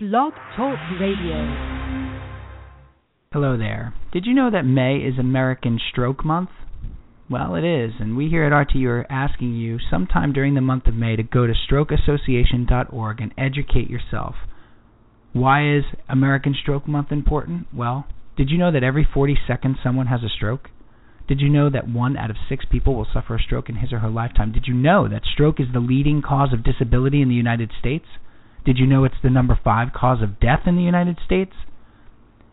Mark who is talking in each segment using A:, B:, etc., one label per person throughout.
A: Blog Talk Radio.
B: Hello there. Did you know that May is American Stroke Month? Well, it is, and we here at RTU are asking you sometime during the month of May to go to strokeassociation.org and educate yourself. Why is American Stroke Month important? Well, did you know that every 40 seconds someone has a stroke? Did you know that one out of six people will suffer a stroke in his or her lifetime? Did you know that stroke is the leading cause of disability in the United States? Did you know it's the number five cause of death in the United States?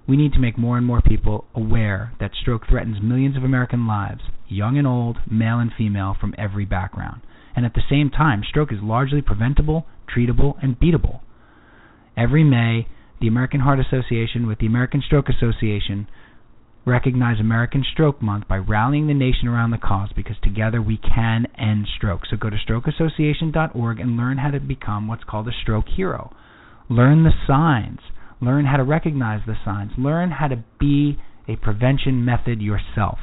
B: We need to make more and more people aware that stroke threatens millions of American lives, young and old, male and female, from every background. And at the same time, stroke is largely preventable, treatable, and beatable. Every May, the American Heart Association with the American Stroke Association recognize American Stroke Month by rallying the nation around the cause because together we can end stroke. So go to strokeassociation.org and learn how to become what's called a stroke hero. Learn the signs, learn how to recognize the signs, learn how to be a prevention method yourself.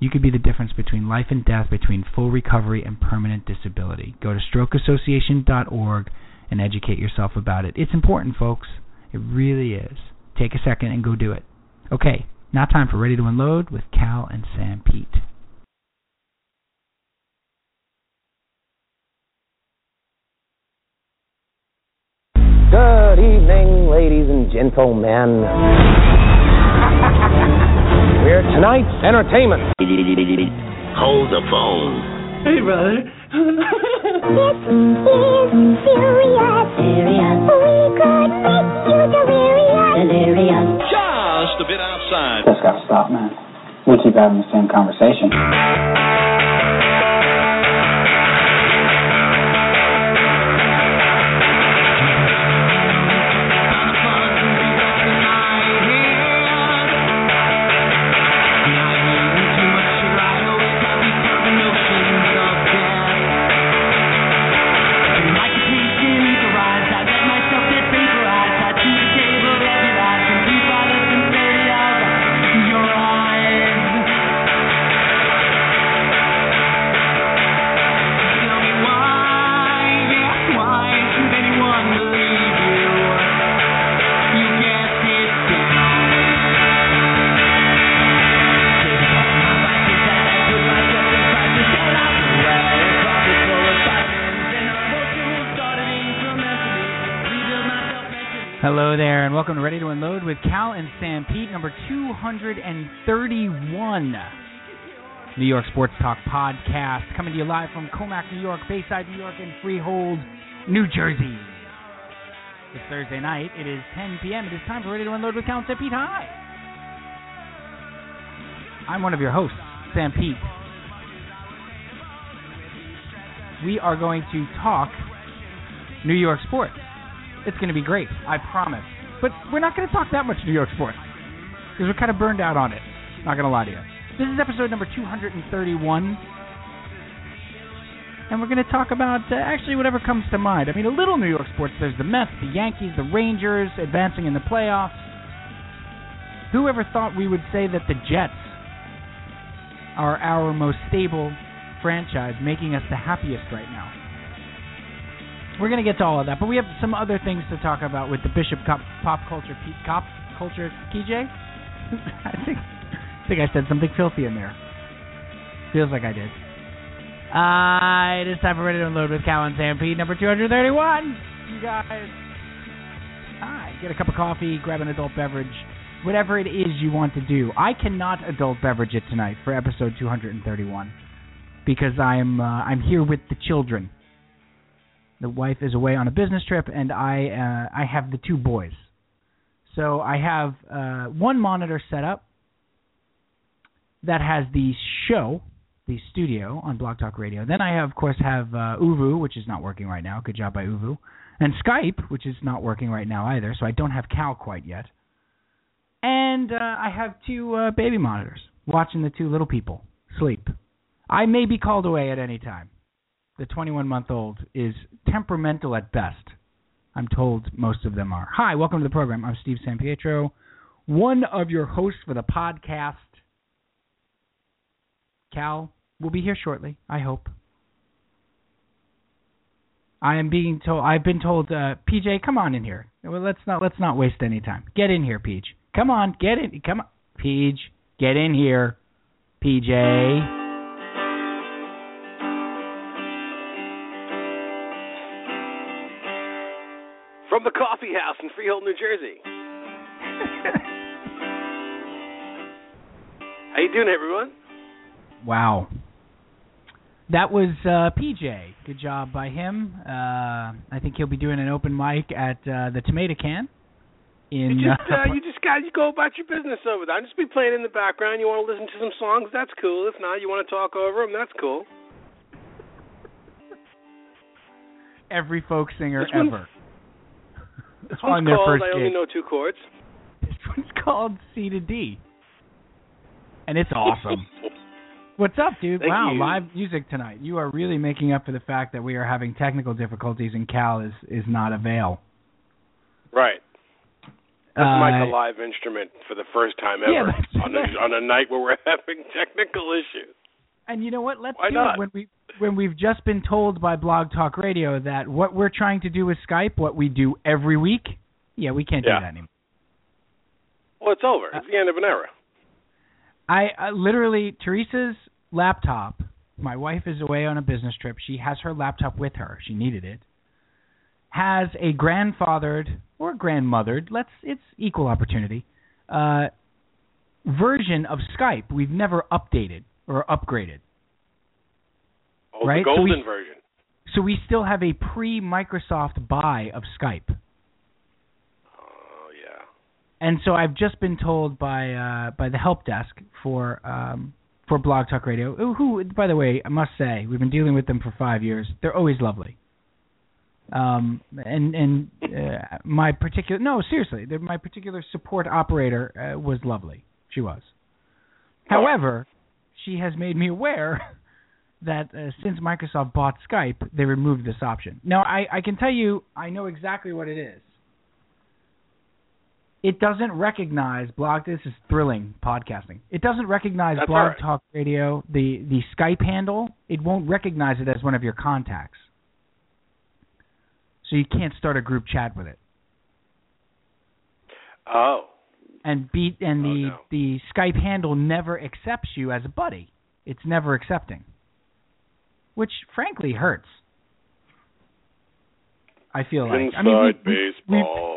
B: You could be the difference between life and death, between full recovery and permanent disability. Go to strokeassociation.org and educate yourself about it. It's important, folks. It really is. Take a second and go do it. Okay, now time for Ready to Unload with Cal and Sam Pete.
C: Good evening, ladies and gentlemen. We're tonight's entertainment.
D: Hold the phone.
E: Hey, brother.
F: This is serious. Serious. We could make you delirious. Delirious.
D: Just a bit outside.
G: That's gotta stop, man. We keep having the same conversation.
B: Hello there, and welcome to Ready to Unload with Cal and Sam Pete, number 231. New York Sports Talk podcast, coming to you live from Comac, New York, Bayside, New York, and Freehold, New Jersey. It's Thursday night. It is 10 p.m. It is time for Ready to Unload with Cal and Sam Pete. Hi. I'm one of your hosts, Sam Pete. We are going to talk New York sports. It's going to be great, I promise. But we're not going to talk that much New York sports because we're kind of burned out on it. Not going to lie to you. This is episode number 231. And we're going to talk about uh, actually whatever comes to mind. I mean, a little New York sports. There's the Mets, the Yankees, the Rangers advancing in the playoffs. Whoever thought we would say that the Jets are our most stable franchise, making us the happiest right now? We're going to get to all of that, but we have some other things to talk about with the Bishop Cop, Pop Culture Pete Cop Culture KJ. I think I think I said something filthy in there. Feels like I did. Uh, it is time for Ready to Unload with Cal and Sam Pete, number 231. You guys, hi, get a cup of coffee, grab an adult beverage, whatever it is you want to do. I cannot adult beverage it tonight for episode 231 because I'm uh, I'm here with the children. The wife is away on a business trip, and I uh, I have the two boys. So I have uh, one monitor set up that has the show, the studio on Blog Talk Radio. Then I of course have uh, Uvu, which is not working right now. Good job by Uvu, and Skype, which is not working right now either. So I don't have Cal quite yet. And uh, I have two uh, baby monitors watching the two little people sleep. I may be called away at any time the 21 month old is temperamental at best. I'm told most of them are. Hi, welcome to the program. I'm Steve San Pietro, one of your hosts for the podcast. Cal will be here shortly, I hope. I am being told. I've been told, uh, PJ, come on in here. Well, let's not let's not waste any time. Get in here, Peach. Come on, get in. Come on, Peach. Get in here, PJ.
E: From the coffee house in Freehold, New Jersey. How you doing, everyone?
B: wow. That was uh, PJ. Good job by him. Uh, I think he'll be doing an open mic at uh, the Tomato Can. In
E: you just
B: uh,
E: uh, you just got you go about your business over there. I just be playing in the background. You want to listen to some songs? That's cool. If not, you want to talk over them? That's cool.
B: every folk singer
E: This one's-
B: ever.
E: This
B: on
E: one's
B: their
E: called
B: first
E: I
B: gig.
E: only know two chords.
B: This one's called C to D. And it's awesome. What's up, dude?
E: Thank
B: wow,
E: you.
B: live music tonight. You are really making up for the fact that we are having technical difficulties and Cal is, is not avail.
E: Right. That's
B: Uh,
E: Mike a live instrument for the first time
B: Yeah,
E: ever
B: that's
E: on a,
B: right.
E: on a night where we're having technical issues.
B: And you know what? Let's
E: Why
B: do
E: not?
B: it when we when we've just been told by Blog Talk Radio that what we're trying to do with Skype, what we do every week. Yeah, we can't
E: Yeah.
B: do that anymore.
E: Well, it's over. It's the end of an era.
B: I, I literally Teresa's laptop. My wife is away on a business trip. She has her laptop with her. She needed it. Has a grandfathered or grandmothered. Let's it's equal opportunity. Uh, version of Skype we've never updated or upgraded.
E: Oh,
B: Right,
E: the
B: so we-
E: golden version.
B: So we still have a pre-Microsoft buy of Skype.
E: Oh yeah.
B: and so I've just been told by uh, by the help desk for um, for Blog Talk Radio, who, by the way, I must say, we've been dealing with them for five years. They're always lovely. Um, and and uh, my particular no, seriously, the- my particular support operator uh, was lovely. She was. However, she has made me aware that uh, since Microsoft bought Skype, they removed this option. Now, I, I can tell you, I know exactly what it is it doesn't recognize blog. This is thrilling podcasting. It doesn't recognize
E: That's all
B: Blog
E: right.
B: Talk Radio, the the Skype handle. It won't recognize it as one of your contacts, so you can't start a group chat with it.
E: Oh.
B: And beat and
E: Oh,
B: the
E: no.
B: the Skype handle never accepts you as a buddy. It's never accepting, which frankly hurts. I feel like I mean we- we- we-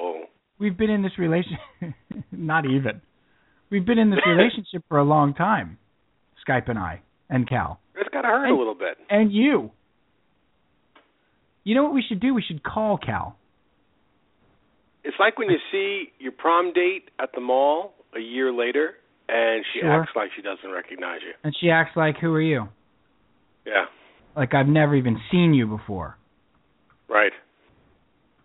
B: we've been in this relation not even we've been in this relationship for a long time skype and i and cal
E: It's gotta hurt a
B: And-
E: little bit.
B: and you you know what we should do we should call cal
E: It's like when you see your prom date at the mall a year later, and she
B: Sure.
E: acts like she doesn't recognize you.
B: and she acts like who are you
E: Yeah.
B: like i've never even seen you before
E: Right.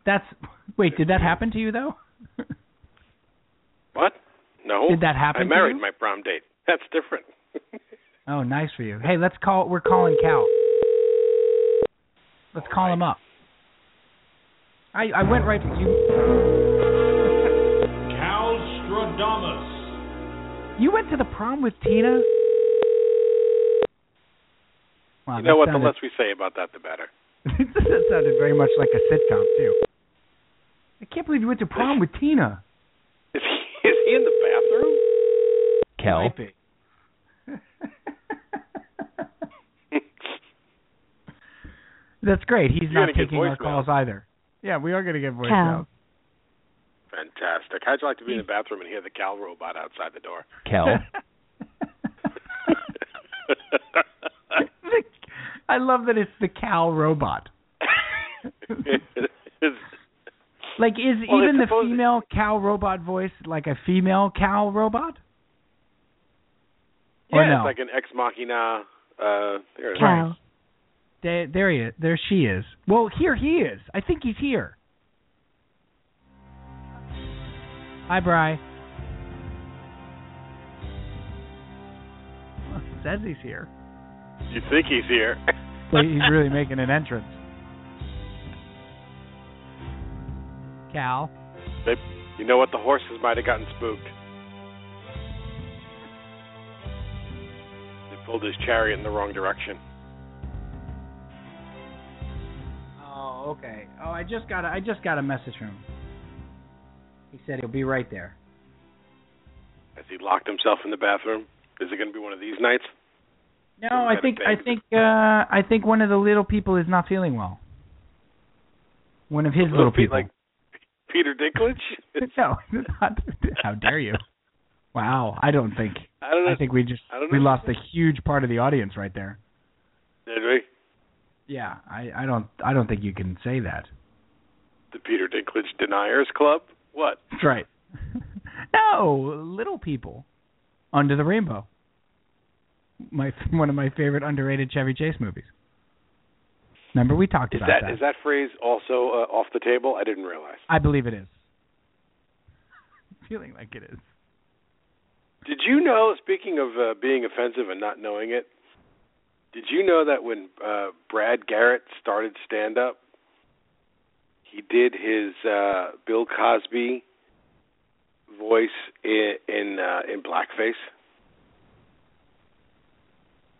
B: that's wait did that happen to you though
E: What? No.
B: Did that happen
E: I
B: to
E: married
B: you?
E: my prom date. That's different.
B: oh nice for you hey let's call we're calling cal let's call him up i i went right for you
H: Calstradamus.
B: You went to the prom with Tina? Wow,
E: you know what?
B: that
E: The less we say about that, the better.
B: sounded, that sounded very much like a sitcom too. I can't believe you went to prom with Tina.
E: Is he, is he in the bathroom?
C: Kel.
B: Might be. That's great. He's
E: You're gonna
B: not
E: get
B: taking our
E: voicemails.
B: calls either. Yeah, we are going to get
A: Cal.
E: Fantastic. How'd you like to be in the bathroom and hear the cow robot outside the door?
C: Kel.
B: The- I love that it's the Cal robot. Like, is
E: Well, it's
B: even the
E: supposed-
B: female cow robot voice like a female cow robot? Or
E: yeah,
B: no?
E: it's like an ex machina. Uh, there it is.
A: Cal.
B: There, there he is. There she is. Well, here he is. I think he's here. Hi, Bry. Says he's here.
E: You think he's here?
B: But he's really making an entrance. Cal.
E: You know what? The horses might have gotten spooked. They pulled his chariot in the wrong direction.
B: Oh, okay. Oh, I just got a, I just got a message from him. He said he'll be right there.
E: Has he locked himself in the bathroom? Is it going to be one of these nights?
B: No,
E: Some
B: I
E: kind of
B: think I
E: thing.
B: think uh I think one of the little people is not feeling well. One of his little
E: Pete,
B: people.
E: like Peter Dinklage.
B: no, not, how dare you? Wow, I don't think.
E: I don't know.
B: I think we just
E: I don't
B: we
E: know.
B: lost a huge part of the audience right there.
E: Did we?
B: Yeah, I I don't I don't think you can say that.
E: The Peter Dinklage deniers club. What?
B: That's right. no, little people under the rainbow. My one of my favorite underrated Chevy Chase movies. Remember we talked
E: Is
B: about
E: that is that phrase also uh, off the table? I didn't realize.
B: I believe it is. Feeling like it is.
E: Did you know? Speaking of uh, being offensive and not knowing it, did you know that when uh, Brad Garrett started stand up, he did his uh, Bill Cosby voice in in, uh, in blackface.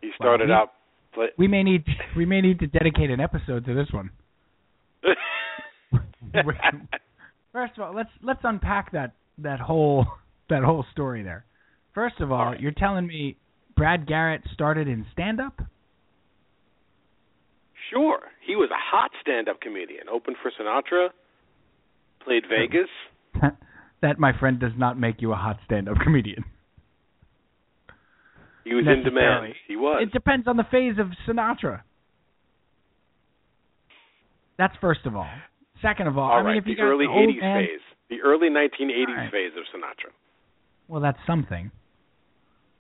E: He started
B: Wow.
E: out. Play-
B: We may need we may need to dedicate an episode to this one. First of all, let's let's unpack that that whole that whole story there. First of all,
E: All right.
B: you're telling me Brad Garrett started in stand up?
E: sure, he was a hot stand-up comedian. Opened for Sinatra, played Vegas.
B: that my friend does not make you a hot stand up comedian.
E: He was in demand.
B: Necessarily.
E: He was.
B: It depends on the phase of Sinatra. That's first of all. Second of all, I
E: All
B: mean
E: right,
B: if you
E: the
B: got
E: early
B: an old
E: '80s
B: man-
E: phase, the early 1980s
B: All right.
E: phase of Sinatra.
B: Well, that's something.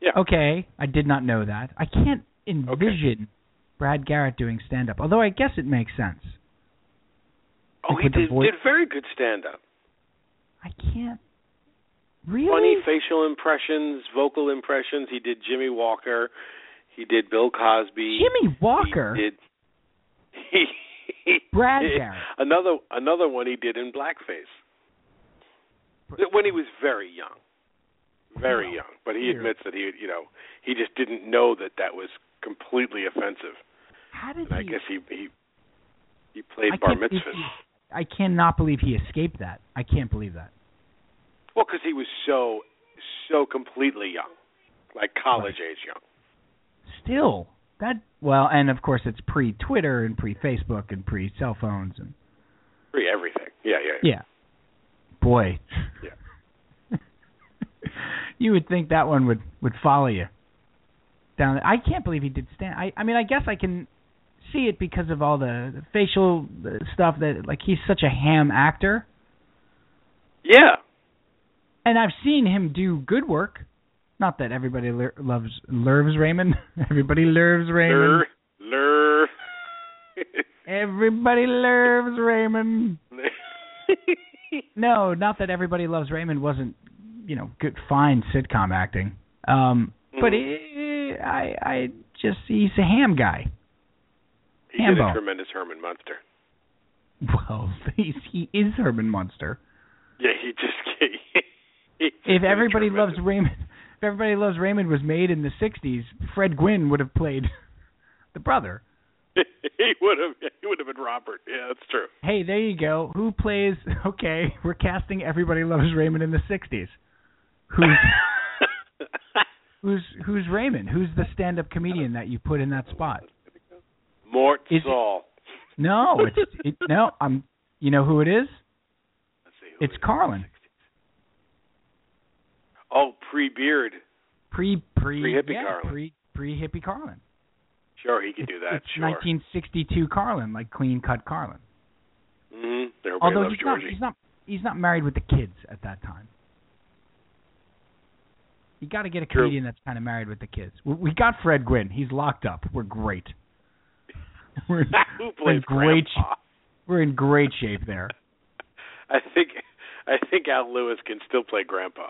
E: Yeah.
B: Okay, I did not know that. I can't envision Brad Garrett doing stand up, although I guess it makes sense.
E: Oh,
B: Like
E: he
B: with the
E: did,
B: voice-
E: did very good stand-up.
B: I can't. Really?
E: Funny facial impressions, vocal impressions. He did Jimmy Walker. He did Bill Cosby.
B: Jimmy Walker,
E: He did. He, he
B: Brad
E: did-
B: Garrett.
E: Another another one he did in blackface. When he was very young, very young, but he
B: Weird.
E: admits that he, you know, he just didn't know that that was completely offensive.
B: How did
E: And I
B: he?
E: guess he he he played
B: I
E: bar
B: can't believe
E: mitzvahs.
B: he- I cannot believe he escaped that. I can't believe that.
E: Well, because he was so so completely young, like college age young.
B: Still, that well, and of course it's pre Twitter and pre Facebook and pre cell phones and
E: Free everything. Yeah, yeah.
B: yeah. Boy. you would think that one would would follow you down. I can't believe he did stand. I I mean, I guess I can see it because of all the, the facial uh, stuff that like he's such a ham actor,
E: Yeah.
B: and I've seen him do good work. Not that everybody ler- loves Lerves Raymond. everybody loves Raymond.
E: Lur, lur.
B: Everybody loves Raymond. No, not that everybody loves Raymond wasn't, you know, good fine sitcom acting. Um but it, I I just he's a ham guy.
E: Mm-hmm. he did
B: Hambo.
E: a tremendous Herman Munster.
B: Well, he's, he is Herman Munster.
E: Yeah, he just. He,
B: If everybody loves Raymond, if everybody loves Raymond was made in the '60s, Fred Gwynn would have played the brother.
E: he would have. He would have been Robert. Yeah, that's true.
B: Hey, there you go. Who plays? Okay, we're casting Everybody Loves Raymond in the '60s. Who's who's who's Raymond? Who's the stand-up comedian that you put in that spot?
E: Mort
B: Is-
E: Saul.
B: No, it's it, no. I'm. You know who it is?
E: Let's see who
B: It's
E: it is.
B: Carlin.
E: Oh, pre-beard.
B: Pre pre
E: Pre-hippie
B: yeah,
E: Carlin.
B: Pre pre hippie Carlin.
E: Sure, he could do that.
B: it's
E: sure.
B: 1962 Carlin, like clean cut Carlin.
E: Mhm. Everybody
B: Although
E: loves
B: he's not,
E: Georgie.
B: he's not he's not married with the kids at that time. You got to get a
E: True.
B: comedian that's kind of married with the kids. We, we got Fred Gwynn. He's locked up. We're great. We're,
E: Who
B: we're in
E: plays
B: great
E: Grandpa?
B: we're in great shape there.
E: I think I think Al Lewis can still play Grandpa.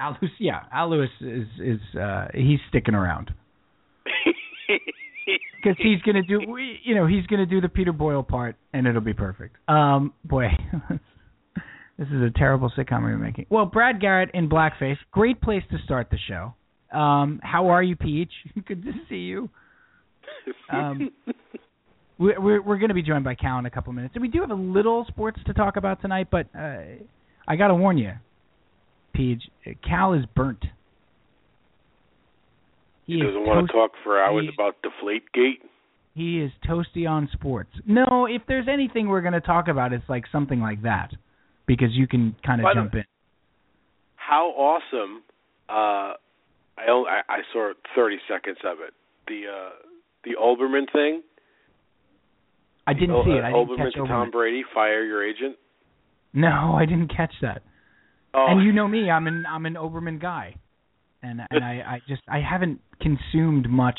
B: Al Lewis, yeah, Al Lewis is is uh he's sticking around. because he's gonna do we- you know he's gonna do the Peter Boyle part and it'll be perfect. Um, boy, this is a terrible sitcom we're making. Well, Brad Garrett in blackface, great place to start the show. Um, how are you, Peach? Good to see you. Um, We- We're we're going to be joined by Cal in a couple minutes, and we do have a little sports to talk about tonight. But uh, I got to warn you, Peach, Cal is burnt. He,
E: He
B: is
E: doesn't want
B: toast-
E: to talk for hours
B: He-
E: about Deflate Gate.
B: He is toasty on sports. No, if there's anything we're going to talk about, it's like something like that, because you can kind
E: Why
B: of
E: don't-
B: jump in.
E: How awesome! Uh, I o- I- I saw 30 seconds of it. The uh, the Olbermann thing.
B: I didn't
E: Oh,
B: see
E: uh,
B: it. I didn't
E: Olbermann
B: catch
E: to
B: Olbermann.
E: Tom Brady, fire your agent.
B: No, I didn't catch that.
E: Oh,
B: And you know me, I'm an I'm an Oberman guy, and and I I just I haven't consumed much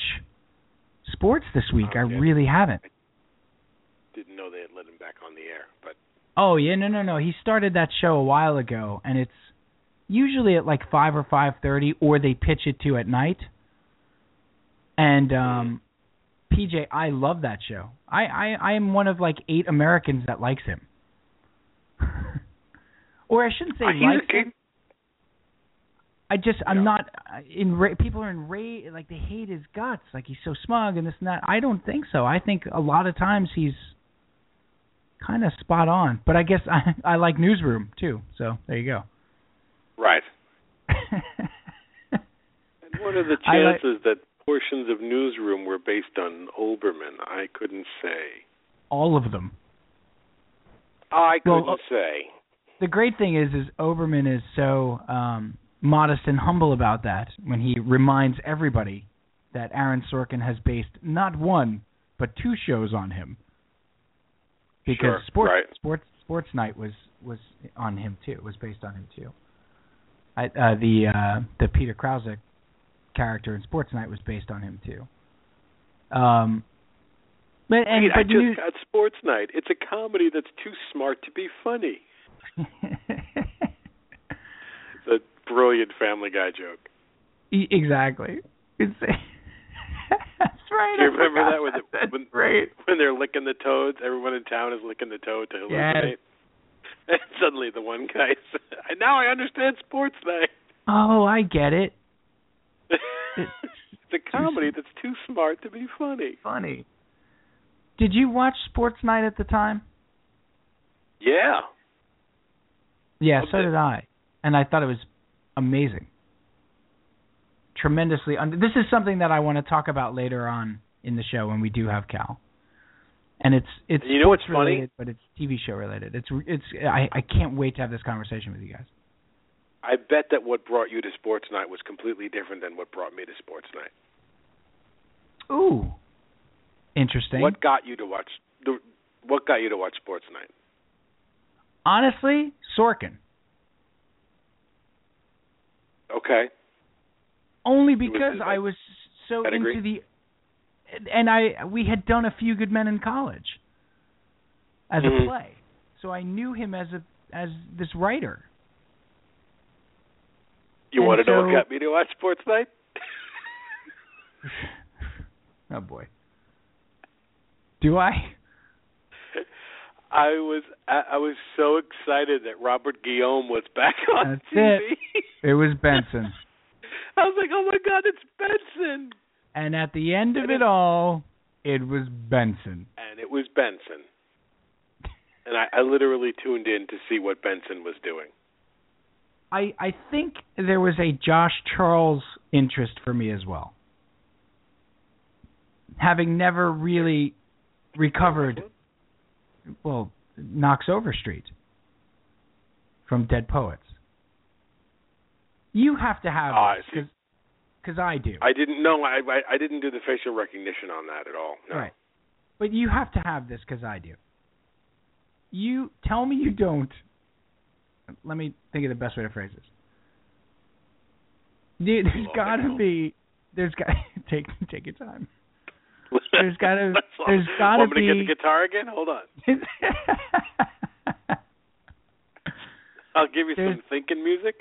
B: sports this week. I
E: Okay.
B: really haven't.
E: didn't know they had let him back on the air, but
B: Oh yeah, no no no. He started that show a while ago, and it's usually at like five or five thirty, or they pitch it to at night. And um, PJ, I love that show. I I I am one of like eight Americans that likes him. or I shouldn't say
E: Uh,
B: likes
E: he's a
B: him.
E: good-
B: I just I'm
E: Yeah.
B: not uh, in ra- people are in ra- like they hate his guts like he's so smug and this and that. I don't think so. I think a lot of times he's kind of spot on. But I guess I I like Newsroom too. So there you go.
E: right. And what are the
B: I like-
E: chances that portions of Newsroom were based on Olbermann? I couldn't say.
B: All of them.
E: I
B: Well, uh,
E: couldn't say.
B: The great thing is is Oberman is so um modest and humble about that when he reminds everybody that Aaron Sorkin has based not one but two shows on him. Because
E: Sure,
B: sports
E: right.
B: sports sports night was was on him too. Was based on him too. I uh the uh the Peter Krause character in Sports Night was based on him too. Um but and
E: Wait,
B: but
E: I just
B: you-
E: got Sports Night. It's a comedy that's too smart to be funny. It's a brilliant Family Guy joke.
B: E- exactly. It's, that's right.
E: Do you
B: I
E: remember
B: forgot
E: that when the-
B: That's
E: when-
B: great.
E: When they're licking the toads, everyone in town is licking the toad to
B: Yes.
E: hallucinate. And suddenly the one guy says, "Now I understand Sports Night."
B: Oh, I get it.
E: it's a comedy that's too smart to be funny.
B: Funny. Did you watch Sports Night at the time?
E: Yeah.
B: Yeah,
E: Loved
B: so
E: it.
B: did I, and I thought it was amazing. Tremendously. Un- this is something that I want to talk about later on in the show when we do have Cal. And it's it's
E: You know what's
B: sports
E: funny?
B: related, but it's TV show related. It's it's I I can't wait to have this conversation with you guys.
E: I bet that what brought you to Sports Night was completely different than what brought me to Sports Night.
B: Ooh, interesting.
E: What got you to watch the what got you to watch Sports Night?
B: Honestly, Sorkin.
E: Okay.
B: Only
E: was
B: because
E: his, like,
B: I was so
E: pedigree?
B: into the, and I we had done a few Good Men in college, as
E: Mhm.
B: a play, so I knew him as a as this writer.
E: You
B: And
E: want to know what
B: so-
E: got me to watch Sports Night?
B: Oh boy. Do I?
E: I was I, I was so excited that Robert Guillaume was back on
B: That's
E: TV.
B: It was Benson.
E: I was like, "Oh my god, it's Benson!"
B: and at the end of it all, it was Benson.
E: And it was Benson. And I, I literally tuned in to see what Benson was doing.
B: I I think there was a Josh Charles interest for me as well. Having never really recovered well, Knox Overstreet from Dead Poets. You have to have
E: Oh, I see.
B: because I do.
E: I didn't know. I I, I didn't do the facial recognition on that at all. No.
B: Right. But you have to have this because I do. You tell me you don't. Let me think of the best way to phrase this. Dude, there's
E: Well,
B: got to
E: well.
B: be. There's got take take your time.
E: there's
B: gotta- there's gotta
E: Want me to
B: be-
E: get the guitar again? Hold on. I'll give you some
B: There's-
E: thinking music.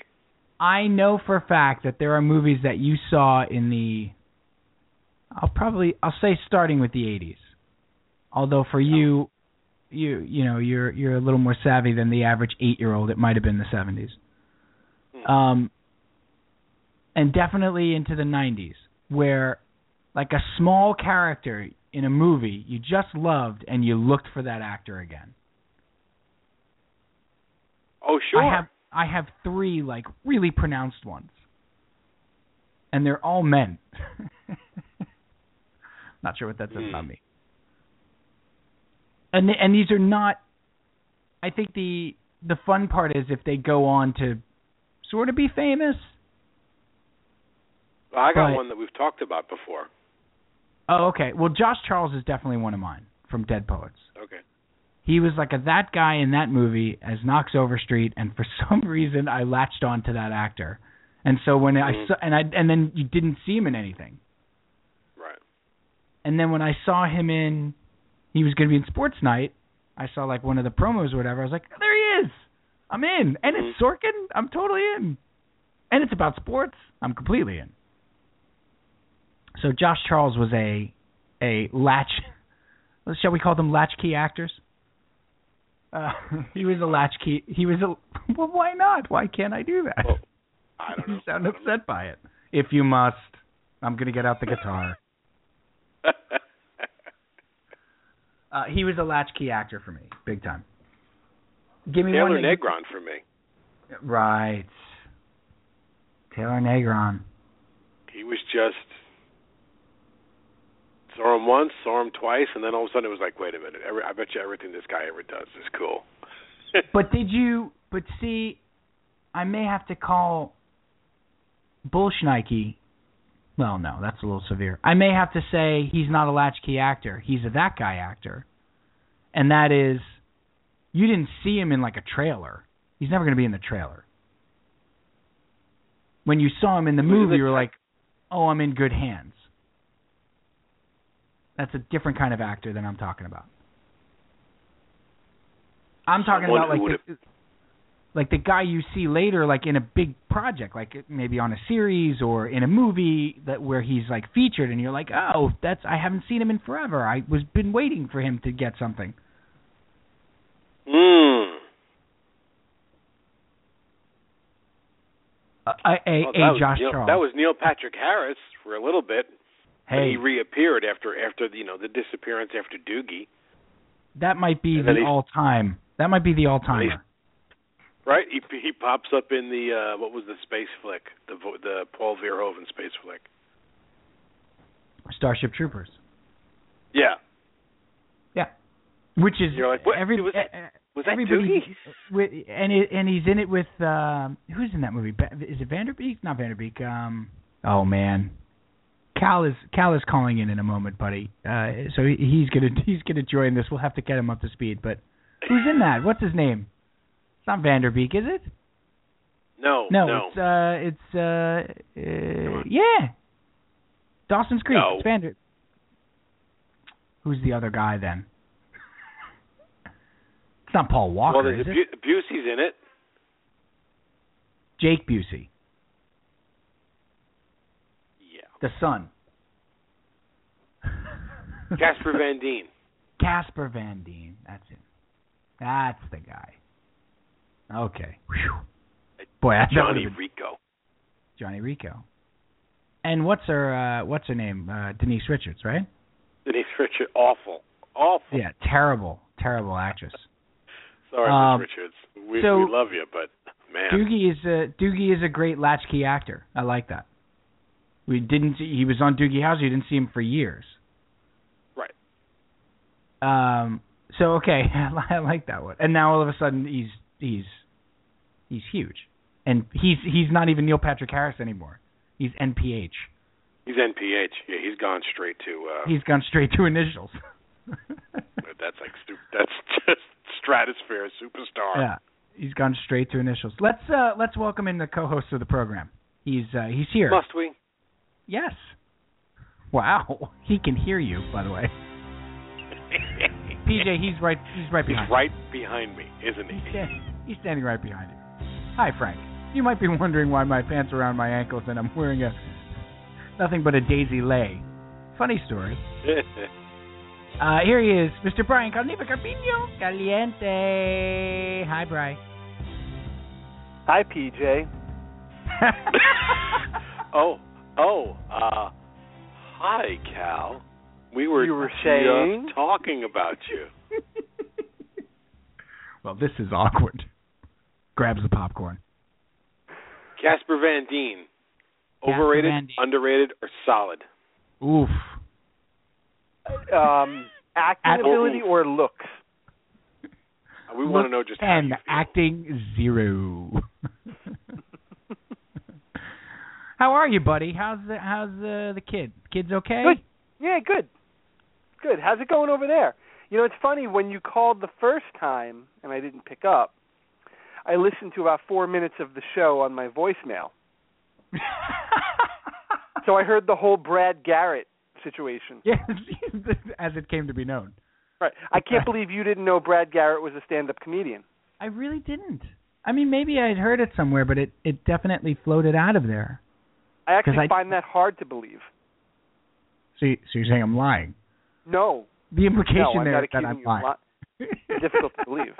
B: I know for a fact that there are movies that you saw in the. I'll probably I'll say starting with the 80s. Although for you, you you know you're you're a little more savvy than the average eight year old. It might have been the 70s.
E: Hmm.
B: Um. And definitely into the 90s, where like a small character in a movie you just loved and you looked for that actor again?
E: Oh, sure.
B: I have I have three like really pronounced ones, and they're all men. not sure what that says about
E: Hmm.
B: me. And th- and these are not. I think the the fun part is if they go on to sort of be famous.
E: I got
B: Right.
E: one that we've talked about before.
B: Oh, okay. Well, Josh Charles is definitely one of mine from Dead Poets.
E: Okay.
B: he was like a that guy in that movie as Knox Overstreet, and for some reason I latched on to that actor, and so when I
E: Mhm.
B: saw, and I and then you didn't see him in anything,
E: Right.
B: and then when I saw him in, he was going to be in Sports Night. I saw like one of the promos or whatever. I was like, "Oh, there he is. I'm in, and it's Sorkin. I'm totally in, and it's about sports. I'm completely in. So Josh Charles was a a latch. Shall we call them latchkey actors? Uh, he was a latchkey. He was a. Well, why not? Why can't I do that?
E: Well, I don't know.
B: you sound
E: I don't know.
B: upset by it. If you must, I'm gonna get out the guitar. Uh, he was a latchkey actor for me, big time. Give me
E: Taylor
B: one. that-
E: Negron for me.
B: Right. Taylor Negron.
E: He was just saw him once, saw him twice, and then all of a sudden it was like, wait a minute, every, I bet you everything this guy ever does is cool.
B: But did you? But see, I may have to call Bullschnike. Well, no, that's a little severe. I may have to say he's not a latchkey actor. He's a that guy actor, and that is, you didn't see him in like a trailer. He's never going to be in the trailer. When you saw him in the
E: Who did
B: movie,
E: they
B: you were
E: cut?
B: like, "Oh, I'm in good hands." That's a different kind of actor than I'm talking about. I'm talking
E: Someone
B: about
E: who
B: like the, like the guy you see later, like in a big project, like maybe on a series or in a movie that where he's like featured, and you're like, oh, that's I haven't seen him in forever. I was been waiting for him to get something.
E: Mm.
B: A a, a,
E: Well, Oh, that
B: a
E: was
B: Josh
E: Neil,
B: Charles.
E: That was Neil Patrick Harris for a little bit. but
B: hey,
E: he reappeared after after you know the disappearance after Doogie,
B: that might be
E: and then
B: the
E: he-
B: all time. That might be the all
E: he-
B: timer.
E: right? He he pops up in the uh what was the space flick, the vo- the Paul Verhoeven space flick.
B: Starship Troopers.
E: Yeah,
B: Which is
E: You're like, what?
B: every,
E: Was that-
B: e- e-
E: was that
B: everybody-
E: Doogie?
B: with, and it, and he's in it with um who's in that movie? Ba- Is it Vanderbeek? Not Vanderbeek. Um, oh man, Cal is Cal is calling in in a moment, buddy. Uh, so he, he's gonna he's gonna join this. We'll have to get him up to speed. But who's in that? What's his name? It's not Vanderbeek, is it?
E: No,
B: No,
E: no.
B: it's uh, it's uh, uh, yeah, Dawson's Creek.
E: No.
B: It's Vander. Who's the other guy then? it's not Paul Walker,
E: well,
B: is
E: there's
B: it?
E: Bu- Busey's in it.
B: Jake Busey,
E: Yeah,
B: the son.
E: Casper Van Dien.
B: Casper Van Dien. That's it. That's the guy. Okay. Whew. Boy, that, that
E: Johnny
B: would've been
E: Rico.
B: Johnny Rico. And what's her uh, what's her name? Uh, Denise Richards, right?
E: Denise Richards. Awful. Awful.
B: Yeah, terrible, terrible actress.
E: Sorry,
B: Um,
E: Miss Richards. We,
B: so-
E: we love you, but man.
B: Doogie is a Doogie is a great latchkey actor. I like that. We didn't see, he was on Doogie House. You didn't see him for years.
E: Right.
B: Um. So okay, I like that one. And now all of a sudden he's he's he's huge, and he's he's not even Neil Patrick Harris anymore. He's NPH.
E: He's NPH. Yeah, he's gone straight to. uh
B: He's gone straight to initials.
E: That's like stu- that's just stratosphere superstar.
B: Yeah, he's gone straight to initials. Let's uh let's welcome in the co-host of the program. He's uh he's here.
E: Must we?
B: Yes. Wow, he can hear you. By the way, PJ, he's right he's right
E: He's
B: behind.
E: right behind me,
B: You.
E: isn't he?
B: He's, sta- he's standing right behind you. Hi, Frank. You might be wondering why my pants are around my ankles and I'm wearing a nothing but a daisy lay. Funny story. Uh, here he is, Mr. Brian Carniva Carpino Caliente. Hi, Brian.
I: Hi, PJ.
E: oh, oh, uh, hi, Cal. We were,
I: You were
E: just
I: saying?
E: talking about you.
B: Well, this is awkward. Grabs the popcorn.
E: Casper Van Dien.
B: Casper
E: Overrated,
B: Van Dien.
E: underrated, or solid?
B: Oof.
I: Um, acting
B: At-
I: ability or looks?
E: We want
B: Look,
E: to know just how
B: and
E: you feel.
B: acting zero. How are you, buddy? How's the how's the the kid? Kid's okay?
I: Good. Yeah, good. Good. How's it going over there? You know, it's funny when you called the first time and I didn't pick up. I listened to about four minutes of the show on my voicemail, so I heard the whole Brad Garrett situation.
B: yes, as it came to be known.
I: Right. I can't believe you didn't know Brad Garrett was a stand-up comedian.
B: I really didn't. I mean, maybe I'd heard it somewhere, but it it definitely floated out of there.
I: I
B: 'Cause
I: actually
B: I-
I: find that hard to believe.
B: So, you, so you're saying I'm lying?
I: No,
B: The implication
I: no, I'm
B: there
I: not
B: is that
I: accusing
B: I'm
I: you.
B: lying.
I: Li- difficult to believe.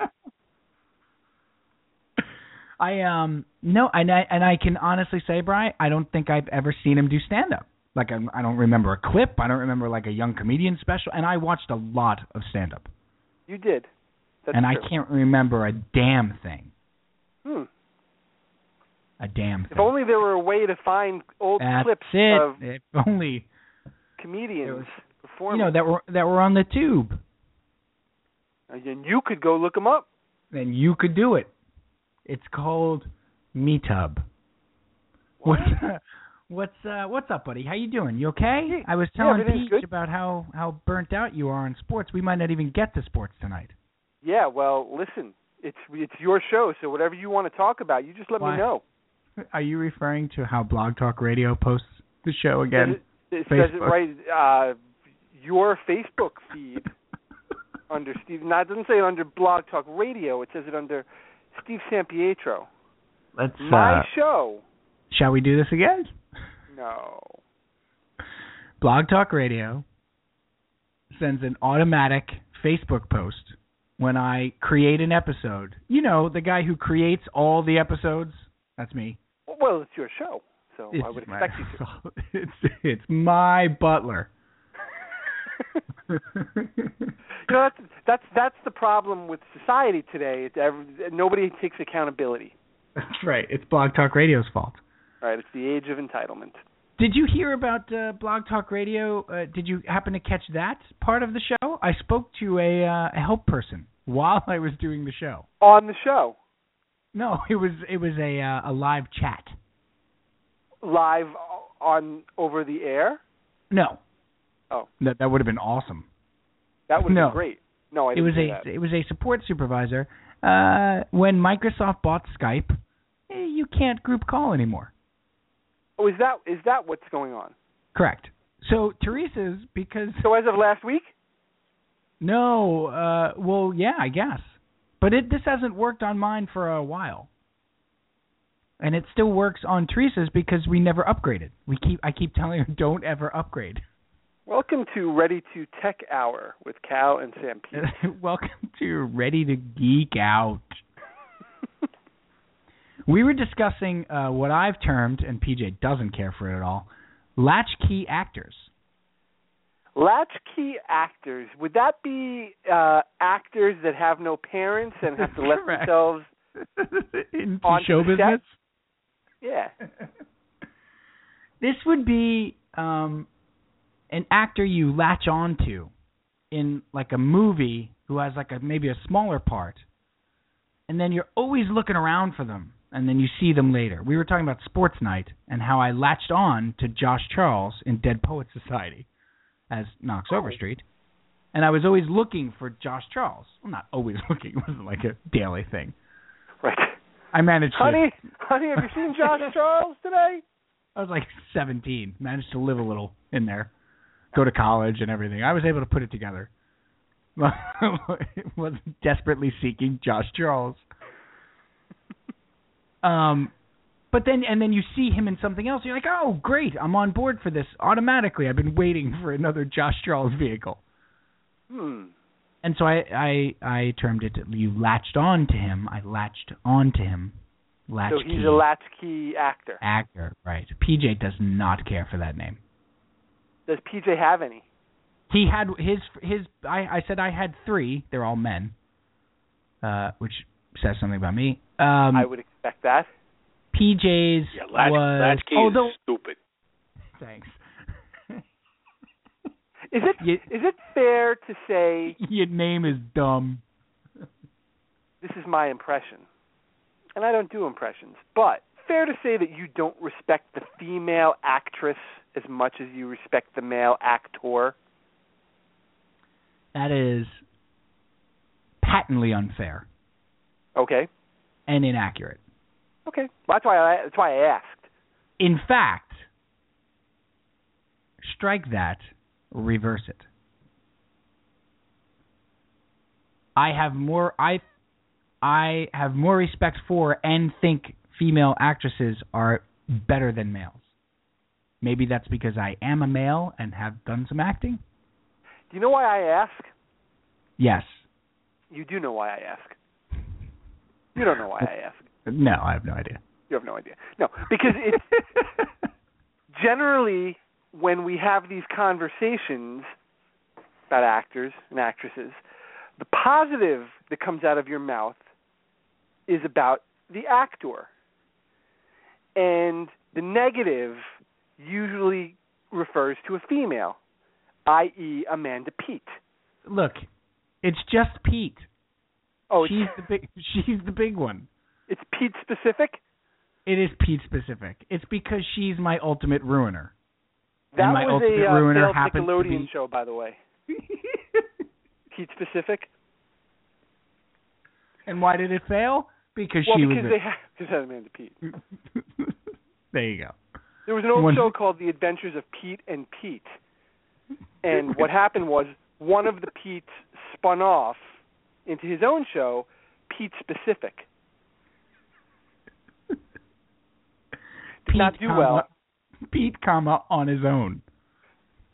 B: I um no, and I and I can honestly say, Bry, I don't think I've ever seen him do stand up. Like I'm, I don't remember a clip. I don't remember like a young comedian special. And I watched a lot of stand up,
I: You did. That's
B: and
I: true.
B: I can't remember a damn thing.
I: Hmm.
B: A damn thing.
I: If only there were a way to find old
B: That's
I: clips
B: it.
I: of
B: if only
I: comedians
B: It was- you
I: performing,
B: know that were that were on the tube,
I: and you could go look them up.
B: then you could do it. It's called MeTub. What's what's uh, what's up, buddy? How you doing? You okay? I was
I: yeah,
B: telling
I: everything's
B: Peach
I: good.
B: about how how burnt out you are on sports. We might not even get to sports tonight.
I: Yeah, well, listen, it's it's your show, so whatever you want to talk about, you just let
B: Why?
I: me know.
B: Are you referring to how Blog Talk Radio posts the show
I: Does
B: again?
I: it, it says it
B: Facebook.
I: right. Uh, your Facebook feed under Steve. Now, it doesn't say it under Blog Talk Radio. It says it under Steve Sampietro.
B: Let's.
I: My
B: Uh,
I: show.
B: shall we do this again?
I: No.
B: Blog Talk Radio sends an automatic Facebook post when I create an episode. You know, the guy who creates all the episodes. That's me.
I: Well, it's your show, so Oh, I would
B: It's my-
I: expect you to.
B: It's it's my butler.
I: You know, that's that's that's the problem with society today. It's every, nobody takes accountability.
B: That's right. It's Blog Talk Radio's fault.
I: Right? It's the age of entitlement.
B: Did you hear about uh, Blog Talk Radio? Uh, did you happen to catch that part of the show? I spoke to a uh, a help person while I was doing the show.
I: On the show,
B: No, it was it was a uh, a live chat.
I: live on over the air.
B: No.
I: Oh.
B: That that would have been awesome.
I: That would
B: No.
I: be great. No, I
B: it
I: didn't
B: was
I: do
B: a it was a support supervisor. Uh, when Microsoft bought Skype, eh, you can't group call anymore.
I: that. Oh, is that is that what's going on?
B: Correct. So Teresa's because
I: So as of last week,
B: no, uh, well, yeah, I guess, but it this hasn't worked on mine for a while, and it still works on Teresa's because we never upgraded. We keep I keep telling her don't ever upgrade.
I: welcome to Ready to Tech Hour with Cal and Sam. Pete.
B: Welcome to Ready to Geek Out. we were discussing uh, what I've termed, and PJ doesn't care for it at all, latchkey actors.
I: Latchkey actors would that be uh actors that have no parents and have to let
B: Correct.
I: themselves?
B: in
I: On
B: show
I: to
B: business.
I: Yeah.
B: This would be um, an actor you latch on to in like a movie who has like a maybe a smaller part, and then you're always looking around for them, and then you see them later. We were talking about Sports Night and how I latched on to Josh Charles in Dead Poets Society as Knox Overstreet. And I was always looking for Josh Charles. Well, not always looking. It wasn't like a daily thing.
I: Right.
B: I managed to
I: Honey, honey, have you seen Josh Charles today?
B: I was like 17. Managed to live a little in there, go to college and everything. I was able to put it together. was desperately seeking Josh Charles. Um, but then and then you see him in something else. You're like, oh great, I'm on board for this automatically. I've been waiting for another Josh Charles vehicle.
I: Hmm.
B: And so I I I termed it. You latched on to him. I latched on to him. Latchkey
I: So he's a latchkey actor.
B: actor, right? PJ does not care for that name.
I: Does PJ have any?
B: He had his his. I I said I had three. They're all men, uh, which says something about me. Um,
I: I would expect that.
B: PJ's
E: Yeah, Latch,
B: was
E: Latchkey
B: although
E: is stupid.
B: thanks.
I: Is it is
B: You,
I: it fair to say
B: your name is dumb.
I: this is my impression? And I don't do impressions, but fair to say that you don't respect the female actress as much as you respect the male actor.
B: That is patently unfair
I: Okay.
B: and inaccurate.
I: Okay. Well, that's why I, that's why I asked.
B: In fact, strike that, reverse it. I have more I I have more respect for and think female actresses are better than males. Maybe that's because I am a male and have done some acting?
I: Do you know why I ask?
B: Yes.
I: You do know why I ask. You don't know why I ask.
B: No, I have no idea.
I: You have no idea. No, because it's generally when we have these conversations about actors and actresses, the positive that comes out of your mouth is about the actor. And the negative usually refers to a female, i.e., Amanda Pete.
B: Look, it's just Pete.
I: Oh, it's,
B: she's the big she's the big one.
I: it's Pete specific?
B: It is Pete specific. It's because she's my ultimate ruiner. And
I: That
B: my
I: was
B: ultimate
I: a uh,
B: ruiner
I: failed
B: happens to
I: Nickelodeon
B: be-
I: show, by the way. Pete specific?
B: And why did it fail? Because
I: Well,
B: she
I: because
B: was.
I: they had, because they had Amanda Pete.
B: a- there you go.
I: There was an old
B: One-
I: show called The Adventures of Pete and Pete, and what happened was one of the Petes spun off into his own show, Pete Specific. Did not
B: Pete,
I: do
B: comma,
I: well.
B: Pete, comma on his own.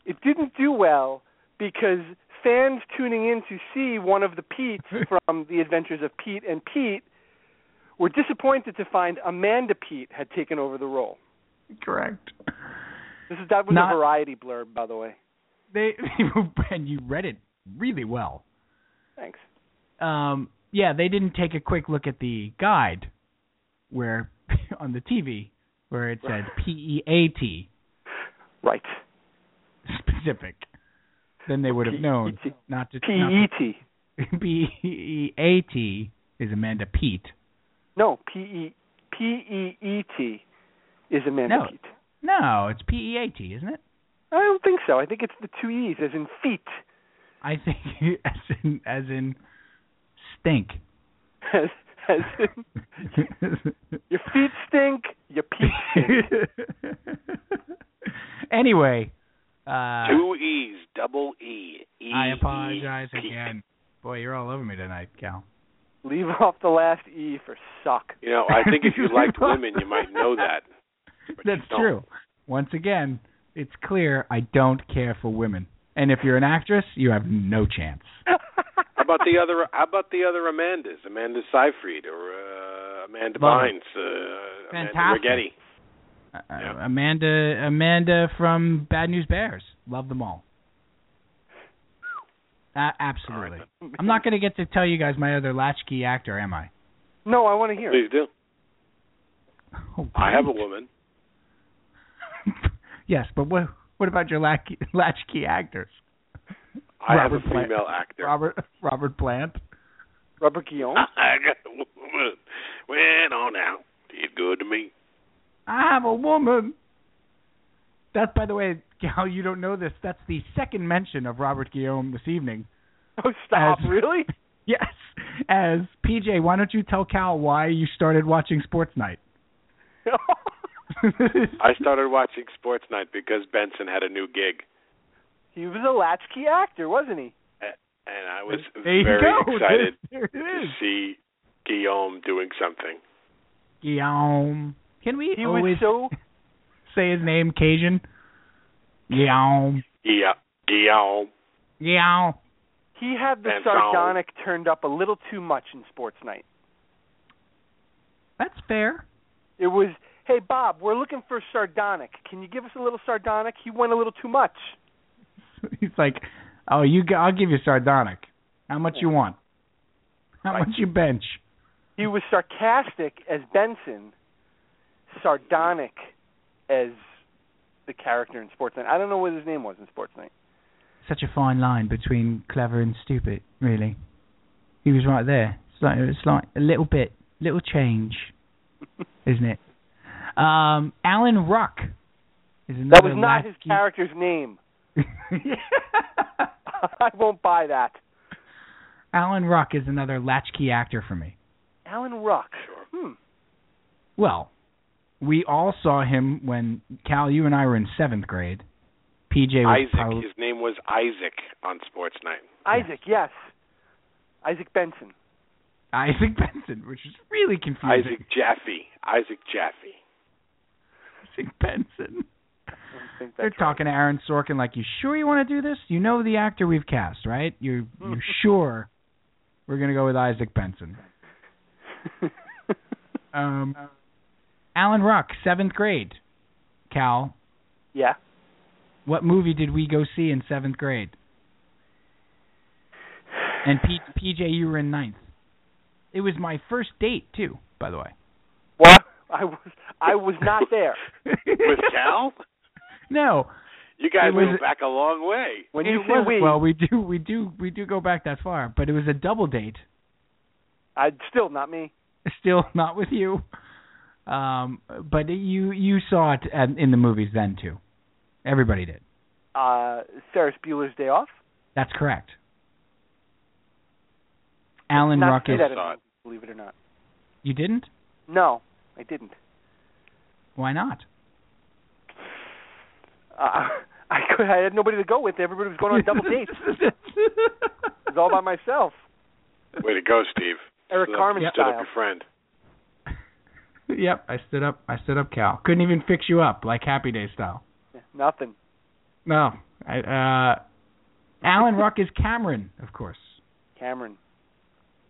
I: It didn't do well because fans tuning in to see one of the Petes from The Adventures of Pete and Pete were disappointed to find Amanda Pete had taken over the role.
B: Correct.
I: This is that was
B: Not-
I: a variety blurb, by the way.
B: They and you read it really well.
I: Thanks.
B: Um, yeah, they didn't take a quick look at the guide where on the TV where it said P E A T
I: Right.
B: specific. Then they would have known
I: P- E
B: not to
I: P
B: not to
I: E T.
B: B E A T is Amanda Pete.
I: No, P E P E E T is Amanda
B: No.
I: Pete.
B: No, it's P E A T, isn't it?
I: I don't think so. I think it's the two E's, as in feet,
B: I think as in as in stink.
I: as, as in your feet stink, your peat stink.
B: anyway, uh, I
E: Two E's, double E. E
B: apologize
E: E, Pete.
B: again. Boy, you're all over me tonight, Cal.
I: Leave off the last E for suck.
E: You know, I think if you liked women, you might know that. But you
B: That's
E: don't.
B: true. Once again, it's clear I don't care for women. And if you're an actress, you have no chance.
E: How about the other? How about the other Amandas? Amanda Seyfried or uh, Amanda
B: Love
E: Bynes? Uh,
B: Fantastic.
E: Amanda Rigetti.
B: Uh,
E: Yeah.
B: Amanda Amanda from Bad News Bears. Love them all. Uh, absolutely. I'm not going to get to tell you guys my other latchkey actor, am I?
I: No, I want to hear. it.
E: Please do.
B: Oh,
E: I have a
B: great.
E: woman.
B: yes, but what what about your latchkey, latchkey actors?
E: I have a
B: Robert Plant.
E: female actor.
B: Robert Robert Plant.
I: Robert Guillaume.
E: I got a woman. Well, on out. Did good to me.
B: I have a woman. That's by the way, Cal, you don't know this. That's the second mention of Robert Guillaume this evening.
I: Oh, stop!
B: As-
I: Really?
B: Yes. As PJ, why don't you tell Cal why you started watching Sports Night?
E: I started watching Sports Night because Benson had a new gig,
I: he was a latchkey actor, wasn't he?
E: and I was
B: There you
E: very
B: go.
E: excited
B: There it
E: to
B: is.
E: see Guillaume doing something.
B: Guillaume. Can we
I: He
B: always
I: was so
B: say his name Cajun? Guillaume.
E: Yeah, Guillaume.
B: Guillaume.
I: he had the
E: And so-
I: sardonic turned up a little too much in Sports Night.
B: That's fair.
I: It was, hey Bob, we're looking for sardonic. Can you give us a little sardonic? He went a little too much.
B: He's like, Oh, you. g- I'll give you sardonic. How much you want? How
I: Right.
B: much you bench?
I: He was sarcastic as Benson, sardonic as the character in Sports Night. I don't know what his name was in Sports Night.
B: Such a fine line between clever and stupid. Really, he was right there. It's like it's like a little bit, little change, isn't it? Um, Alan Ruck is another.
I: That was not his
B: wacky-
I: character's name. I won't buy that.
B: Alan Ruck is another latchkey actor for me.
I: Alan Ruck. Hmm.
B: Well, we all saw him when Cal, you and I were in seventh grade. PJ was
E: Isaac.
B: probably-
E: His name was Isaac on Sports Night.
I: Isaac, yes. Isaac Benson.
B: Isaac Benson, which is really confusing.
E: Isaac Jaffe. Isaac Jaffe.
B: Isaac Benson.
I: I don't think
B: They're
I: that's right.
B: talking to Aaron Sorkin like, "You sure you want to do this? You know the actor we've cast, right? You you sure we're gonna go with Isaac Benson?" Um, Alan Ruck, seventh grade. Cal,
I: yeah.
B: what movie did we go see in seventh grade? And P- PJ, you were in ninth. It was my first date too, by the way.
I: What? I was I was not there.
E: With Cal?
B: No,
E: You guys
B: It was-
E: went back a long way.
I: When
B: it
I: you say
B: was,
I: we,
B: well, we do, we do, we do go back that far, but it was a double date.
I: I still not me.
B: Still not with you, um, but you you saw it at, in the movies then too. Everybody did.
I: Uh Ferris Bueller's Day Off.
B: That's correct. Alan
I: not
B: Ruck
I: see
B: is.
I: that in
E: Saw it.
I: movies, believe it or not.
B: You didn't?
I: No, I didn't.
B: Why not?
I: Uh, I could I had nobody to go with. Everybody was going on double dates. I was all by myself.
E: Way to go, Steve.
I: Eric
E: Stood up-
I: Carmen
E: stood
I: style.
E: up your friend.
B: Yep, I stood up. I stood up, Cal. Couldn't even fix you up like Happy Day style.
I: Yeah, Nothing.
B: No, I, uh, Alan Ruck is Cameron, of course.
I: Cameron.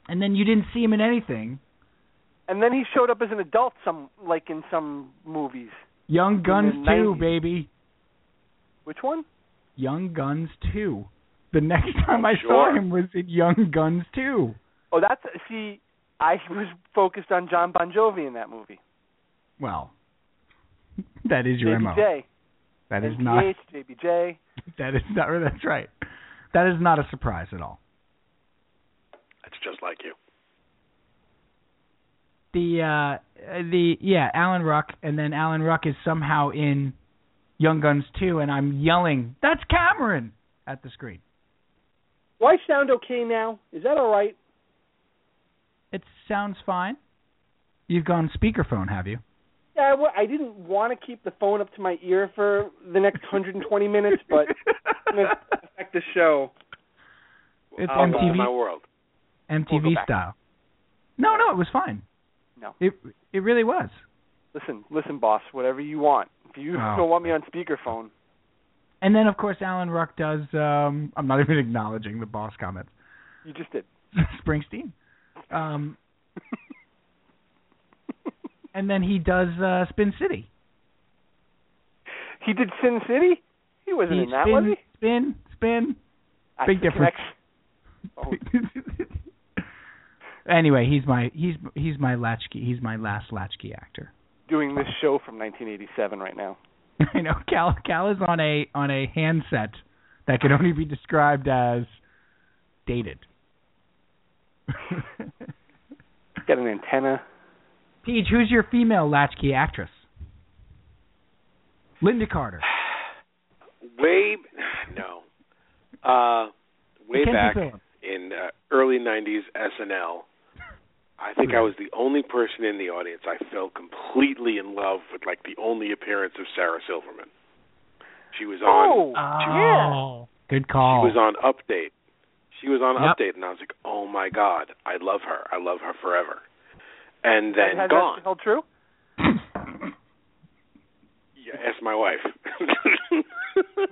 B: And then you didn't see him in anything.
I: And then he showed up as an adult some like in some movies.
B: Young Guns
I: the
B: two,
I: 90s.
B: baby.
I: Which one?
B: Young Guns two. The next time I
E: sure.
B: saw him was in Young Guns two.
I: Oh, that's see, I was focused on John Bon Jovi in that movie.
B: Well, that is your
I: JBJ.
B: mo. That is
I: NPH,
B: not.
I: JBJ.
B: That is not. That's right. That is not a surprise at all.
E: That's just like you.
B: the uh the yeah Alan Ruck and then Alan Ruck is somehow in Young Guns 2 and I'm yelling that's Cameron at the screen.
I: Do I sound okay now? Is that all right?
B: It sounds fine. You've gone speakerphone, have you?
I: Yeah, I, wa- I didn't want to keep the phone up to my ear for the next 120 minutes, but I'm gonna affect the show.
B: It's
E: Welcome to
B: MTV.
E: my world.
B: MTV
I: We'll go back.
B: style. No, no, it was fine.
I: No.
B: It it really was.
I: Listen, listen, boss. Whatever you want. If you
B: Oh.
I: don't want me on speakerphone,
B: And then of course Alan Ruck does um I'm not even acknowledging the boss comments.
I: you just did.
B: Springsteen. Um and then he does uh Spin City.
I: He did Sin City. He wasn't
B: He
I: in that,
B: spin,
I: was he?
B: Spin, spin.
I: That's
B: big
I: the
B: difference.
I: connection. Oh.
B: anyway, he's my he's he's my latchkey. He's my last latchkey actor.
I: Doing this show from 1987 right now.
B: I know Cal Cal is on a on a handset that can only be described as dated.
I: Got an antenna.
B: Peach, who's your female latchkey actress? Linda Carter.
E: Way no. Uh way
B: Mackenzie
E: back
B: Phillips.
E: in uh, early 90s SNL, I think I was the only person in the audience I fell completely in love with like the only appearance of Sarah Silverman. She was on
I: Oh,
B: Oh, good
E: she
B: call.
E: was on Update. She was on
B: Yep.
E: Update and I was like, "Oh my god, I love her. I love her forever." And
I: Has
E: then
I: that
E: gone.
I: held true?
E: Yeah, ask my wife.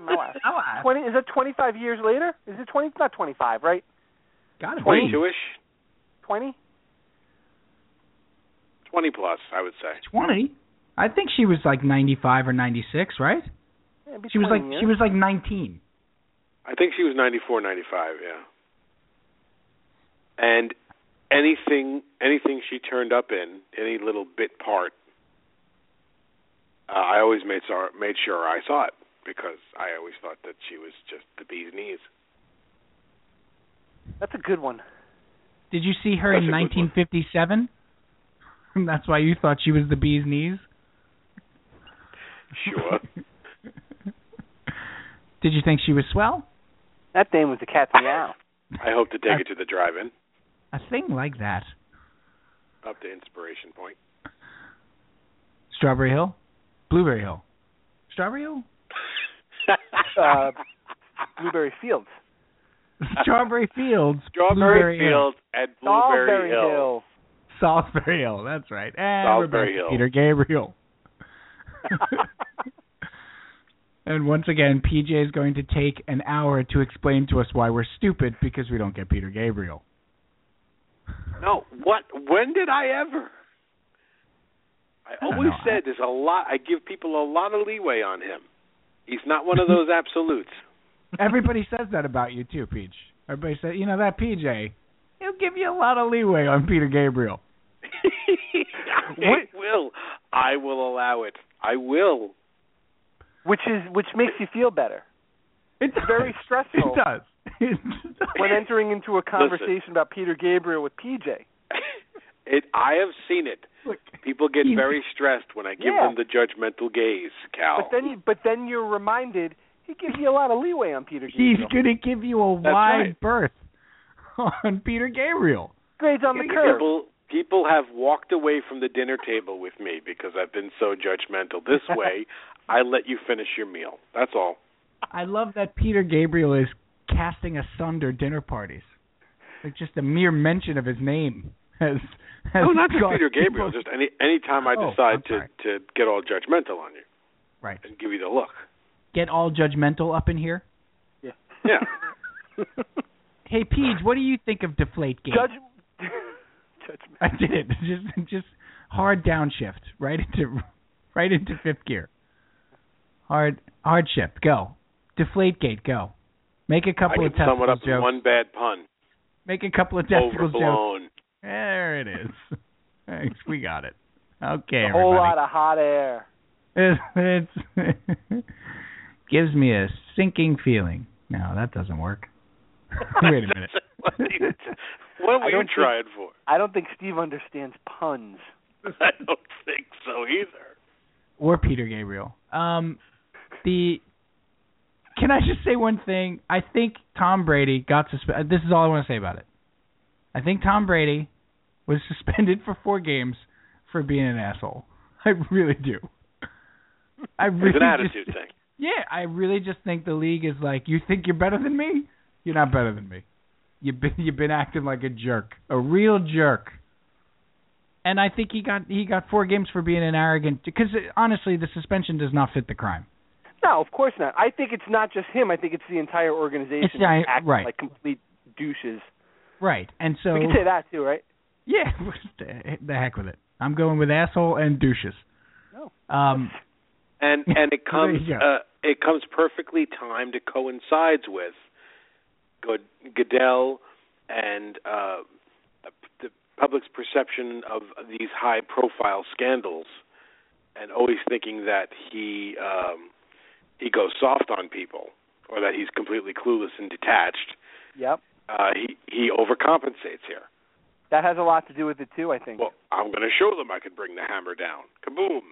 I: My wife. Twenty? Is it 25 years later? Is it 20? Not 25, right?
B: Got it.
E: Twenty two ish?
I: 20?
E: Twenty plus, I would say.
B: Twenty. I think she was like ninety five or ninety six, right?
I: Yeah, it'd be
B: She was like
I: 20 years.
B: she was like nineteen.
E: I think she was 94, 95, yeah. And anything anything she turned up in, any little bit part, uh, I always made sure, made sure I saw it because I always thought that she was just the bee's knees.
I: That's a good one.
B: Did you see her
E: That's
B: in
E: a good one.
B: 1957? That's why you thought she was the bee's knees.
E: Sure.
B: Did you think she was swell?
I: That thing was the cat's meow.
E: I hope to take it to the drive-in,
B: A thing like that.
E: up to Inspiration Point.
B: Strawberry Hill, Blueberry Hill, Strawberry Hill,
I: Uh, Blueberry Fields.
B: Strawberry Fields,
E: Strawberry
B: Blueberry Hill,
E: Fields and Blueberry
I: Strawberry
E: Hill.
B: Salisbury Hill. That's right. And
E: Salisbury
B: Rebecca
E: Hill.
B: Peter Gabriel. and once again, PJ is going to take an hour to explain to us why we're stupid because we don't get Peter Gabriel.
E: No, what? When did I ever? I
B: don't
E: always
B: know.
E: said there's a lot. I give people a lot of leeway on him. He's not one of those absolutes.
B: Everybody says that about you too, Peach. Everybody says, you know that PJ, he'll give you a lot of leeway on Peter Gabriel.
E: I will. I will allow it. I will.
I: Which is which makes you feel better
B: It's
I: very stressful.
B: It does. It does.
I: when entering into a conversation about Peter Gabriel with PJ.
E: It. I have seen it.
B: Look,
E: People get
B: He's-
E: very stressed when I give
I: Yeah.
E: them the judgmental gaze,
I: But
E: Cal.
I: then you, but then you're reminded he gives you a lot of leeway on Peter
B: he's
I: Gabriel.
B: going to give you a
E: That's
B: wide
E: right.
B: berth on Peter Gabriel.
I: grades on the
E: Yeah,
I: curve.
E: People people have walked away from the dinner table with me because I've been so judgmental. This way, I let you finish your meal. That's all.
B: I love that Peter Gabriel is casting asunder dinner parties. Like just the mere mention of his name has. has
E: no, not just
B: caused
E: Peter Gabriel.
B: Oh, people-
E: Just any any time I
B: Oh,
E: decide
B: I'm
E: to
B: sorry.
E: to get all judgmental on you
B: right.
E: and give you the look.
B: Get all judgmental up in here.
E: Yeah.
B: Hey, Peach, what do you think of Deflate Game?
I: Judge, judgment.
B: I did it. Just just hard downshift right into right into fifth gear. Hard hard shift. Go. Deflate gate. Go. Make a
E: I
B: couple
E: can
B: of
E: sum
B: testicle
E: it up in
B: jokes.
E: one bad pun.
B: Make a couple of testicle jokes.
E: Overblown.
B: There it is. Thanks. We got it. Okay.
I: a whole
B: everybody.
I: lot of hot air.
B: It it's gives me a sinking feeling. No, that doesn't work. Wait a minute.
E: what are you, what
I: I
E: were you
I: don't think-
E: trying for?
I: I don't think Steve understands puns.
E: I don't think so either.
B: or Peter Gabriel. Um, the can I just say one thing? I think Tom Brady got suspended. This is all I want to say about it. I think Tom Brady was suspended for four games for being an asshole. I really do. I really
E: It's an
B: just-
E: attitude thing.
B: yeah, I really just think the league is like, you think you're better than me? You're not better than me. You've been you've been acting like a jerk, a real jerk. And I think he got he got four games for being an arrogant. Because honestly, the suspension does not fit the crime.
I: No, of course not. I think it's not just him. I think it's the entire organization
B: It's the-
I: that acts
B: right.
I: like complete douches.
B: Right. And so
I: we can say that too, right?
B: yeah, the- the heck with it. I'm going with asshole and douches.
I: No.
B: Um.
E: and and it
B: Well, there
E: comes
B: you go.
E: uh, it comes perfectly timed to coincides with Good- Goodell and uh, the public's perception of these high profile scandals, and always thinking that he um, he goes soft on people or that he's completely clueless and detached.
I: Yep.
E: Uh, he he overcompensates here.
I: That has a lot to do with it too, I think.
E: Well, I'm going to show them I can bring the hammer down. Kaboom!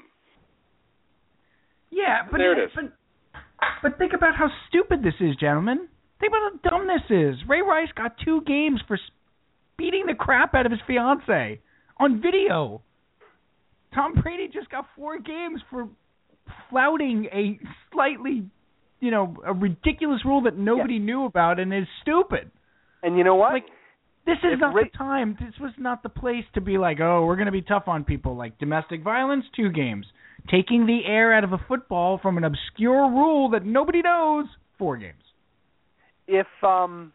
B: Yeah, but
E: There it is.
B: But, but think about how stupid this is, gentlemen. Think about how dumb this is. Ray Rice got two games for s- beating the crap out of his fiance on video. Tom Brady just got four games for flouting a slightly, you know, a ridiculous rule that nobody knew about and is stupid.
I: and you know what?
B: Like, This is
I: If
B: not
I: Ra-
B: the time. This was not the place to be like, oh, we're going to be tough on people. Like domestic violence, two games. Taking the air out of a football from an obscure rule that nobody knows, four games.
I: if um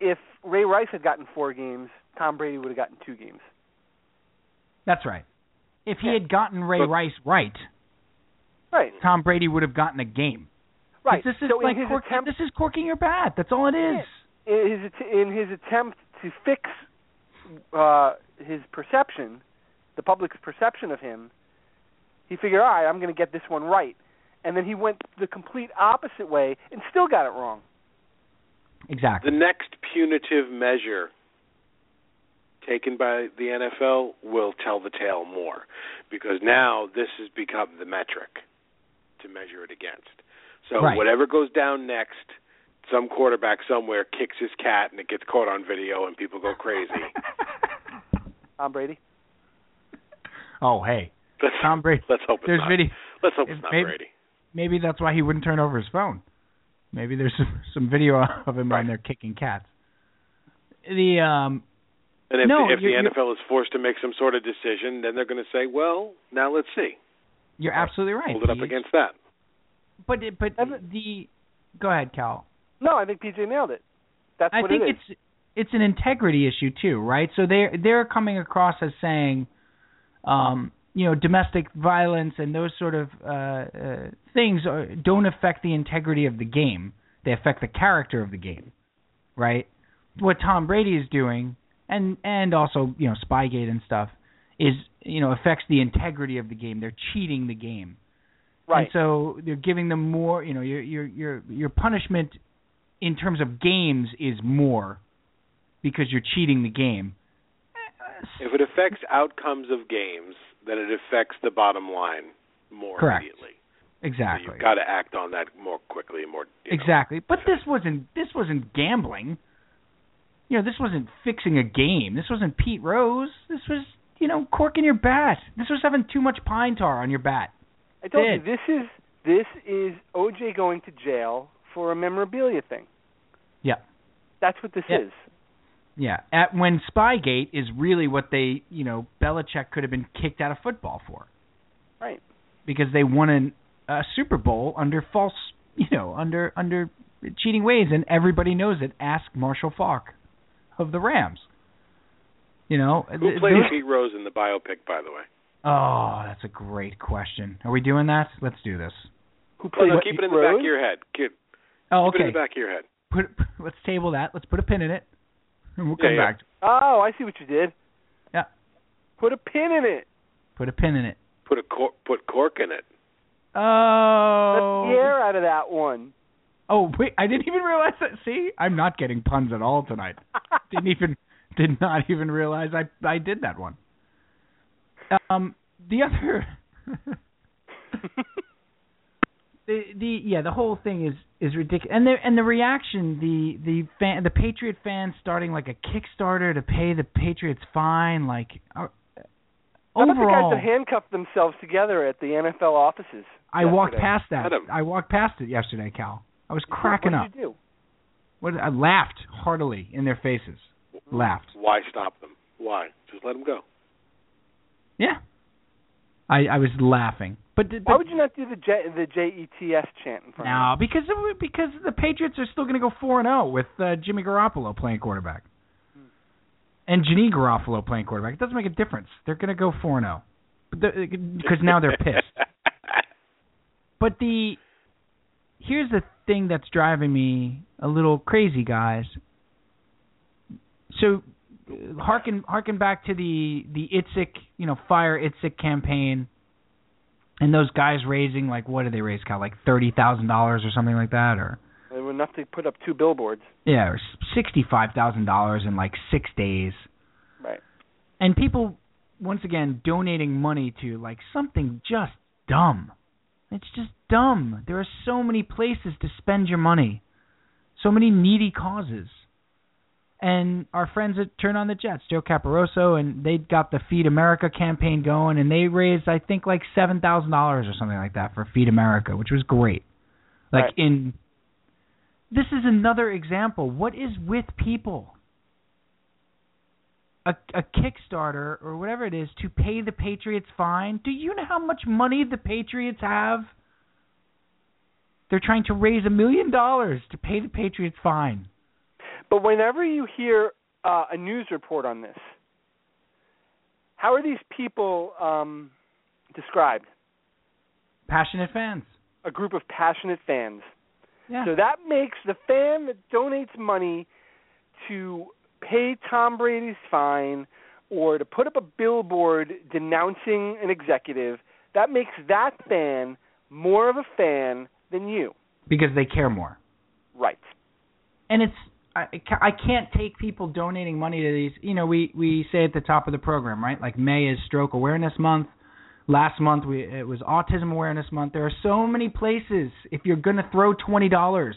I: if Ray Rice had gotten four games, Tom Brady would have gotten two games.
B: That's right. If he had gotten Ray
E: But-
B: Rice right,
I: Right.
B: Tom Brady would have gotten a game.
I: Right.
B: This is
I: so
B: like
I: in his
B: cork-
I: attempt
B: this is corking your bat. That's all it is.
I: in his att- in his attempt to fix uh, his perception, the public's perception of him, he figured, all right, I'm going to get this one right, and then he went the complete opposite way and still got it wrong.
B: Exactly.
E: The next punitive measure taken by the NFL will tell the tale more because now this has become the metric to measure it against. So
B: Right.
E: whatever goes down next, some quarterback somewhere kicks his cat and it gets caught on video and people go crazy.
I: Tom Brady.
B: Oh hey,
E: Let's,
B: Tom Brady.
E: let's hope it's
B: There's
E: not.
B: video.
E: Let's hope it's
B: if
E: not
B: maybe-
E: Brady.
B: Maybe that's why he wouldn't turn over his phone. Maybe there's some, some video of him
E: Right.
B: on there kicking cats. The um
E: And if,
B: No,
E: the, if
B: you're-
E: the NFL is forced to make some sort of decision, then they're going to say, "Well, now let's see.
B: you're
E: Right.
B: absolutely right.
E: Hold it up
B: He-
E: against that."
B: But it- but
I: Evan-
B: the go ahead, Cal.
I: No, I think PJ nailed it. That's
B: I
I: what
B: think
I: it is.
B: it's it's an integrity issue too, right? So they are they're coming across as saying, um, you know, domestic violence and those sort of uh, uh, things are, don't affect the integrity of the game. They affect the character of the game, right? What Tom Brady is doing, and and also you know Spygate and stuff, is you know affects the integrity of the game. They're cheating the game.
I: right.
B: And so you're giving them more. You know, your your your your punishment in terms of games is more because you're cheating the game.
E: If it affects outcomes of games, then it affects the bottom line more
B: Correct.
E: immediately. So
B: Exactly.
E: you've got to act on that more quickly and more. you know.
B: Exactly. But this wasn't this wasn't gambling. You know, this wasn't fixing a game. This wasn't Pete Rose. This was you know corking your bat. This was having too much pine tar on your bat.
I: I told
B: did.
I: you this is this is OJ going to jail for a memorabilia thing.
B: Yeah.
I: That's what this
B: Yeah.
I: is.
B: Yeah. At when Spygate is really what they you know Belichick could have been kicked out of football for.
I: Right.
B: because they won an, a Super Bowl under false, you know, under under cheating ways, and everybody knows it. Ask Marshall Falk of the Rams. You know,
E: Who
B: th-
E: played
B: those-
E: Pete Rose in the biopic, by the way?
B: oh, that's a great question. Are we doing that? Let's do this.
I: Who
E: Oh,
I: played
E: no, keep it in the back
I: Rose?
E: of your head. Keep,
B: Oh,
E: keep it in
B: okay.
E: the back of your head.
B: Put, let's table that. Let's put a pin in it, and we'll come
E: Yeah, yeah.
B: back.
I: Oh, I see what you did.
B: Yeah.
I: Put a pin in it.
B: Put a pin in it.
E: Put a cor- put cork in it.
I: Let
B: Oh,
I: the air out of that one.
B: oh, wait! I didn't even realize that. See, I'm not getting puns at all tonight. didn't even did not even realize I I did that one. Um, the other the the yeah the whole thing is is ridiculous and the and the reaction the the fan the Patriot fans starting like a Kickstarter to pay the Patriots fine like uh,
I: How about the guys
B: overall
I: that handcuffed themselves together at the NFL offices?
B: I walked
I: yesterday?
B: past that
E: Adam.
B: I walked past it yesterday Cal I was cracking
I: what
B: up
I: Did you do?
B: what I laughed heartily in their faces laughed
E: Why stop them? Why? Just let them go.
B: yeah I I was laughing but, but
I: Why would you not do the J, the J E T S chant in front?
B: No, because it- because the Patriots are still going to go four and zero with uh, Jimmy Garoppolo playing quarterback, and Janine Garoppolo playing quarterback. It doesn't make a difference. They're going to go four and oh. zero, because now they're pissed. But the here's the thing that's driving me a little crazy, guys. So uh, harken harken back to the the Itzik you know fire Itzik campaign, and those guys raising like what did they raise? Kyle? like thirty thousand dollars or something like that, or
I: of them? They were enough to put up two billboards.
B: yeah, or sixty five thousand dollars in like six days.
I: Right.
B: And people once again donating money to like something just dumb. It's just dumb. There are so many places to spend your money. So many needy causes. And our friends at Turn on the Jets, Joe Caparoso, and they got the Feed America campaign going, and they raised, I think, like seven thousand dollars or something like that for Feed America, which was great. Like
I: Right.
B: in, this is another example. What is with people? a, a Kickstarter or whatever it is to pay the Patriots fine. Do you know how much money the Patriots have? They're trying to raise a million dollars to pay the Patriots fine.
I: But whenever you hear uh, a news report on this, how are these people um, described?
B: Passionate fans.
I: A group of passionate fans.
B: Yeah.
I: So that makes the fan that donates money to pay Tom Brady's fine or to put up a billboard denouncing an executive, that makes that fan more of a fan than you.
B: because they care more.
I: Right.
B: and it's I, I can't take people donating money to these. You know, we we say at the top of the program, right? Like May is Stroke Awareness Month. Last month we it was Autism Awareness Month. There are so many places. If you're gonna throw twenty dollars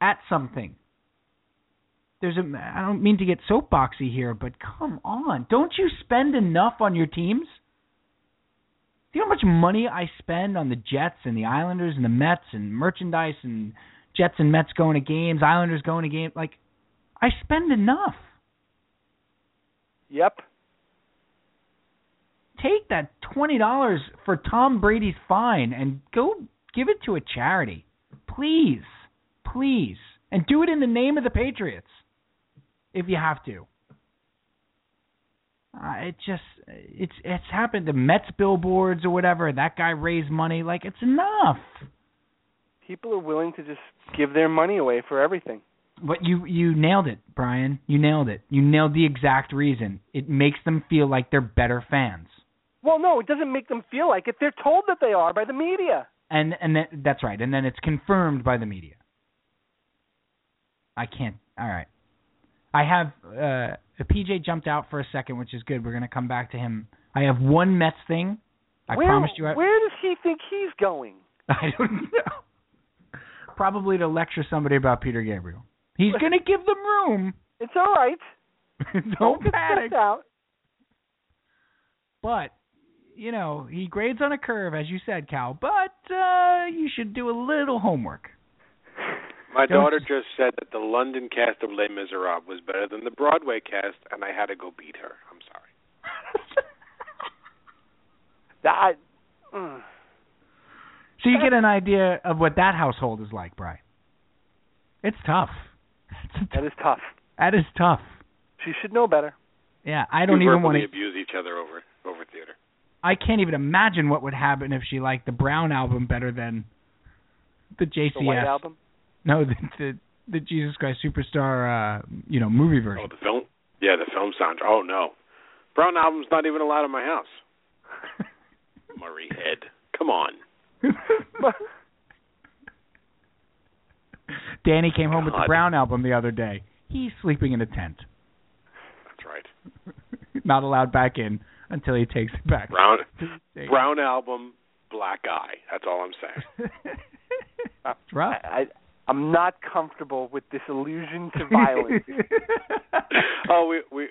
B: at something, there's a. I don't mean to get soapboxy here, but come on, don't you spend enough on your teams? Do you know how much money I spend on the Jets and the Islanders and the Mets and merchandise and Jets and Mets going to games, Islanders going to games. Like, I spend enough.
I: Yep.
B: Take that twenty dollars for Tom Brady's fine and go give it to a charity, please, please, and do it in the name of the Patriots, if you have to. Uh, it just it's it's happened to Mets billboards or whatever. That guy raised money. Like it's enough.
I: People are willing to just give their money away for everything.
B: But you you nailed it, Brian. You nailed it. You nailed the exact reason. It makes them feel like they're better fans.
I: Well, no, it doesn't make them feel like it. They're told that they are by the media.
B: And and that, that's right. And then it's confirmed by the media. I can't. All right. I have uh PJ jumped out for a second, which is good. We're going to come back to him. I have one Mets thing. I
I: where,
B: promised you I,
I: Where does he think he's going?
B: I don't know. Probably to lecture somebody about Peter Gabriel. He's going to give them room.
I: It's all right.
B: Don't
I: get
B: panic.
I: stressed out.
B: But you know, he grades on a curve, as you said, Cal. But uh, you should do a little homework.
E: My
B: Don't-
E: daughter just said that the London cast of Les Miserables was better than the Broadway cast, and I had to go beat her. I'm sorry.
I: That. mm.
B: so you get an idea of what that household is like, Brian. It's tough. It's a
I: That
B: t-
I: is tough.
B: that is tough.
I: She should know better.
B: Yeah, I don't
E: we
B: even want
E: verbally
B: to.
E: abuse each other over over theater.
B: I can't even imagine what would happen if she liked the Brown album better than the JCS.
I: The White Album.
B: No, the, the the Jesus Christ Superstar, uh, you know, movie version.
E: Oh, the film? Yeah, the film soundtrack. Oh no, Brown album's not even allowed in my house. Murray Head, come on.
I: Oh.
B: Danny came home with the
E: God.
B: Brown album the other day. He's sleeping in a tent,
E: That's right.
B: not allowed back in until he takes it back.
E: Brown
B: Take it.
E: Brown album, black eye. That's all I'm saying. Uh,
B: It's rough.
I: I, I, I'm not comfortable with this allusion to violence.
E: oh, we we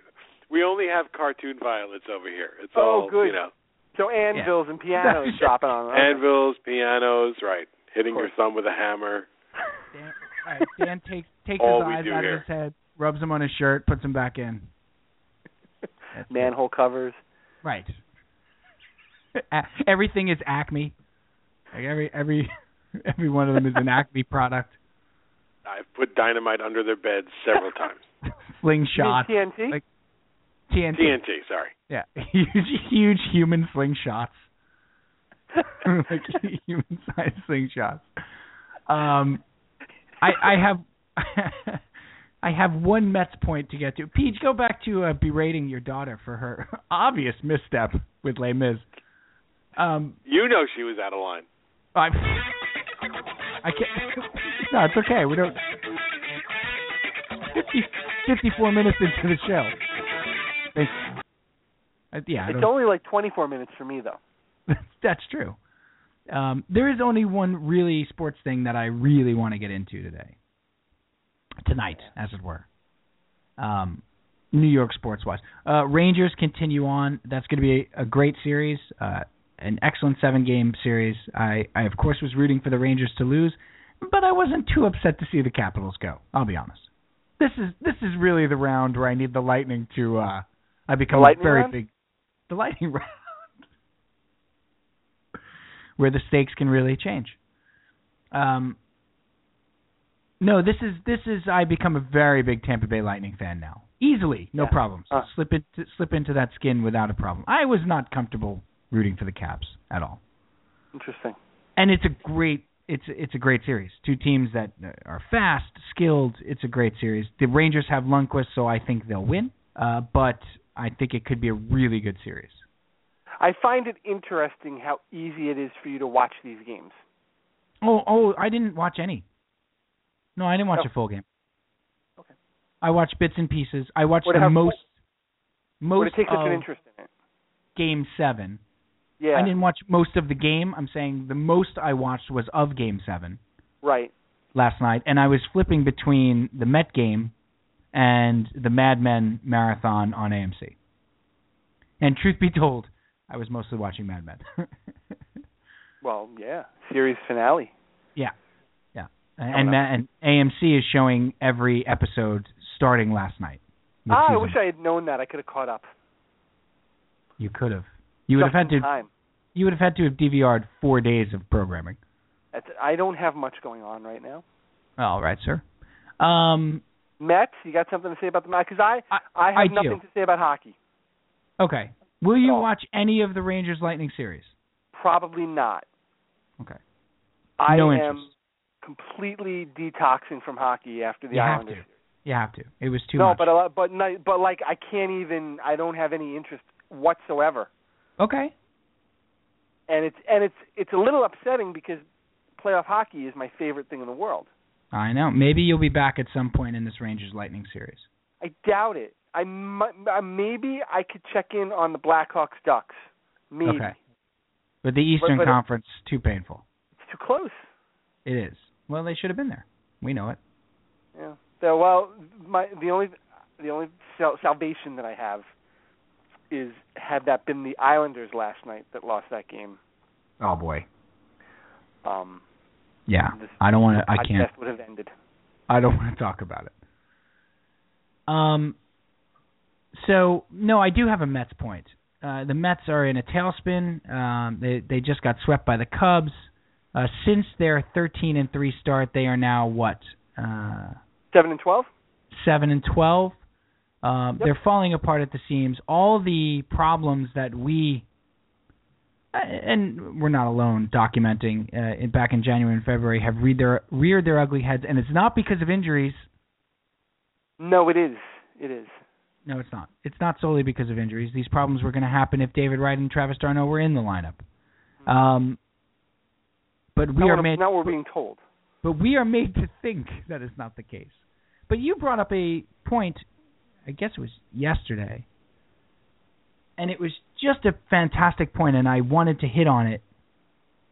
E: we only have cartoon violence over here. It's
I: Oh,
E: all
I: good.
E: you know,
I: so anvils and pianos dropping on.
E: anvils, pianos, right? Hitting
I: Of
E: your
I: course.
E: thumb with a hammer.
B: Dan, all right, Dan takes takes
E: All
B: his
E: we
B: eyes
E: do
B: out
E: here.
B: of his head, rubs them on his shirt, puts them back in. That's it.
I: Manhole covers.
B: Right. A- Everything is Acme. Like every every every one of them is an Acme product.
E: I've put dynamite under their beds several times.
B: Slingshot.
I: TNT.
B: Like- TNT.
E: TNT, sorry.
B: Yeah. Huge huge human slingshots. like human sized slingshots. Um I I have I have one Mets point to get to. Peach, go back to uh, berating your daughter for her obvious misstep with Les Mis. Um
E: You know she was out of line.
B: I, I can't. No, it's okay. We don't. 50, 54 minutes into the show. It's- uh, yeah, I
I: it's
B: don't,
I: only like 24 minutes for me though.
B: that's true. Um, there is only one really sports thing that I really want to get into today, tonight, as it were. Um, New York sports wise, uh, Rangers continue on. That's going to be a, a great series, uh, an excellent seven game series. I, I of course was rooting for the Rangers to lose, but I wasn't too upset to see the Capitals go. I'll be honest. This is this is really the round where I need the Lightning to. Uh, I become
I: Lightning
B: a very
I: round?
B: big. The Lightning round, where the stakes can really change. Um, no, this is this is I become a very big Tampa Bay Lightning fan now. Easily, no
I: Yeah.
B: problems.
I: Uh.
B: Slip into slip into that skin without a problem. I was not comfortable rooting for the Caps at all,
I: Interesting.
B: and it's a great. it's it's a great series. Two teams that uh, are fast, skilled. It's a great series. The Rangers have Lundqvist, so I think they'll win. Uh, but I think it could be a really good series.
I: I find it interesting how easy it is for you to watch these games.
B: Oh, oh, I didn't watch any. No, I didn't watch
I: Oh.
B: a full game.
I: Okay.
B: I watched bits and pieces. I watched
I: Would it
B: the
I: have-
B: most
I: Would
B: most
I: it take such an
B: of
I: interest in it?
B: game seven.
I: Yeah.
B: I didn't watch most of the game. I'm saying the most I watched was of game seven
I: right.
B: last night, and I was flipping between the Met game and the Mad Men marathon on AMC. And truth be told, I was mostly watching Mad Men.
I: Well, yeah. Series finale.
B: and Ma- and AMC is showing every episode starting last night. with
I: Ah, I
B: season-
I: wish I had known that. I could have caught up.
B: you could have. You would have
I: Just
B: had
I: in
B: to.
I: Time.
B: You would have had to have DVR'd four days of programming.
I: That's, I don't have much going on right now.
B: All right, sir. Um.
I: Mets, you got something to say about the Mets? Because I,
B: I-
I: I have
B: I do.
I: nothing to say about hockey.
B: Okay. Will you
I: Oh.
B: watch any of the Rangers Lightning series?
I: Probably not.
B: Okay.
I: I
B: no
I: am
B: interest.
I: completely detoxing from hockey after the
B: You have
I: Islanders.
B: You have to. It was too
I: no,
B: much.
I: but a lot- but ni- but like I can't even. I don't have any interest whatsoever.
B: okay.
I: and it's and it's it's a little upsetting because playoff hockey is my favorite thing in the world.
B: I know. Maybe you'll be back at some point in this Rangers Lightning series.
I: I doubt it. I mu- uh, maybe I could check in on the Blackhawks Ducks. Maybe
B: Okay. But the Eastern
I: but it-
B: Conference too painful.
I: it's too close.
B: It is. Well, they should have been there. We know it.
I: Yeah. So well, my the only the only sal- salvation that I have is had that been the Islanders last night that lost that game.
B: Oh boy.
I: Um,
B: Yeah.
I: this
B: I don't want to. I
I: podcast
B: can't.
I: would have ended.
B: I don't want to talk about it. Um. So no, I do have a Mets point. Uh, the Mets are in a tailspin. Um, they they just got swept by the Cubs. Uh, since their 13 and three start, they are now what uh,
I: Seven and twelve.
B: seven and 12. Um,
I: Yep.
B: They're falling apart at the seams. All the problems that we uh, and we're not alone documenting uh, in, back in January and February have reared their reared their ugly heads, and it's not because of injuries.
I: No, it is. It is.
B: No, it's not. It's not solely because of injuries. These problems were going to happen if David Wright and Travis Darno were in the lineup. Um, but we
I: Not
B: are
I: what I'm-
B: made.
I: not what we're being told.
B: But we are made to think that is not the case. But you brought up a point, I guess it was yesterday, and it was just a fantastic point, and I wanted to hit on it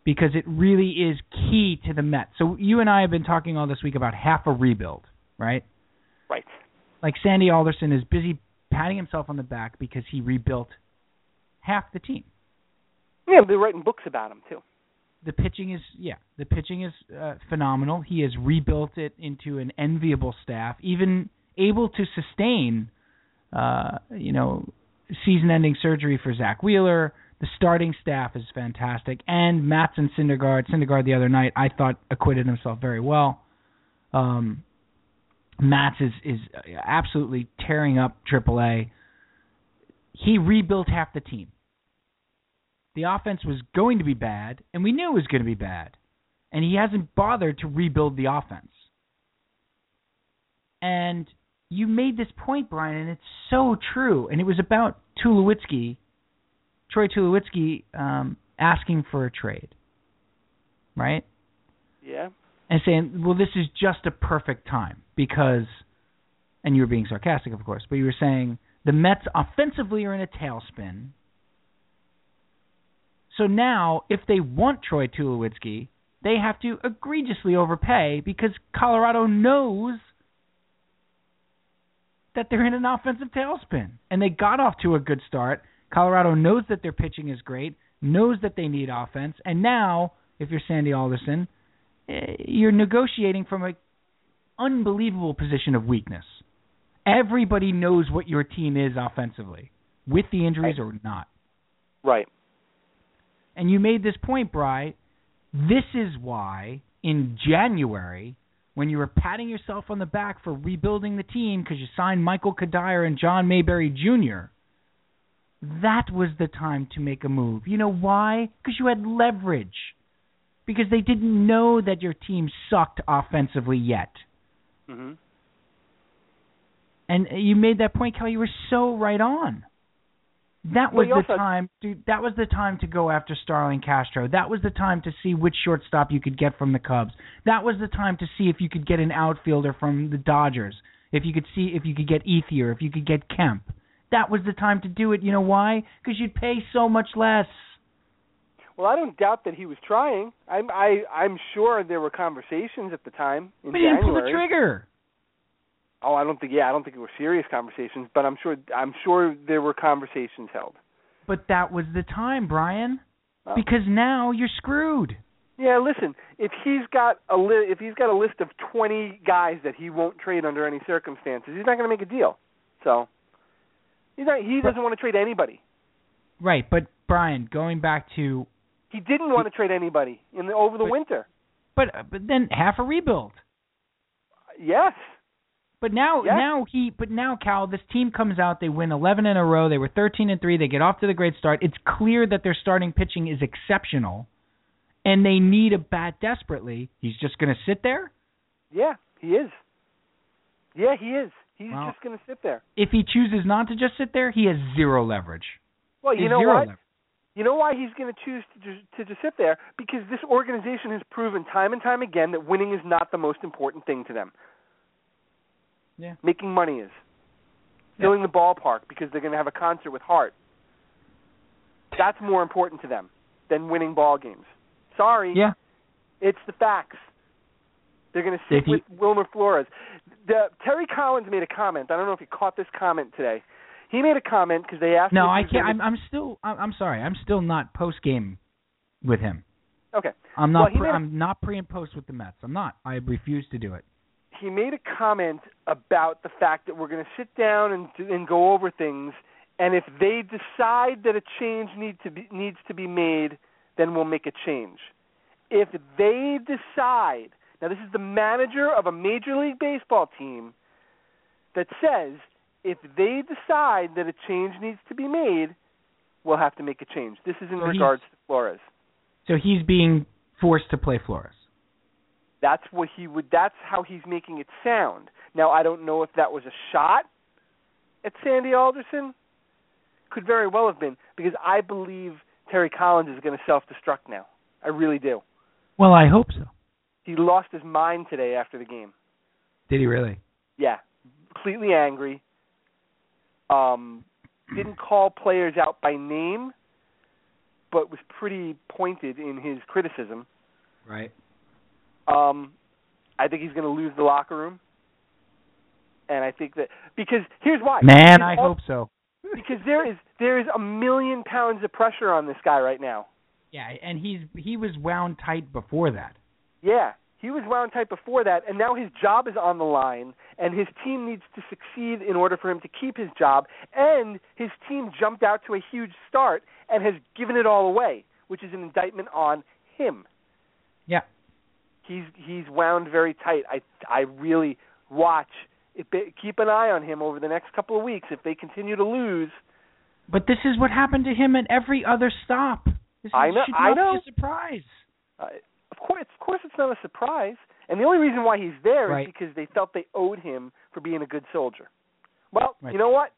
B: because it really is key to the Mets. So you and I have been talking all this week about half a rebuild, right?
I: Right.
B: Like Sandy Alderson is busy patting himself on the back because he rebuilt half the team.
I: Yeah, they're writing books about him too.
B: the pitching is yeah the pitching is uh, phenomenal he has rebuilt it into an enviable staff even able to sustain uh you know season ending surgery for Zach Wheeler the starting staff is fantastic and Mats and Syndergaard Syndergaard the other night I thought acquitted himself very well um Mats is is absolutely tearing up AAA he rebuilt half the team the offense was going to be bad, and we knew it was going to be bad. And he hasn't bothered to rebuild the offense. And you made this point, Brian, and it's so true. And it was about Tulowitzki, Troy Tulowitzki, um, asking for a trade, right?
I: Yeah.
B: and saying, "Well, this is just a perfect time because," and you were being sarcastic, of course, but you were saying the Mets offensively are in a tailspin. So now, if they want Troy Tulowitzki, they have to egregiously overpay because Colorado knows that they're in an offensive tailspin, and they got off to a good start. Colorado knows that their pitching is great, knows that they need offense, and now, if you're Sandy Alderson, eh, you're negotiating from an unbelievable position of weakness. Everybody knows what your team is offensively, with the injuries or not.
I: Right.
B: And you made this point, Bry. This is why in January, when you were patting yourself on the back for rebuilding the team because you signed Michael Kadire and John Mayberry Jr., that was the time to make a move. You know why? Because you had leverage. because they didn't know that your team sucked offensively yet.
I: Mhm.
B: And you made that point, Kelly. You were so right on. That was
I: Well, you
B: the
I: also-
B: time, dude. That was the time to go after Starling Castro. That was the time to see which shortstop you could get from the Cubs. That was the time to see if you could get an outfielder from the Dodgers. If you could see if you could get Ethier. If you could get Kemp. That was the time to do it. You know why? Because you'd pay so much less.
I: Well, I don't doubt that he was trying. I'm I I'm sure there were conversations at the time in
B: But you didn't pull the
I: January.
B: trigger.
I: Oh, I don't think. Yeah, I don't think it were serious conversations, but I'm sure. I'm sure there were conversations held.
B: But that was the time, Brian.
I: Oh.
B: Because now you're screwed.
I: Yeah, listen. If he's got a li- if he's got a list of 20 guys that he won't trade under any circumstances, he's not going to make a deal. So he's not, he doesn't want to trade anybody.
B: Right, but Brian, going back to
I: He didn't want to trade anybody in the over the
B: But-
I: winter.
B: but but then half a rebuild.
I: Yes.
B: But now
I: Yeah.
B: now he but now Cal, this team comes out, they win 11 in a row, they were 13 and 3, they get off to the great start. It's clear that their starting pitching is exceptional and they need a bat desperately. He's just going to sit there?
I: Yeah, he is. Yeah, he is. He's
B: Wow.
I: just going to sit there.
B: If he chooses not to just sit there, he has zero leverage.
I: Well,
B: He
I: you
B: has
I: know
B: zero
I: what?
B: leverage.
I: You know why he's going to choose to just, to just sit there? Because this organization has proven time and time again that winning is not the most important thing to them.
B: Yeah.
I: Making money is.
B: Yeah.
I: Filling the ballpark because they're going to have a concert with Hart. That's more important to them than winning ball games. Sorry,
B: Yeah.
I: it's the facts. They're going to sit
B: If you-
I: with Wilmer Flores. The, Terry Collins made a comment. I don't know if you caught this comment today. He made a comment because they asked.
B: No,
I: him
B: I
I: if he was
B: can't
I: gonna-
B: I'm I'm still I'm, I'm sorry. I'm still not post game with him.
I: Okay.
B: I'm not
I: Well, he
B: pre-
I: made a-
B: I'm not pre and post with the Mets. I'm not. I refuse to do it.
I: he made a comment about the fact that we're going to sit down and do- and go over things, and if they decide that a change need to be, needs to be made, then we'll make a change. If they decide, now this is the manager of a major league baseball team that says if they decide that a change needs to be made, we'll have to make a change. This is in
B: So he's-
I: regards to Flores.
B: So he's being forced to play Flores.
I: That's what he would. That's how he's making it sound. Now I don't know if that was a shot at Sandy Alderson. Could very well have been because I believe Terry Collins is going to self-destruct now. I really do.
B: Well, I hope so.
I: He lost his mind today after the game.
B: Did he really?
I: Yeah, completely angry. Um, didn't call players out by name, but was pretty pointed in his criticism.
B: Right.
I: Um, I think he's going to lose the locker room, and I think that because here's why.
B: Man,
I: Because
B: I
I: all-
B: hope so.
I: because there is there is a million pounds of pressure on this guy right now.
B: Yeah, and he's he was wound tight before that.
I: Yeah, he was wound tight before that, and now his job is on the line, and his team needs to succeed in order for him to keep his job. And his team jumped out to a huge start and has given it all away, which is an indictment on him.
B: Yeah.
I: he's he's wound very tight. I I really watch if they- keep an eye on him over the next couple of weeks. If they continue to lose,
B: But this is what happened to him at every other stop. This
I: I know-
B: should
I: I
B: not be a
I: know.
B: surprise.
I: uh, of course, of course, it's not a surprise. And the only reason why he's there is
B: Right.
I: because they felt they owed him for being a good soldier. Well,
B: Right.
I: you know what?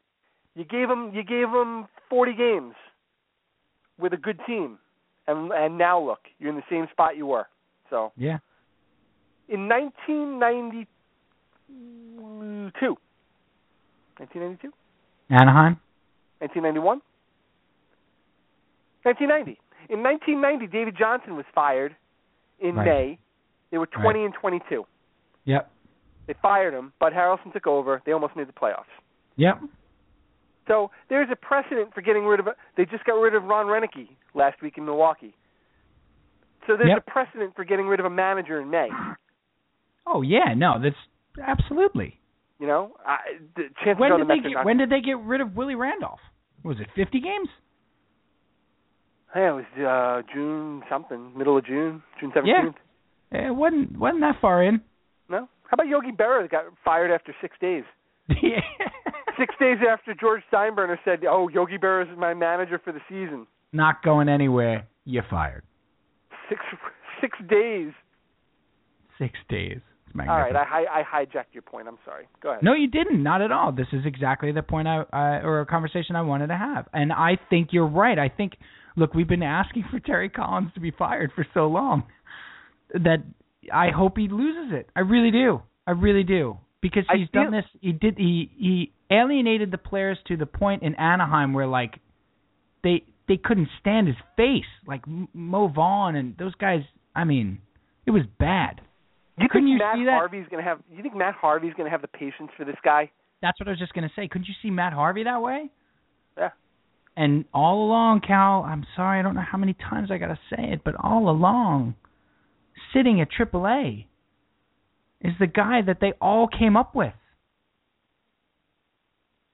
I: You gave him you gave him 40 games with a good team, and and now look, you're in the same spot you were. So.
B: Yeah.
I: in 1992, 1992,
B: Anaheim.
I: 1991, 1990. In 1990, David Johnson was fired in
B: Right.
I: May. They were 20
B: Right.
I: and 22.
B: Yep.
I: They fired him. Bud Harrelson took over. They almost made the playoffs.
B: Yep.
I: So there's a precedent for getting rid of. They just got rid of Ron Renicky last week in Milwaukee. So there's
B: Yep.
I: a precedent for getting rid of a manager in May.
B: Oh yeah, no, that's absolutely.
I: You know, I, the chances
B: When
I: are
B: did
I: the
B: they
I: Mets are
B: get
I: not
B: when did they get rid of Willie Randolph? What was it 50 games?
I: Yeah, it was uh June something, middle of June, June
B: Yeah.
I: seventeenth.
B: Eh, It wasn't wasn't that far in.
I: No? How about Yogi Berra that got fired after six days?
B: yeah.
I: Six days after George Steinbrenner said, "Oh, Yogi Berra is my manager for the season."
B: Not going anywhere. You're fired.
I: Six six days.
B: Six days. It's
I: All right,
B: magnificent.
I: I, hi- I hijacked your point. I'm sorry. Go ahead.
B: No, you didn't. Not at all. This is exactly the point I, I or a conversation I wanted to have. And I think you're right. I think look, we've been asking for Terry Collins to be fired for so long that I hope he loses it. I really do. I really do. Because
I: I
B: he's
I: feel-
B: done this he did he he alienated the players to the point in Anaheim where like they they couldn't stand his face. Like M- Mo Vaughn and those guys, I mean, it was bad.
I: you think
B: couldn't you
I: Matt
B: see that?
I: Harvey's gonna have? You think Matt Harvey's gonna have the patience for this guy?
B: That's what I was just gonna say. Couldn't you see Matt Harvey that way?
I: Yeah.
B: And all along, Cal, I'm sorry, I don't know how many times I gotta say it, but all along, sitting at AAA is the guy that they all came up with.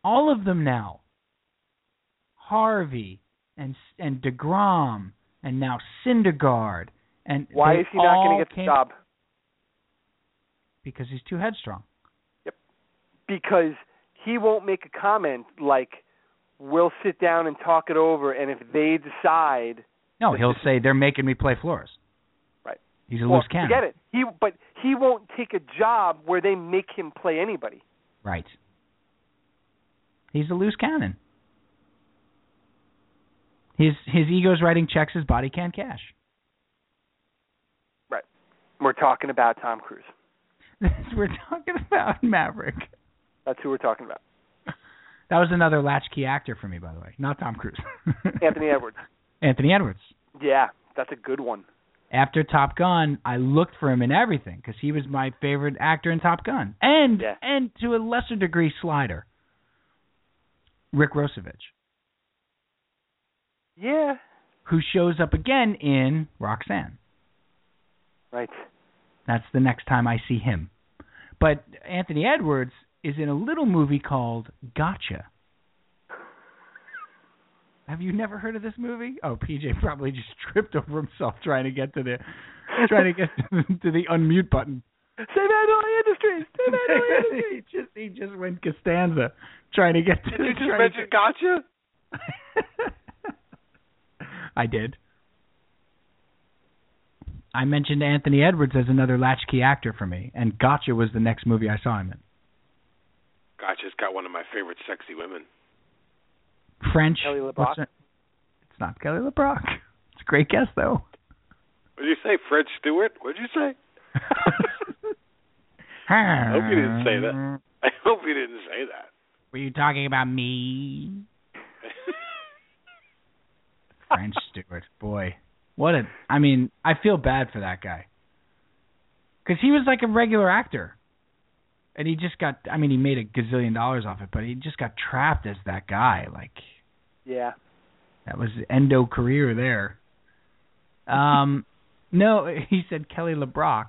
B: All of them now. Harvey and and Degrom and now Syndergaard and
I: Why
B: they
I: is he not
B: all
I: gonna get the
B: came-
I: job?
B: Because he's too headstrong.
I: Because he won't make a comment like we'll sit down and talk it over, and if they decide,
B: No, he'll say they're making me play Flores.
I: Right.
B: He's a
I: well,
B: loose cannon.
I: forget it. He but he won't take a job where they make him play anybody.
B: Right. He's a loose cannon. His his ego's writing checks his body can't cash.
I: We're talking about Tom Cruise.
B: That's we're talking about Maverick.
I: That's who we're talking about.
B: That was another latchkey actor for me, by the way. Not Tom Cruise.
I: Anthony Edwards.
B: Anthony Edwards.
I: Yeah, that's a good one.
B: After Top Gun, I looked for him in everything because he was my favorite actor in Top Gun, and
I: Yeah.
B: and to a lesser degree, Slider. Rick Rosevich.
I: Yeah.
B: who shows up again in Roxanne.
I: Right.
B: That's the next time I see him. But Anthony Edwards is in a little movie called Gotcha. Have you never heard of this movie? Oh, PJ probably just tripped over himself trying to get to the trying to get to the, to the unmute button.
I: Save Adelaide Industries. Save Adelaide Industries.
B: he just he just went Costanza trying to get to
E: Did you just
B: trying to
E: mention Gotcha?
B: I did. I mentioned Anthony Edwards as another latchkey actor for me, and Gotcha was the next movie I saw him in.
E: Gotcha's got one of my favorite sexy women.
B: French.
I: Kelly LeBrock?
B: what's her- It's not Kelly LeBrock. It's a great guess though.
E: What did you say, Fred Stewart? What did you say?
B: I
E: hope you didn't say that. I hope you didn't say that.
B: Were you talking about me? French Stewart, boy, what a! I mean, I feel bad for that guy because he was like a regular actor, and he just got. I mean, he made a gazillion dollars off it, but he just got trapped as that guy. Like
I: Yeah.
B: that was the endo career there. Um, no, he said Kelly LeBrock.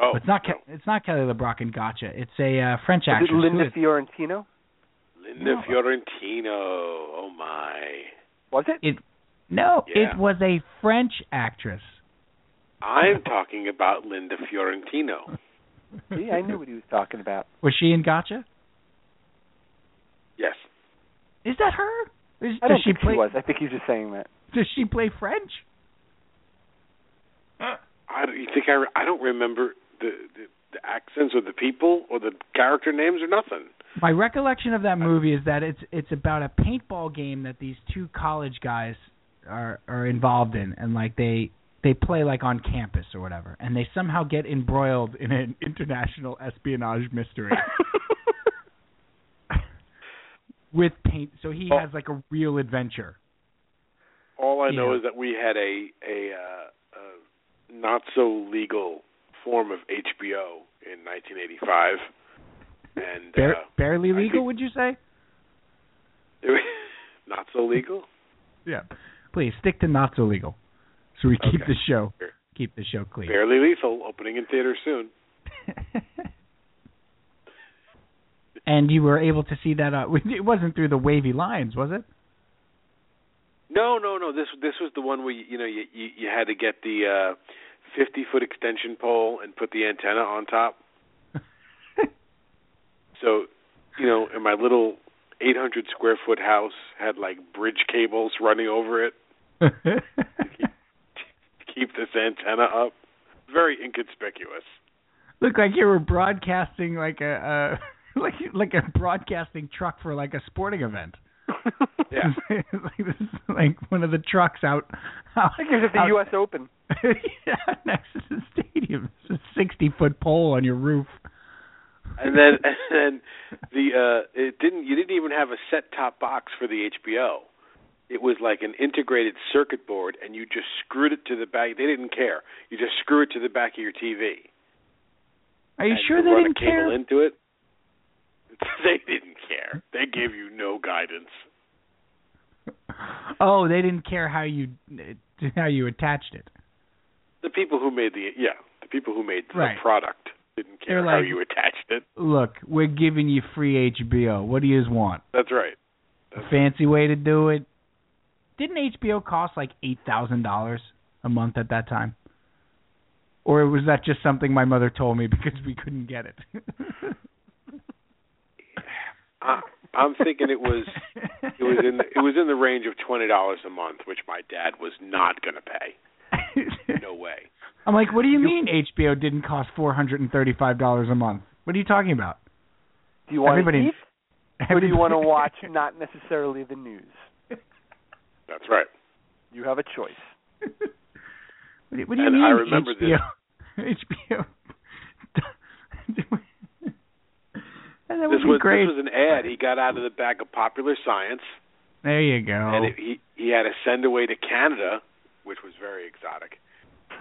E: Oh,
B: it's not.
E: no.
B: Ke- it's not Kelly LeBrock in Gotcha. It's a uh, French
I: Was
B: actress.
I: it
B: Who
I: Linda
B: is-
I: Fiorentino?
E: Linda
B: No.
E: Fiorentino. Oh my.
I: Was it?
B: no,
E: Yeah.
B: it was a French actress.
E: I'm talking about Linda Fiorentino.
I: See, I knew what he was talking about.
B: Was she in Gotcha?
E: Yes.
B: Is that her? Is, does
I: I don't
B: she
I: think
B: play?
I: he was. I think he was just saying that.
B: Does she play French?
E: I don't- you think I? re- I don't remember the, the the accents or the people or the character names or nothing.
B: My recollection of that movie is that it's it's about a paintball game that these two college guys are are involved in, and like they they play like on campus or whatever, and they somehow get embroiled in an international espionage mystery with paint. So he
I: Oh.
B: has like a real adventure.
E: All I know
B: Yeah.
E: is that we had a a, uh, a not so legal form of HBO in 1985, and
B: Bare-
E: uh,
B: barely
E: I
B: legal,
E: think-
B: would you say?
E: it was uh, not so legal.
B: Yeah. Please stick to not so legal, so we keep
E: Okay.
B: the show
E: Sure.
B: keep the show clean.
E: Barely lethal, opening in theaters soon.
B: and you were able to see that uh, it wasn't through the wavy lines, was it?
E: No, no, no. This this was the one where you, you know you, you you had to get the uh 50 foot extension pole and put the antenna on top. so, you know, in my little 800 square foot house had like bridge cables running over it to keep this antenna up. Very inconspicuous.
B: Look like you were broadcasting like a uh, like like a broadcasting truck for like a sporting event.
E: Yeah.
B: It's like, this is like one of the trucks out. out
I: I think it was at the
B: out-
I: U.S. Open.
B: yeah, next to the stadium. It's a sixty foot pole on your roof.
E: And then and then the uh it didn't you didn't even have a set top box for the HBO. It was like an integrated circuit board and you just screwed it to the back. They didn't care. You just screw it to the back of your TV.
B: Are you
E: and
B: sure they
E: run
B: didn't
E: a cable
B: care?
E: into it? they didn't care. They gave you no guidance.
B: Oh, they didn't care how you uh, how you attached it.
E: The people who made the yeah, the people who made the
B: Right.
E: product didn't care
B: They're
E: how
B: like-
E: you attached it.
B: Look, we're giving you free HBO. What do you want?
E: That's right.
B: A fancy way to do it. Didn't HBO cost like eight thousand dollars a month at that time? Or was that just something my mother told me because we couldn't get it?
E: I, Ah, I'm thinking it was it was in the, it was in the range of twenty dollars a month, which my dad was not going to pay. No way.
B: I'm like, what do you mean HBO didn't cost four hundred and thirty-five dollars a month? What are you talking about?
I: Do you want
B: Everybody-
I: to eat, or do you want to watch not necessarily the news?
E: That's right.
I: You have a choice.
B: What do, what do you
E: And
B: mean
E: I remember
B: HBO? HBO. And that
E: this
B: would be
E: was
B: great.
E: this was an ad he got out of the back of Popular Science,
B: there you go.
E: and it, he he had a send away to Canada, which was very exotic.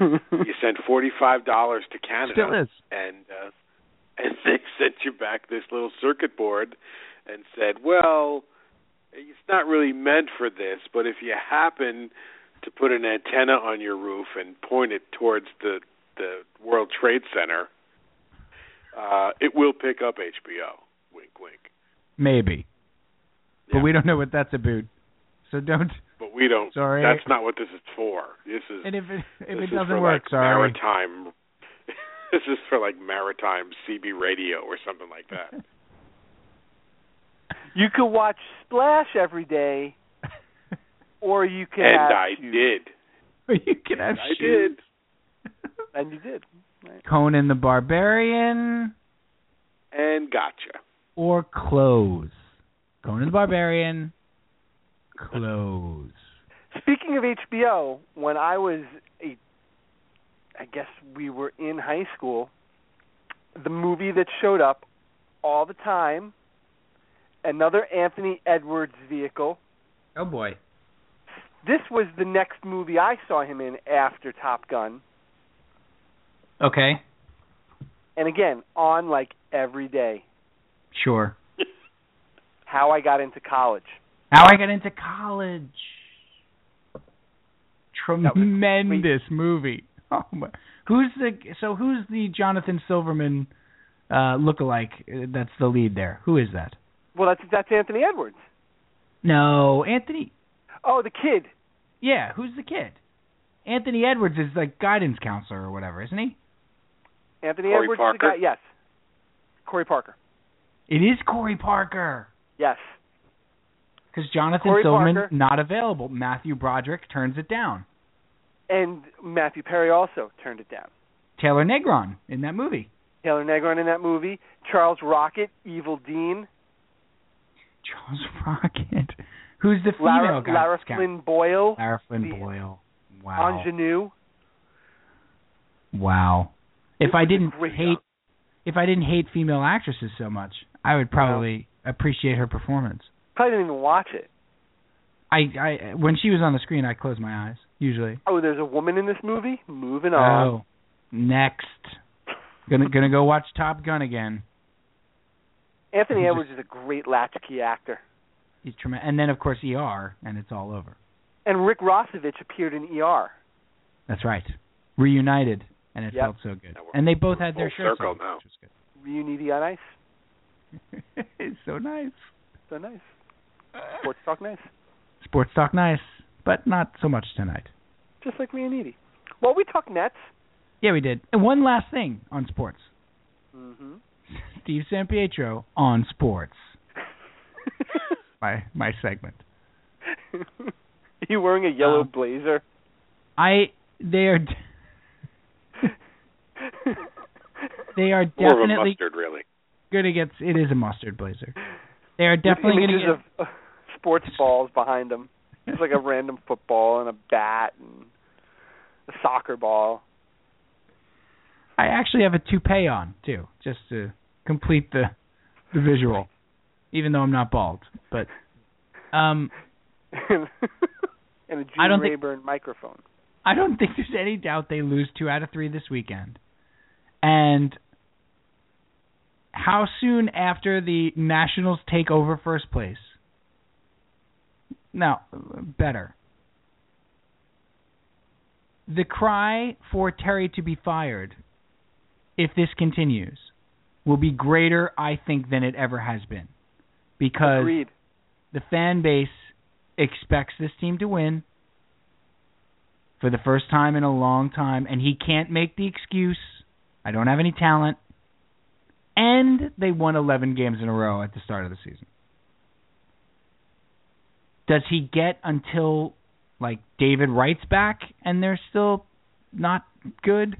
E: You sent forty five dollars to Canada,
B: Still is.
E: and uh, and they sent you back this little circuit board and said, "Well, it's not really meant for this, but if you happen to put an antenna on your roof and point it towards the the World Trade Center, uh, it will pick up HBO." Wink, wink.
B: Maybe. But
E: Yeah.
B: we don't know what that's about. So don't.
E: But we don't.
B: Sorry.
E: That's not what this is for. This is
B: And if it if
E: this
B: it
E: is for,
B: doesn't work,
E: like,
B: sorry.
E: Maritime. this is for like maritime CB radio or something like that.
I: You could watch Splash every day, or you could
E: and
I: have
E: I
I: shoes.
E: did.
B: you can have
E: I
B: shoes.
E: did.
I: And you did.
B: Conan the Barbarian
E: And gotcha.
B: or clothes. Conan the Barbarian. Clothes.
I: Speaking of HBO, when I was a, I guess we were in high school, the movie that showed up all the time, another Anthony Edwards vehicle.
B: Oh boy.
I: This was the next movie I saw him in after Top Gun,
B: Okay.
I: and again on like every day.
B: Sure.
I: How I got into college.
B: How I got into college. Tremendous movie. Oh my. Who's the so who's the Jonathan Silverman uh lookalike uh, that's the lead there? Who is that?
I: Well, that's that's Anthony Edwards.
B: No, Anthony.
I: Oh, the kid.
B: Yeah, who's the kid? Anthony Edwards is like guidance counselor or whatever, isn't he?
I: Anthony
E: Corey
I: Edwards.
E: Parker?
I: The guy, yes. Corey Parker.
B: It is Corey Parker
I: Yes.
B: because Jonathan
I: Corey
B: Silverman
I: Parker.
B: not available. Matthew Broderick turns it down.
I: And Matthew Perry also turned it down.
B: Taylor Negron in that movie.
I: Taylor Negron in that movie. Charles Rocket, Evil Dean.
B: Charles Rocket. Who's the female
I: Lara,
B: guidance
I: Lara
B: counselor?
I: Flynn Boyle.
B: Lara Flynn
I: The-
B: Boyle. Wow.
I: Ingenue.
B: Wow. If
I: It
B: I
I: was a
B: didn't
I: great
B: hate
I: job.
B: if I didn't hate female actresses so much, I would probably appreciate her performance.
I: Probably didn't even watch it.
B: I I when she was on the screen, I closed my eyes usually.
I: Oh, there's a woman in this movie? Moving on.
B: Oh. Next. Gonna gonna go watch Top Gun again.
I: Anthony
B: Just-
I: Edwards is a great latchkey actor.
B: He's tremendous. And then of course ER and it's all over.
I: And Rick Rossovich appeared in ER.
B: That's right. Reunited and it
I: Yep.
B: felt so good.
E: Now we're-
B: And they both
E: we're
B: had their
E: full
B: shirts
E: circle
B: on,
E: now.
B: which was good.
I: Reunity on Ice.
B: it's so nice.
I: So nice. Sports Talk Nice.
B: Sports talk nice, but not so much tonight.
I: Just like Reunity. Well, we talk Nets.
B: Yeah, we did. And one last thing on sports.
I: Mm-hmm.
B: Steve San Pietro on sports. my my segment.
I: Are you wearing a yellow
B: Um,
I: blazer?
B: I They are they are
E: More of a
B: definitely
E: mustard, really.
B: going to get. It is a mustard blazer. They are definitely
I: With
B: going to
I: images
B: get.
I: of uh, sports balls behind them. It's like a random football and a bat and a soccer ball.
B: I actually have a toupee on too, just to complete the the visual. Even though I'm not bald, but um,
I: and a June
B: I don't think-
I: Rayburn microphone.
B: I don't think there's any doubt they lose two out of three this weekend. And how soon after the Nationals take over first place? No, better. The cry for Terry to be fired, if this continues, will be greater, I think, than it ever has been. Because
I: Agreed.
B: the fan base expects this team to win for the first time in a long time, and he can't make the excuse I don't have any talent. And they won 11 games in a row at the start of the season. Does he get until like David Wright's back and they're still not good?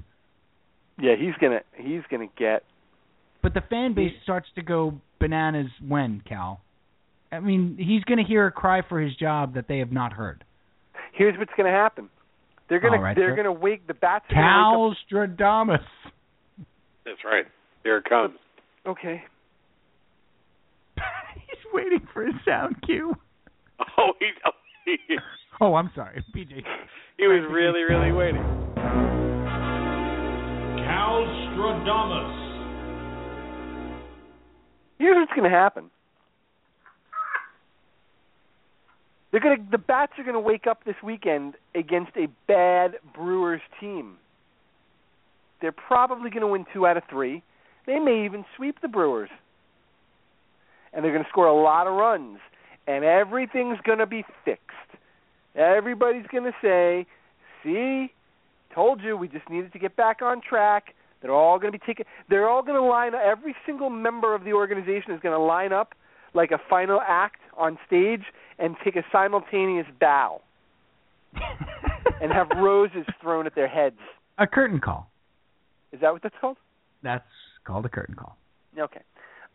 I: Yeah, he's gonna he's gonna get
B: But the fan base starts to go bananas when, Cal? I mean, he's going to hear a cry for his job that they have not heard.
I: here's what's going to happen. They're gonna
B: All right,
I: they're
B: sir.
I: gonna wake the bats. are gonna wake
B: Cal Stradamus.
E: That's right. Here it comes.
I: up- Okay.
B: he's waiting for his sound cue.
E: Oh, he he,
B: Oh, I'm sorry, BJ.
E: he was really, really waiting.
H: Calstradamus.
I: Here's what's going to happen. They're going to the bats are going to wake up this weekend against a bad Brewers team. They're probably going to win 2 out of 3. They may even sweep the Brewers. And they're going to score a lot of runs and everything's going to be fixed. Everybody's going to say, "See? Told you we just needed to get back on track. They're all going to be taking. They're all going to line up. Every single member of the organization is going to line up like a final act on stage and take a simultaneous bow and have roses thrown at their heads.
B: a curtain call.
I: Is that what that's called?
B: That's called a curtain call.
I: Okay.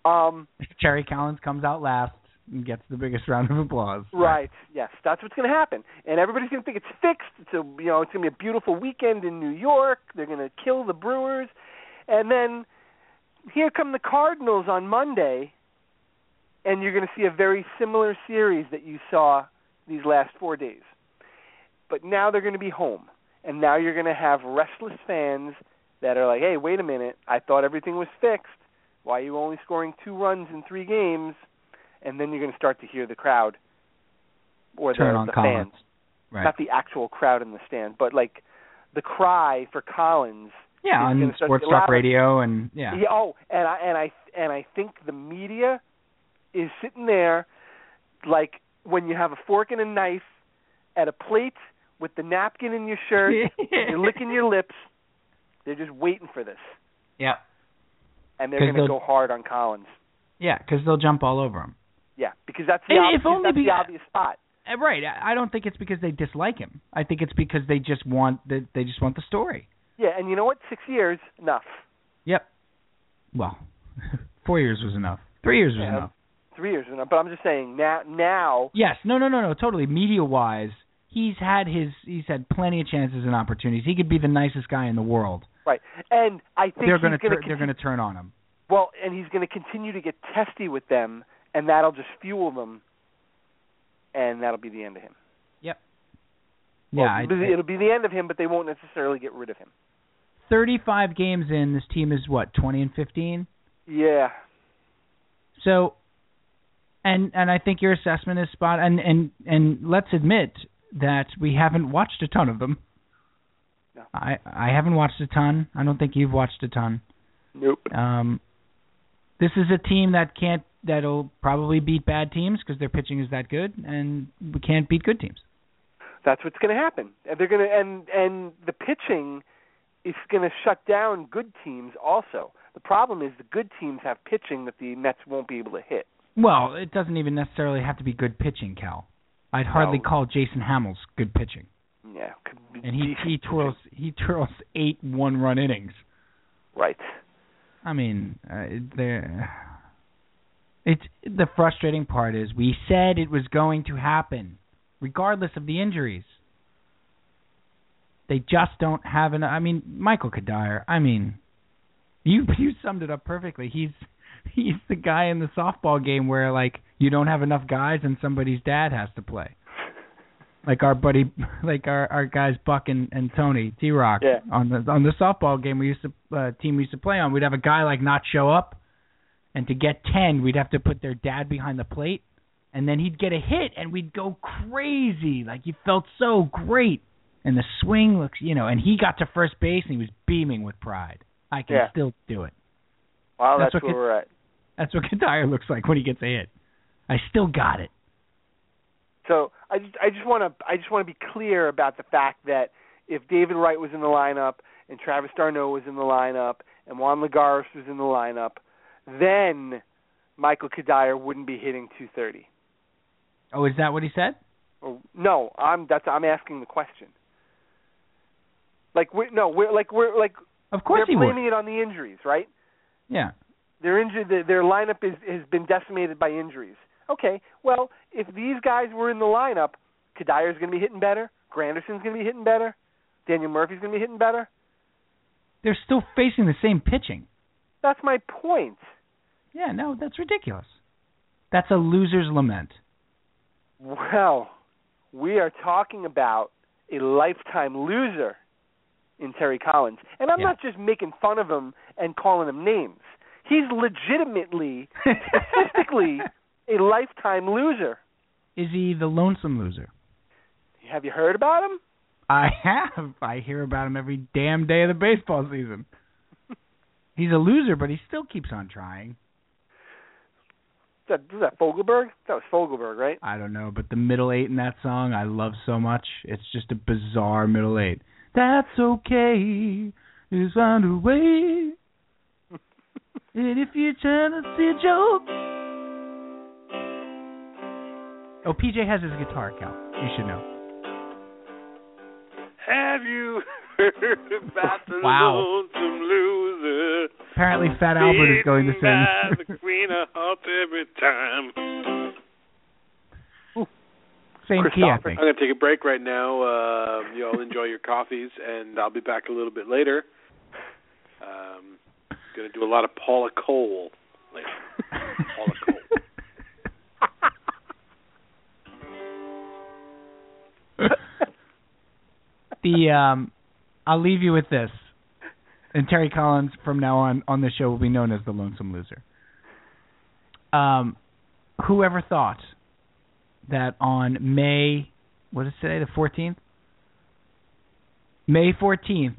I: Um,
B: Cherry Collins comes out last and gets the biggest round of applause.
I: right. Yes, that's what's going to happen, and everybody's going to think it's fixed. It's a you know it's going to be a beautiful weekend in New York. They're going to kill the Brewers, and then here come the Cardinals on Monday, and you're going to see a very similar series that you saw these last four days. But now they're going to be home, and now you're going to have restless fans that are like, "Hey, wait a minute! I thought everything was fixed. Why are you only scoring two runs in three games?" And then you're going to start to hear the crowd or
B: Turn
I: the,
B: on
I: the
B: Collins.
I: fans,
B: Right.
I: not the actual crowd in the stand, but like the cry for Collins
B: yeah,
I: he's
B: on
I: gonna start
B: Sports
I: to get
B: Talk
I: louder.
B: Radio and yeah.
I: Oh, and I and I and I think the media is sitting there like when you have a fork and a knife at a plate with the napkin in your shirt, you're licking your lips. They're just waiting for this,
B: Yeah.
I: and they're
B: 'Cause
I: going to
B: they'll-
I: go hard on Collins.
B: Yeah, because they'll jump all over him.
I: Yeah, because that's the,
B: And
I: ob-
B: if only
I: that's
B: be-
I: the obvious spot.
B: Eh, Right. I I don't think it's because they dislike him. I think it's because they just want the, they just want the story.
I: Yeah, and you know what? Six years, enough.
B: Yep. Well, four years was enough. Three years was
I: Yeah.
B: enough.
I: Three years, enough. But I'm just saying now. Now,
B: Yes, no, no, no, no, totally. Media wise, he's had his he's had plenty of chances and opportunities. He could be the nicest guy in the world.
I: right? And I think
B: They're
I: he's
B: gonna
I: going to
B: tur- they're gonna turn on him.
I: Well, and he's going to continue to get testy with them, and that'll just fuel them, and that'll be the end of him.
B: Yeah,
I: Well,
B: I-
I: it'll, be, it'll be the end of him, but they won't necessarily get rid of him.
B: thirty-five games in. This team is what twenty and fifteen.
I: Yeah,
B: So, and and I think your assessment is spot. And and and let's admit that we haven't watched a ton of them.
I: No.
B: I I haven't watched a ton. I don't think you've watched a ton.
I: nope.
B: Um, this is a team that can't that'll probably beat bad teams because their pitching is that good, and we can't beat good teams.
I: That's what's going to happen. And they're going to and and the pitching is going to shut down good teams. Also, the problem is the good teams have pitching that the Nets won't be able to hit.
B: Well, it doesn't even necessarily have to be good pitching, Cal. I'd hardly
I: No.
B: call Jason Hamels good pitching.
I: Yeah, c-
B: and he he twirls he twirls eight one run innings.
I: Right.
B: I mean, uh, there. It's the frustrating part is we said it was going to happen, regardless of the injuries. They just don't have enough. I mean, Michael Kadire. I mean, you you summed it up perfectly. He's he's the guy in the softball game where like you don't have enough guys and somebody's dad has to play. Like our buddy, like our our guys Buck and, and Tony T Rock
I: Yeah.
B: on the on the softball game we used to uh, team we used to play on. We'd have a guy like not show up, and to get ten, we'd have to put their dad behind the plate, and then he'd get a hit, and we'd go crazy. Like you felt so great, and the swing looks, you know, and he got to first base and he was beaming with pride. I can
I: Yeah.
B: still do it.
I: Wow,
B: That's
I: that's,
B: what
I: where
B: gets-
I: we're at.
B: That's what Kadire looks like when he gets a hit. I still got it.
I: So I just, I just want to I just want to be clear about the fact that if David Wright was in the lineup and Travis Darno was in the lineup and Juan Lagares was in the lineup, then Michael Kadire wouldn't be hitting 230.
B: Oh, is that what he said?
I: Or, no, I'm that's I'm asking the question. Like we no, we're like we're like
B: Of course he
I: they're
B: would.
I: blaming it on the injuries, right?
B: Yeah.
I: Their injury, their, their lineup is has been decimated by injuries. Okay, well, if these guys were in the lineup, Kadire's going to be hitting better. Granderson's going to be hitting better. Daniel Murphy's going to be hitting better.
B: They're still facing the same pitching.
I: That's my point.
B: Yeah, no, that's ridiculous. That's a loser's lament.
I: Well, we are talking about a lifetime loser in Terry Collins. And I'm
B: Yeah.
I: not just making fun of him and calling him names. He's legitimately, statistically, a lifetime loser.
B: is he the lonesome loser?
I: Have you heard about him?
B: I have. I hear about him every damn day of the baseball season. He's a loser, but he still keeps on trying.
I: That, was that Fogelberg? That was Fogelberg, right?
B: I don't know, but the middle eight in that song I love so much. It's just a bizarre middle eight. That's okay. Just find a way. and if you're trying to see a joke. Oh, PJ has his guitar, Cal. You should know.
E: Have you heard about the
B: Wow.
E: lonesome loser?
B: Apparently, Fat Albert is going to
E: Beaten by the
B: sing.
E: queen of hearts every time.
B: Same key, I
I: Christopher.
B: think.
E: I'm going to take a break right now. Uh, you all enjoy your coffees, and I'll be back a little bit later. Um, going to do a lot of Paula Cole later. Paula Cole.
B: the um I'll leave you with this. And Terry Collins from now on on the show will be known as the lonesome loser. Um whoever thought that on May what is today, the fourteenth? May fourteenth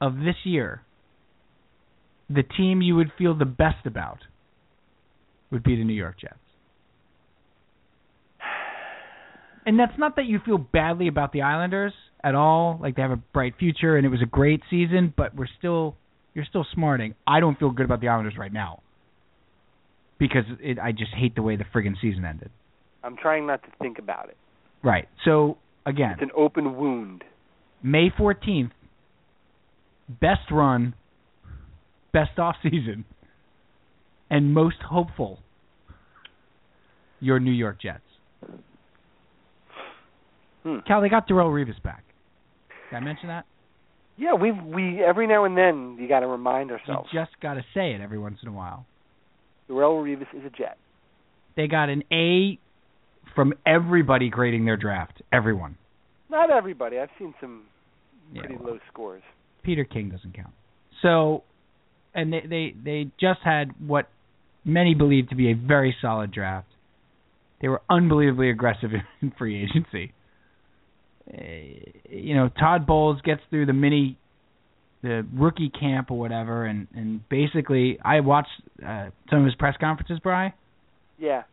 B: of this year, the team you would feel the best about would be the New York Jets. And that's not that you feel badly about the Islanders at all. Like they have a bright future and it was a great season, but we're still you're still smarting. I don't feel good about the Islanders right now because it, I just hate the way the friggin' season ended.
I: I'm trying not to think about it.
B: Right. So again,
I: It's an open wound.
B: May 14th, best run, best off season, and most hopeful your New York Jets.
I: Hmm.
B: Cal, they got Darrell Revis back. Did I mention that?
I: Yeah, we we every now and then you got to remind
B: You
I: ourselves.
B: just got to say it every once in a while.
I: Darrell Revis is a Jet.
B: They got an A from everybody grading their draft. Everyone.
I: Not everybody. I've seen some
B: Yeah,
I: pretty
B: well.
I: low scores.
B: Peter King doesn't count. So, and they they they just had what many believe to be a very solid draft. They were unbelievably aggressive in free agency. Eh, You know, Todd Bowles gets through the mini, the rookie camp or whatever, and and basically, I watched uh, some of his press conferences, Bry.
I: Yeah,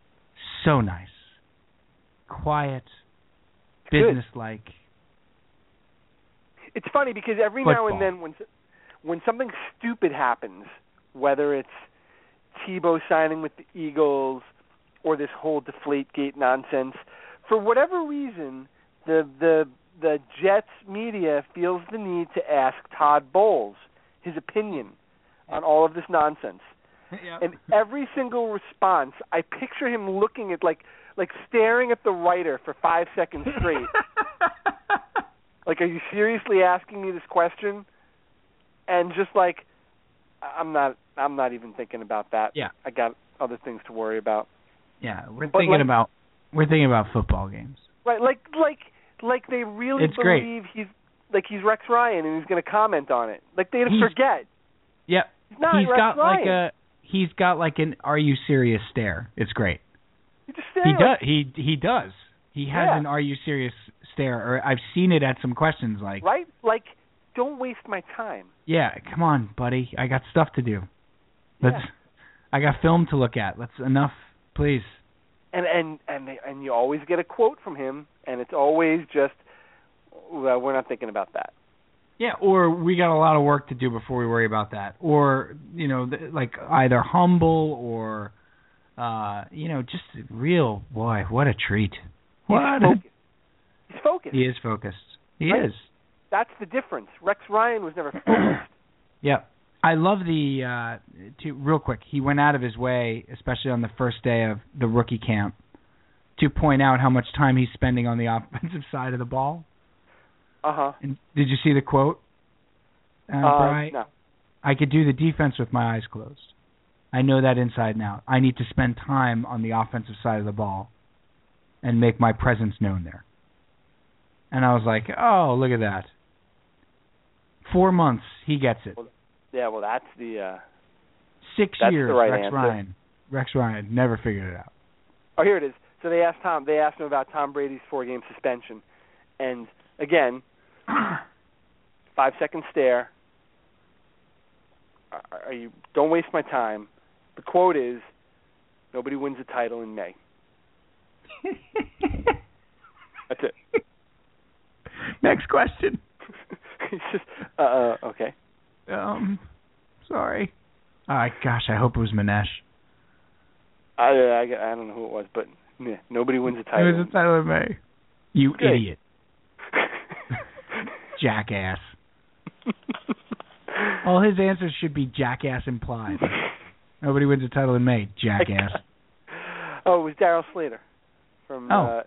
B: So nice, quiet,
I: Good.
B: businesslike.
I: it's funny because every
B: Football.
I: now and then when s- when something stupid happens, whether it's Tebow signing with the Eagles or this whole deflate gate nonsense, for whatever reason, the the the Jets media feels the need to ask Todd Bowles his opinion on all of this nonsense.
B: yeah.
I: And uh, every single response, I picture him looking at like like staring at the writer for five seconds straight. like, are you seriously asking me this question? And just like, I- I'm not, I'm not even thinking about that.
B: Yeah.
I: I got other things to worry about.
B: yeah, we're
I: But
B: thinking
I: like-
B: about we're thinking about football games.
I: Right, like like like they really
B: It's great.
I: believe he's like he's Rex Ryan and he's going to comment on it. Like they
B: He's-
I: forget.
B: Yep.
I: He's not
B: he's
I: Rex
B: got
I: Ryan.
B: like a he's got like an are you serious stare. It's great.
I: He's just
B: He
I: staring,
B: does
I: like,
B: he he does. He has
I: Yeah.
B: an are you serious stare or I've seen it at some questions like
I: right? Like don't waste my time.
B: Yeah, come on, buddy. I got stuff to do. Let's
I: Yeah.
B: I got film to look at. Let's enough, please.
I: And and and they, and you always get a quote from him and it's always just well, we're not thinking about that.
B: Yeah, or we got a lot of work to do before we worry about that. Or, you know, th- like either humble or uh, you know, just real boy, what a treat.
I: He's
B: What a-
I: focused. He's focused.
B: He is focused. He
I: Right.
B: is.
I: That's the difference. Rex Ryan was never focused.
B: Yep. I love the uh to real quick, he went out of his way, especially on the first day of the rookie camp, to point out how much time he's spending on the offensive side of the ball.
I: Uh-huh.
B: And did you see the quote? Uh,
I: uh
B: Bri?
I: no.
B: I could do the defense with my eyes closed. I know that inside and out. I need to spend time on the offensive side of the ball and make my presence known there. And I was like, oh, look at that. Four months, he gets it.
I: Yeah, well that's the uh
B: Six
I: that's the
B: years,
I: right
B: Rex
I: answer.
B: Ryan. Rex Ryan never figured it out.
I: Oh, here it is. So they asked Tom. They asked him about Tom Brady's four-game suspension, and again, five-second stare. Are- Are you? Don't waste my time. The quote is, "Nobody wins a title in May." That's it.
B: Next question.
I: He's just, uh, uh, okay.
B: Um, sorry. Uh, gosh, I hope it was Manesh.
I: I, I I don't know who it was, but yeah, nobody wins a title.
B: It was a Tyler May. You
I: Okay.
B: idiot, jackass.
I: Oh,
B: All his answers should be jackass implied. Nobody wins a title in May, jackass.
I: oh, it was Daryl Slater from
B: Oh.
I: uh,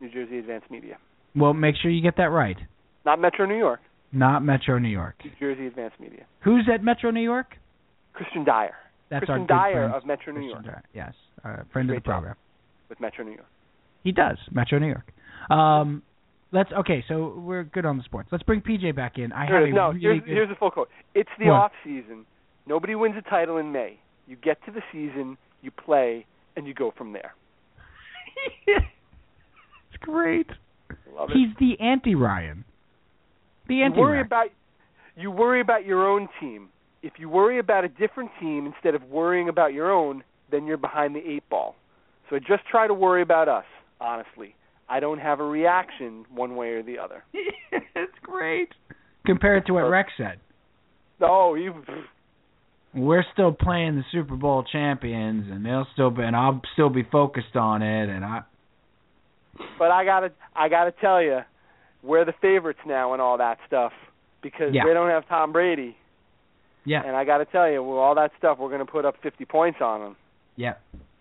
I: New Jersey Advanced Media,
B: Well, make sure you get that right.
I: not Metro New York.
B: Not Metro New York.
I: New Jersey Advanced Media.
B: Who's at Metro New York?
I: Christian Dyer.
B: That's
I: Christian
B: our good
I: Dyer
B: friend,
I: of Metro New York
B: Christian Dyer. Yes, uh, friend of the
I: Great job.
B: program.
I: with Metro New York.
B: He does Metro New York. Um, let's okay. So we're good on the sports. Let's bring PJ back in. I
I: Here
B: have
I: it
B: a
I: is. No,
B: really
I: here's,
B: good-
I: here's the full quote. It's the
B: What?
I: off season. Nobody wins a title in May. You get to the season, you play, and you go from there.
B: it's great.
I: Love it.
B: He's the anti Ryan. The
I: you
B: anti
I: worry
B: Ryan.
I: about you worry about your own team. If you worry about a different team instead of worrying about your own, then you're behind the eight ball. So just try to worry about us, honestly. I don't have a reaction one way or the other.
B: it's great. Compared to what Rex said,
I: Oh, you
B: we're still playing the Super Bowl champions, and they'll still be, and I'll still be focused on it, and I.
I: But I gotta, I gotta tell you, we're the favorites now and all that stuff because
B: Yeah.
I: they don't have Tom Brady.
B: Yeah,
I: And I gotta tell you, with all that stuff, we're gonna put up 50 points on them.
B: yeah.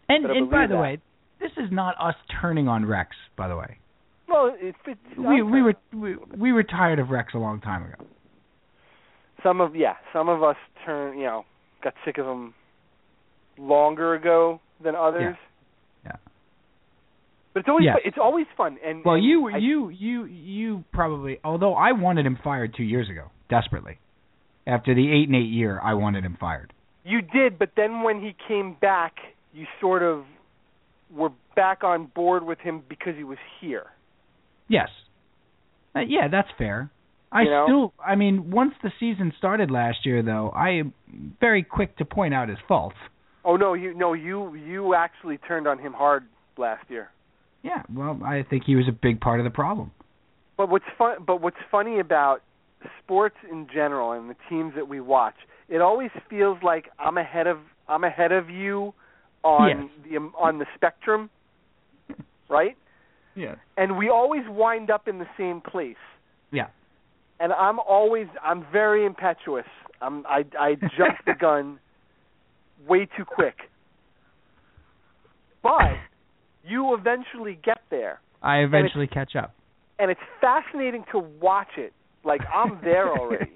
B: And
I: Better
B: and by
I: believe
B: the
I: that.
B: way, this is not us turning on Rex. By the way,
I: Well, it's, it's
B: we we were we, we were tired of Rex a long time ago.
I: some of yeah, some of us turn, you know, got sick of them longer ago than others.
B: Yeah.
I: But it's always
B: Yeah.
I: fu- it's always fun. And
B: Well,
I: and
B: you
I: I-
B: you you you probably although I wanted him fired two years ago desperately. After the eight and eight year, I wanted him fired.
I: You did, but then when he came back, you sort of were back on board with him because he was here.
B: Yes. Uh, yeah, that's fair. I
I: You know?
B: still, I mean, once the season started last year, though, I am very quick to point out his faults.
I: Oh no, you no you you actually turned on him hard last year.
B: Yeah, well, I think he was a big part of the problem.
I: But what's fun but what's funny about sports in general and the teams that we watch, it always feels like I'm ahead of I'm ahead of you on the um, on the spectrum, right?
B: Yeah.
I: And we always wind up in the same place.
B: Yeah.
I: and I'm always I'm very impetuous. I'm I I jump the gun way too quick. But you eventually get there,
B: I eventually catch up.
I: and it's fascinating to watch it. Like I'm there already.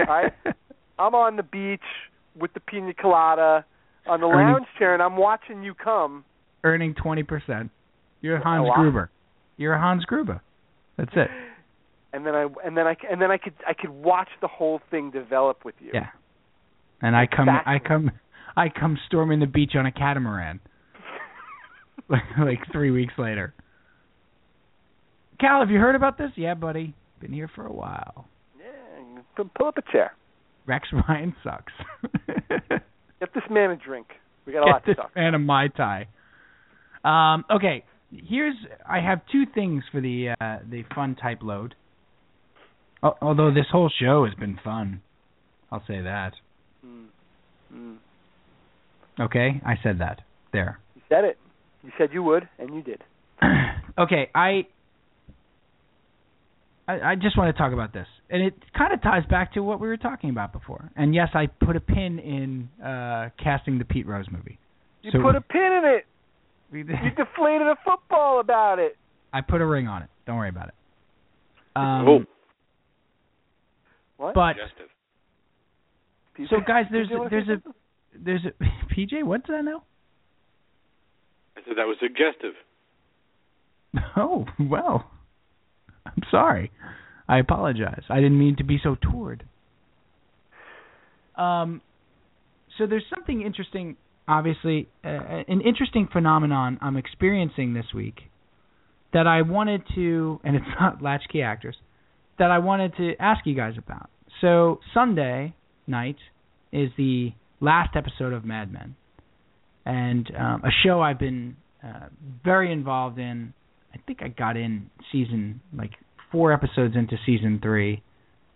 I: right? I'm on the beach with the pina colada on the
B: Ernie.
I: lounge chair, and I'm watching you come.
B: Earning twenty percent. You're Hans
I: Oh, wow.
B: Gruber. You're Hans Gruber. That's it.
I: And then I and then I and then I could I could watch the whole thing develop with you.
B: Yeah. And I come I
I: Exactly.
B: come I come storming the beach on a catamaran. like like three weeks later. Cal, have you heard about this? Yeah, buddy. Been here for a while.
I: Yeah, pu- pull up a chair.
B: Rex Ryan sucks.
I: Get this man a drink. We got a lot
B: Get this
I: to talk.
B: man a mai tai. Um, okay, here's I have two things for the uh, the fun type load. Al- Although this whole show has been fun, I'll say that.
I: Mm. Mm.
B: Okay, I said that there.
I: You said it. You said you would, and you did.
B: okay, I, I I just want to talk about this, and it kind of ties back to what we were talking about before. And yes, I put a pin in uh, casting the Pete Rose movie.
I: You
B: So-
I: put a pin in it.
B: We
I: You deflated a football about it.
B: I put a ring on it. Don't worry about it. Um,
E: Cool.
I: What?
B: But
E: Suggestive.
I: Did
B: so
I: you-
B: guys,
I: did
B: there's
I: you wanna
B: there's
I: say
B: a
I: something?
B: there's a PJ. What's that now?
E: I said that was suggestive.
B: Oh well, I'm sorry. I apologize. I didn't mean to be so toward. Um, so there's something interesting. Obviously, uh, an interesting phenomenon I'm experiencing this week that I wanted to, and it's not latchkey actors, that I wanted to ask you guys about. So Sunday night is the last episode of Mad Men, and um, a show I've been uh, very involved in I think I got in season like four episodes into season three,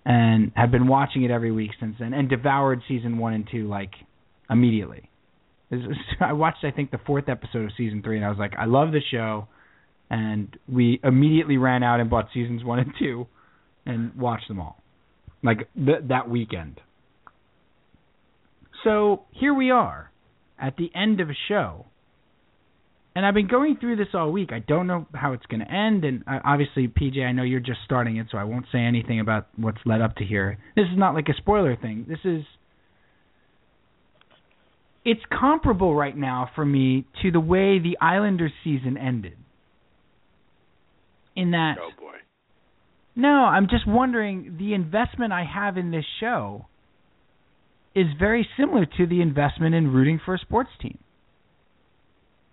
B: and have been watching it every week since then, and devoured season one and two like immediately. This is- I watched I think the fourth episode of season three, and I was like, I love the show, and we immediately ran out and bought seasons one and two, and watched them all, like th- that weekend. So here we are, at the end of a show and I've been going through this all week. I don't know how it's going to end, and uh, obviously, PJ, I know you're just starting it, so I won't say anything about what's led up to here. This is not like a spoiler thing. This is it's comparable right now for me to the way the Islanders season ended. In that,
E: Oh boy.
B: no, I'm just wondering the investment I have in this show is very similar to the investment in rooting for a sports team.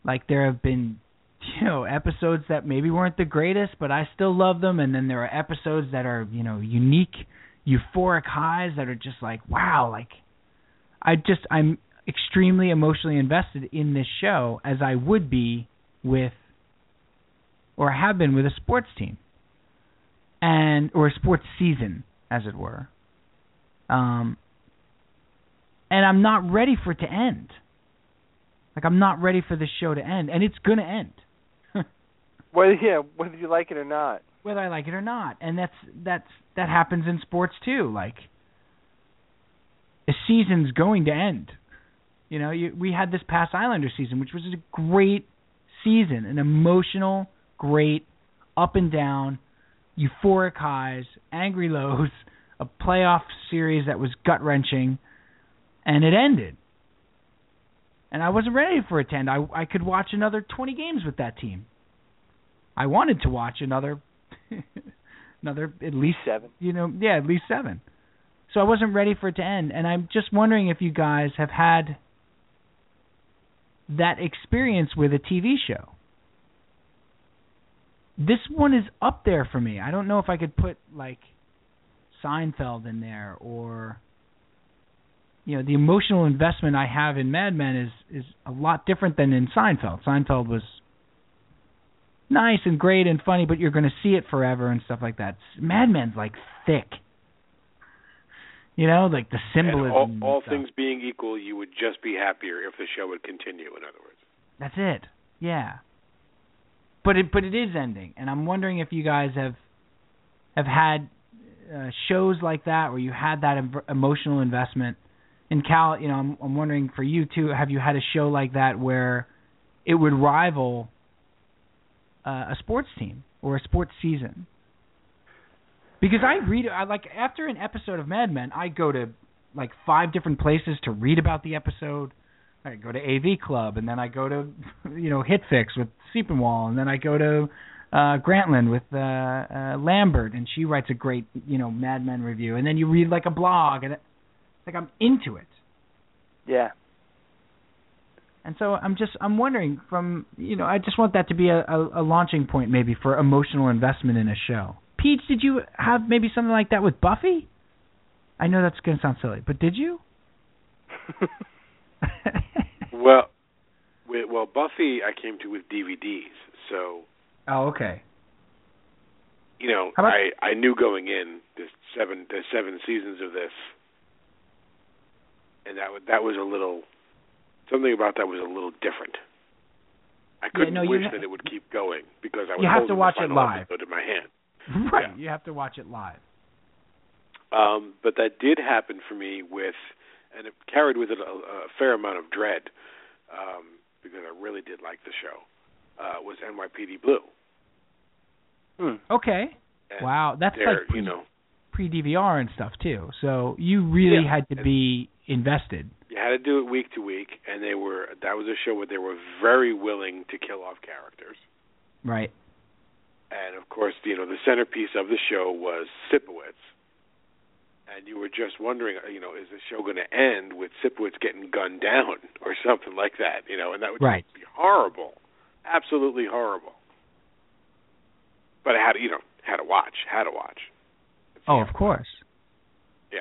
B: Like there have been you know episodes that maybe weren't the greatest, but I still love them and then there are episodes that are, you know, unique, euphoric highs that are just like wow, like I just I'm extremely emotionally invested in this show as I would be with or have been with a sports team and or a sports season, as it were. Um, and I'm not ready for it to end. Like I'm not ready for this show to end, and it's gonna end,
I: Whether yeah, whether you like it or not.
B: whether I like it or not. And that's that's that happens in sports too. Like a season's going to end. You know, you, we had this past Islander season, which was a great season, an emotional, great, up and down, euphoric highs, angry lows, a playoff series that was gut wrenching, and it ended. And I wasn't ready for it to end. I I could watch another 20 games with that team. I wanted to watch another, another at least
I: Seven.
B: you know, yeah, at least seven. So I wasn't ready for it to end, and I'm just wondering if you guys have had that experience with a TV show. This one is up there for me. I don't know if I could put like Seinfeld in there or you know, the emotional investment I have in Mad Men is is a lot different than in Seinfeld. Seinfeld was nice and great and funny, but you're going to see it forever and stuff like that. Mad Men's like thick. You know, like the symbolism.
E: And all,
B: and
E: all
B: stuff.
E: things being equal, you would just be happier if the show would continue. In other words,
B: That's it. Yeah. But it but it is ending, and I'm wondering if you guys have have had uh, shows like that where you had that em- emotional investment. And Cal, you know, I'm, I'm wondering for you too. Have you had a show like that where it would rival uh, a sports team or a sports season? Because I read, I like after an episode of Mad Men, I go to like five different places to read about the episode. I go to AV Club, and then I go to you know HitFix with Siepenwall, and then I go to uh, Grantland with uh, uh, Lambert, and she writes a great you know Mad Men review, and then you read like a blog, and it, like I'm into it.
I: Yeah.
B: And so I'm just I'm wondering from you know I just want that to be a, a, a launching point maybe for emotional investment in a show. Peach, did you have maybe something like that with Buffy? I know that's going to sound silly, but did you?
E: well, well, Buffy, I came to with DVDs, so.
B: Oh, okay.
E: You know, about- I I knew going in there's seven there's seven seasons of this, and that was that was a little something about that was a little different. I couldn't
B: yeah, no,
E: wish
B: ha-
E: that it would keep going because I was
B: You have to
E: holding
B: watch
E: the
B: it
E: final
B: live.
E: episode in my hand.
B: Right, you have to watch it live.
E: Um, but that did happen for me with, and it carried with it a, a fair amount of dread, um, because I really did like the show. Uh, was NYPD Blue?
I: Hmm. Oh.
B: Okay.
E: And
B: Wow, that's
E: there,
B: like pre,
E: you know,
B: pre DVR and stuff too. So you really
E: Yeah.
B: had to be invested.
E: you had to do it week to week, and they were that was a show where they were very willing to kill off characters.
B: Right.
E: And of course, you know, the centerpiece of the show was Sipowicz. And you were just wondering, you know, is the show going to end with Sipowicz getting gunned down or something like that, you know, and that would
B: Right.
E: just be horrible. Absolutely horrible. But I had to, you know, had to watch, had to watch.
B: Oh, of course.
E: Yeah.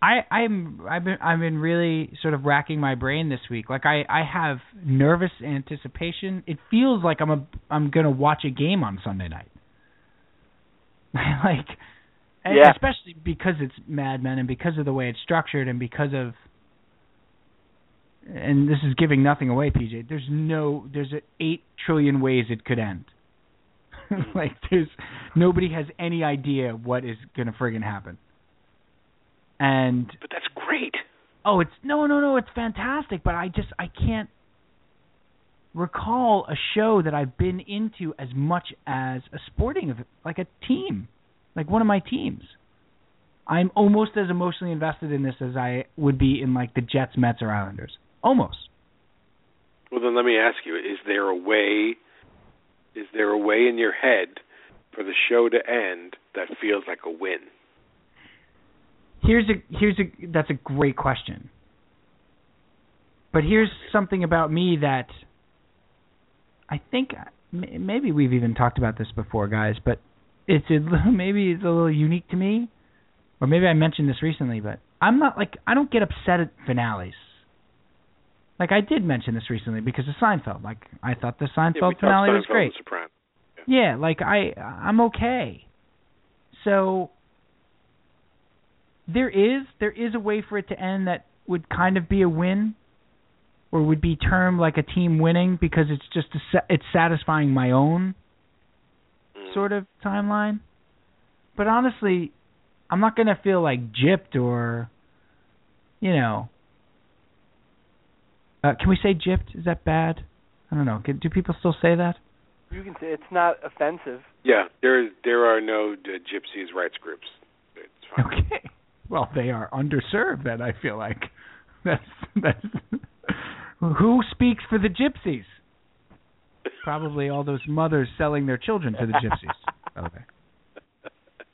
B: I I'm I've been I've been really sort of racking my brain this week. Like I I have nervous anticipation. It feels like I'm a I'm gonna watch a game on Sunday night. like, and
I: Yeah.
B: especially because it's Mad Men and because of the way it's structured and because of. And this is giving nothing away, PJ. There's no there's a eight trillion ways it could end. like there's nobody has any idea what is gonna friggin' happen. And
E: But that's great.
B: oh, it's no, no, no, it's fantastic. But I just I can't recall a show that I've been into as much as a sporting event, like a team, like one of my teams. I'm almost as emotionally invested in this as I would be in like the Jets, Mets, or Islanders. Almost.
E: Well, then let me ask you: Is there a way? Is there a way in your head for the show to end that feels like a win?
B: Here's a here's a that's a great question. But here's something about me that I think m- maybe we've even talked about this before, guys. But it's a, little- maybe it's a little unique to me, or maybe I mentioned this recently. But I'm not like I don't get upset at finales. Like I did mention this recently because of Seinfeld. Like I thought the Seinfeld
E: Yeah, we talked
B: finale was
E: Seinfeld
B: great.
E: and Sopranos.
B: Yeah, like I I'm okay. So there is there is a way for it to end that would kind of be a win or would be termed like a team winning because it's just a, sa- it's satisfying my own
E: Mm. Mm-hmm.
B: sort of timeline. But honestly, I'm not going to feel like gypped or you know uh, can we say gypped? Is that bad? I don't know. Can, do people still say that?
I: You can say it's not offensive.
E: Yeah, there is. There are no uh, gypsies rights groups. It's fine.
B: Okay. Well, they are underserved. Then I feel like that's that's who speaks for the gypsies. Probably all those mothers selling their children to the
I: Oh.
B: gypsies. Okay.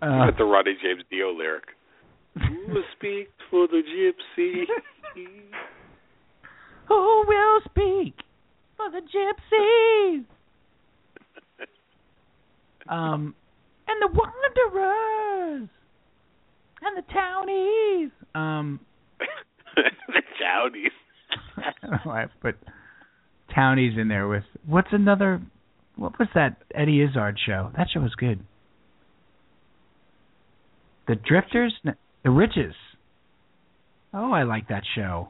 B: Uh,
E: With the Roddy James Dio lyric. Who speaks for the gypsy?
B: who will speak for the gypsies? Um, and the wanderers and the townies. Um,
E: the Dowdies.
B: I don't know why I put townies in there with what's another what was that Eddie Izzard show? That show was good. The Drifters, No, The Riches. Oh, I like that show.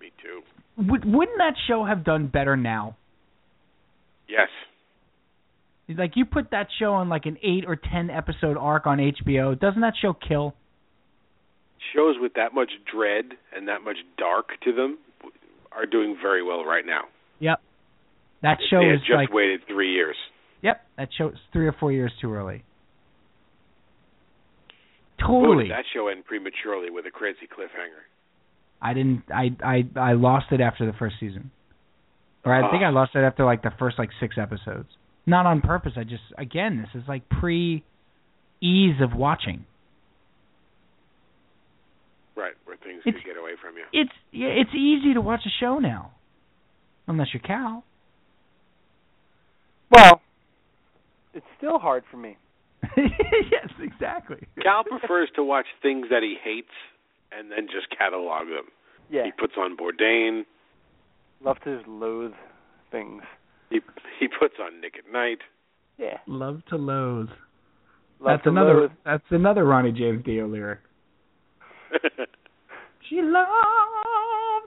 E: Me too.
B: Would, wouldn't that show have done better now?
E: Yes.
B: Like you put that show on like an eight or ten episode arc on HBO, doesn't that show kill?
E: Shows with that much dread and that much dark to them are doing very well right now.
B: Yep. That show
E: they had
B: is
E: just
B: like
E: waited three years.
B: yep. That show is three or four years too early.
E: Boy,
B: Totally.
E: did that show end prematurely with a crazy cliffhanger.
B: I didn't. I I I lost it after the first season, or I think
E: Ah.
B: I lost it after like the first like six episodes. Not on purpose. I just again, this is like pre ease of watching.
E: Right, where things
B: It's-
E: could get away from you.
B: It's yeah, it's easy to watch a show now, unless you're Cal.
I: Well, it's still hard for me.
B: yes, exactly.
E: Cal prefers to watch things that he hates and then just catalog them.
I: Yeah,
E: He puts on Bourdain.
I: love to just loathe things.
E: He he puts on Nick at Night.
I: Yeah,
B: Love to loathe.
I: love
B: that's
I: to
B: another.
I: loathe.
B: That's another Ronnie James Dio lyric. She loved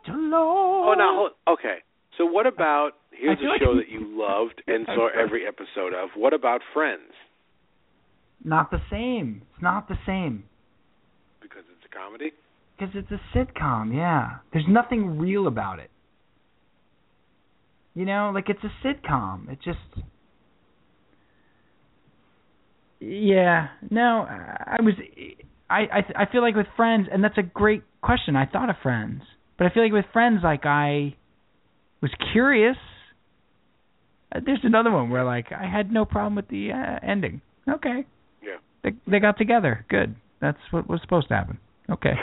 B: to
E: oh,
B: loathe.
E: now hold, okay. So what about here's
B: I feel
E: a
B: like-
E: show that you loved and
B: I'm
E: saw
B: sorry.
E: every episode of? What about Friends?
B: Not the same. It's not the same.
E: Because it's a comedy.
B: Because it's a sitcom, yeah. There's nothing real about it. You know, like it's a sitcom. It just. Yeah, no, I I was, I, I, I feel like with Friends, and that's a great question. I thought of Friends, but I feel like with Friends, like I was curious. Uh, There's another one where like I had no problem with the uh, ending. Okay.
E: Yeah.
B: They they got together. Good. That's what was supposed to happen. Okay.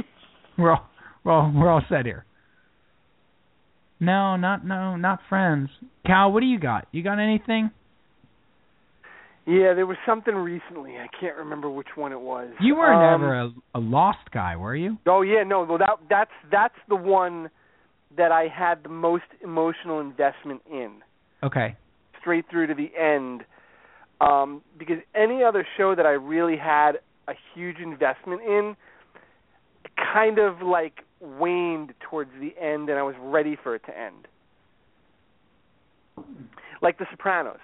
B: We're all we're all we're all set here. No, not no, not friends. Cal, what do you got? You got anything?
I: Yeah, there was something recently. I can't remember which one it was.
B: You were
I: Um,
B: never a, a lost guy, were you?
I: Oh yeah, no, well that that's that's the one that I had the most emotional investment in,
B: Okay.
I: straight through to the end. Um, because any other show that I really had a huge investment in kind of like waned towards the end and I was ready for it to end. Like The Sopranos.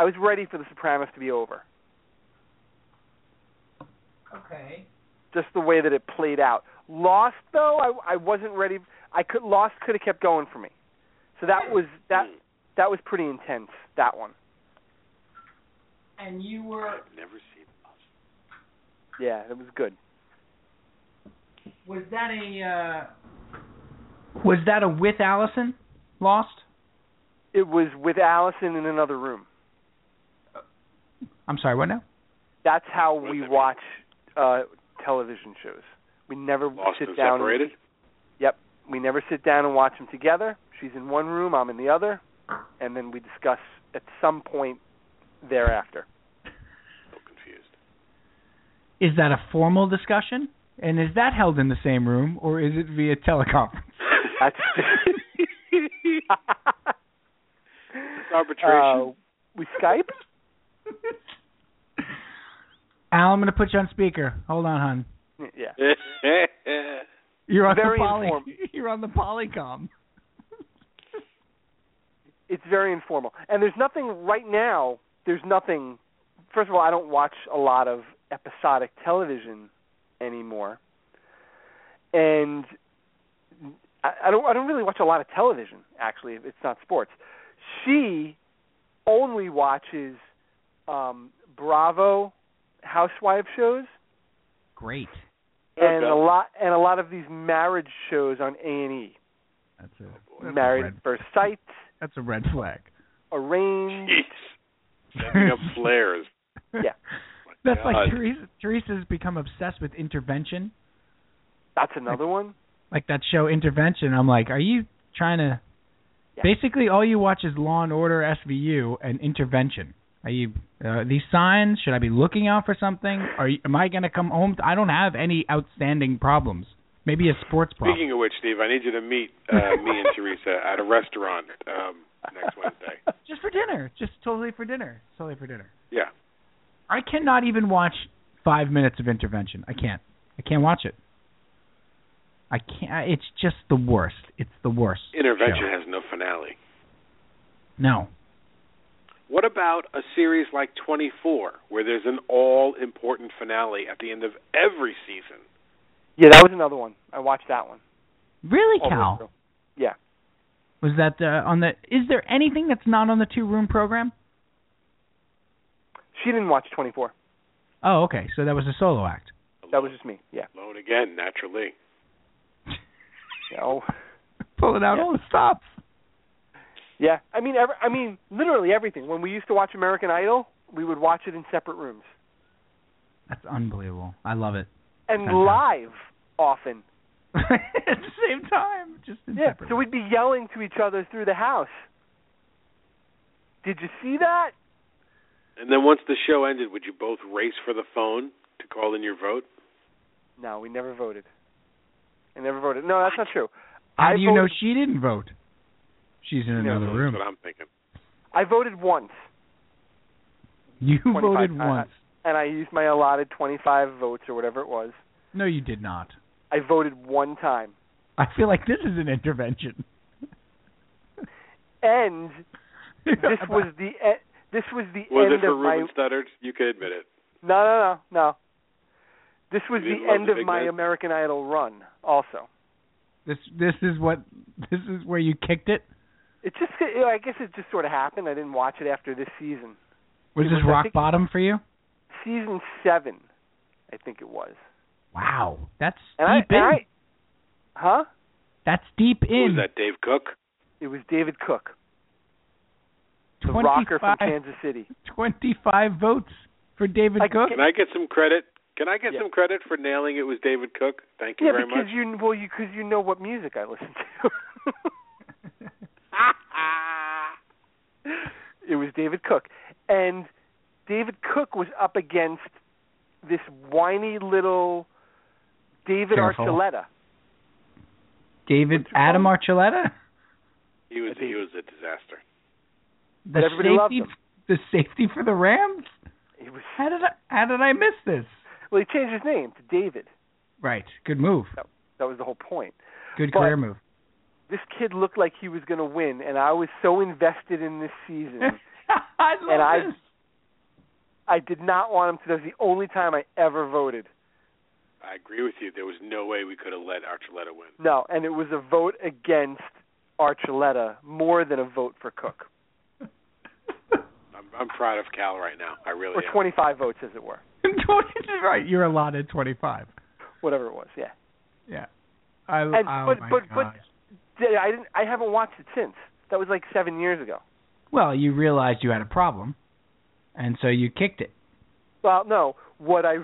I: I was ready for The Sopranos to be over.
B: Okay.
I: just the way that it played out. Lost though, I I wasn't ready. I could Lost could have kept going for me. So that was that
E: Hmm.
I: that was pretty intense. That one.
B: And you were
E: I've never seen. Lost.
I: Yeah, it was good.
B: was that a uh was that a with Allison lost?
I: It was with Allison in another room.
B: I'm sorry, what now?
I: That's how we watch uh television shows. We never
E: Lost
I: sit
E: and
I: down.
E: separated.
I: We never sit down and watch them together. She's in one room, I'm in the other, and then we discuss at some point thereafter.
E: So confused.
B: Is that a formal discussion? And is that held in the same room or is it via teleconference?
I: That's
E: arbitration.
I: Uh, we Skype.
B: Al, I'm gonna put you on speaker. Hold on, hon.
I: Yeah.
B: You're on
I: Very
B: the poly.
I: informal.
B: You're on the polycom.
I: It's very informal. And there's nothing right now, there's nothing first of all, I don't watch a lot of episodic television anymore. And I, I don't I don't really watch a lot of television actually, if it's not sports. She only watches um Bravo housewife shows
B: Great.
I: and
E: Okay.
I: a lot and a lot of these marriage shows on A&E.
B: That's a that's
I: Married
B: A
I: at
B: red,
I: First Sight,
B: that's a red flag.
I: Arranged.
E: Jeez. Setting up flares.
I: Yeah.
B: That's like
E: God.
B: Teresa. Teresa's become obsessed with intervention,
I: That's another one.
B: like that show Intervention. I'm like, are you trying to?
I: Yeah.
B: Basically, all you watch is Law and Order, SVU, and Intervention. Are you uh, these signs? Should I be looking out for something? Are you, am I going to come home? I don't have any outstanding problems. Maybe a sports problem.
E: Speaking of which, Steve, I need you to meet uh, me and Teresa at a restaurant um, next Wednesday.
B: Just for dinner. Just totally for dinner. Totally for dinner.
E: Yeah.
B: I cannot even watch five minutes of intervention. I can't. I can't watch it. I can't. I- It's just the worst. It's the worst.
E: Intervention
B: show.
E: has no finale.
B: No.
E: What about a series like 24, where there's an all important finale at the end of every season?
I: Yeah, that was another one. I watched that one.
B: Really,
I: All the way
B: Cal?
I: through. Yeah.
B: Was that uh, on the? Is there anything that's not on the two room program?
I: She didn't watch 24.
B: Oh, okay. So that was a solo act.
I: That was just me. Yeah.
E: Alone again, naturally.
I: Oh.
B: Pulling out Oh,
I: Yeah.
B: all the stops.
I: Yeah. I mean, every, I mean, literally everything. When we used to watch American Idol, we would watch it in separate rooms
B: That's unbelievable. I love it.
I: and
B: Fantastic.
I: live often.
B: At the same time, just in
I: Yeah.
B: separate
I: So we'd be yelling to each other through the house. Did you see that?
E: And then once the show ended, would you both race for the phone to call in your vote?
I: No, we never voted. I never voted. No, that's not true.
B: How
I: I
B: do you know
I: voted-
B: she didn't vote? She's in
I: No,
B: another
E: That's
B: room.
E: what I'm thinking.
I: I voted once,
B: You
I: 25
B: voted
I: times.
B: once.
I: and I used my allotted 25 votes or whatever it was.
B: No, you did not.
I: I voted one time.
B: I feel like this is an intervention.
I: And this was the e- this was the
E: Was
I: end
E: it for
I: of my
E: Ruben Studdard? You could admit it.
I: no no no no. This was
E: You didn't
I: the
E: love
I: end
E: the
I: of
E: big
I: my
E: man?
I: American Idol run. Also,
B: this this is what this is where you kicked it.
I: it just you know, I guess it just sort of happened. I didn't watch it after this season,
B: Was
I: It
B: this
I: was, I
B: rock
I: think-
B: bottom for you?
I: season seven, I think it was.
B: Wow, that's
I: And
B: deep
I: I,
B: in.
I: and I huh?
B: that's deep
E: Who was
B: in.
E: that, Dave Cook?
I: It was David Cook, the
B: 25,
I: rocker from Kansas City.
B: 25 votes for David
I: I-
B: Cook.
E: Can I get some credit? Can I get
I: Yeah.
E: some credit for nailing it was David Cook? Thank you
I: Yeah,
E: very
I: because
E: much.
I: you well, you because you know what music I listen to. it was David Cook, and David Cook was up against this whiny little David
B: Careful.
I: Archuleta.
B: David
I: What's your
B: Adam
I: phone?
B: Archuleta.
E: He was
I: I think-
E: he was a disaster.
B: The
I: everybody loved
B: safety,
I: him.
B: the safety for the Rams.
I: It was
B: How did I, how did I miss this?
I: well, he changed his name to David.
B: Right, good move,
I: That was the whole point.
B: good
I: But-
B: career move.
I: This kid looked like he was going to win, and I was so invested in this season.
B: I love
I: And I-
B: this.
I: I did not want him to. That was the only time I ever voted.
E: I agree with you. There was no way we could have let Archuleta win.
I: No, and it was a vote against Archuleta more than a vote for Cook,
E: I'm, I'm proud of Cal right now. I really
I: or
E: am.
I: 25 votes, as it were,
B: right, you're allotted 25.
I: whatever it was. Yeah,
B: Yeah. I,
I: And-
B: oh
I: but-
B: my
I: but- but-
B: gosh.
I: Did- I didn't. I haven't watched it since. That was like seven years ago.
B: well, you realized you had a problem, and so you kicked it.
I: Well, no, what I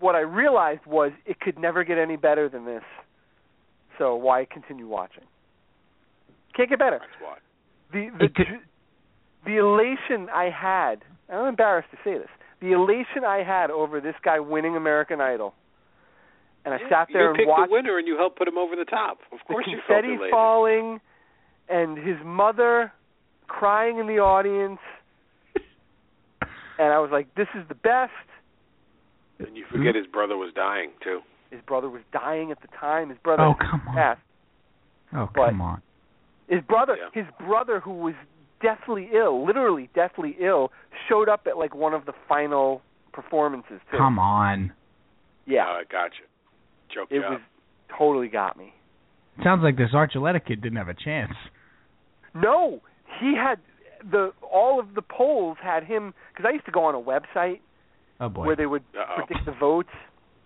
I: what I realized was it could never get any better than this. So why continue watching? Can't get better.
E: That's why.
I: the the,
B: It could-
I: ju- the elation I had. and I'm embarrassed to say this. The elation I had over this guy winning American Idol, and I
E: Yeah,
I: sat there
E: you
I: and
E: picked
I: watched
E: the winner and you helped put him over the top. Of
I: the
E: course, you felt
I: confetti
E: elated.
I: falling, and his mother crying in the audience, and I was like, "This is the best."
E: And you forget his brother was dying too.
I: His brother was dying at the time. His brother
B: oh, come on.
I: passed.
B: Oh,
I: but-
B: come on.
I: His brother,
E: Yeah.
I: his brother, who was deathly ill, literally deathly ill, showed up at like one of the final performances too.
B: Come on.
I: Yeah,
E: Uh, gotcha. Choked
I: it
E: up.
I: was totally got me.
B: Sounds like this Archuleta kid didn't have a chance.
I: No, he had the all of the polls had him because I used to go on a website
B: Oh, boy.
I: where they would
E: Uh-oh.
I: predict the votes.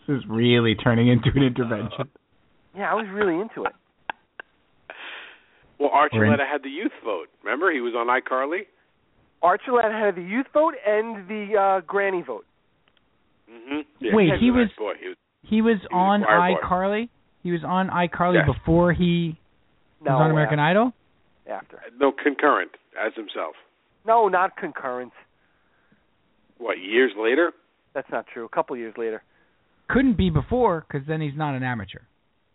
B: This is really turning into
I: Uh,
B: an intervention.
I: Yeah, I was really into it.
E: Well, Archuleta had the youth vote. Remember, he was on iCarly.
I: Archuleta had the youth vote and the uh granny vote.
E: Mm-hmm. Yeah,
B: Wait,
E: was
B: he
E: a nice
B: was-
E: boy. He was
B: He was
E: He was
B: on
E: choir boy.
B: iCarly. He was on iCarly
E: Yes.
B: before he
I: No,
B: was on American
I: af-
B: Idol.
I: after.
E: no concurrent as himself.
I: No, not concurrent.
E: What years later?
I: That's not true. A couple years later.
B: Couldn't be before because then he's not an amateur,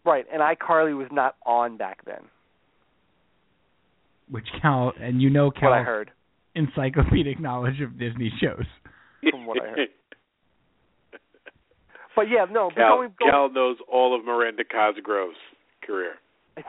I: Right, and iCarly was not on back then.
B: which Cal and you know
I: What I
B: Cal's
I: heard.
B: encyclopedic knowledge of Disney shows.
I: From what I heard. But yeah, no. but
E: Cal,
I: going, going,
E: Cal knows all of Miranda Cosgrove's career.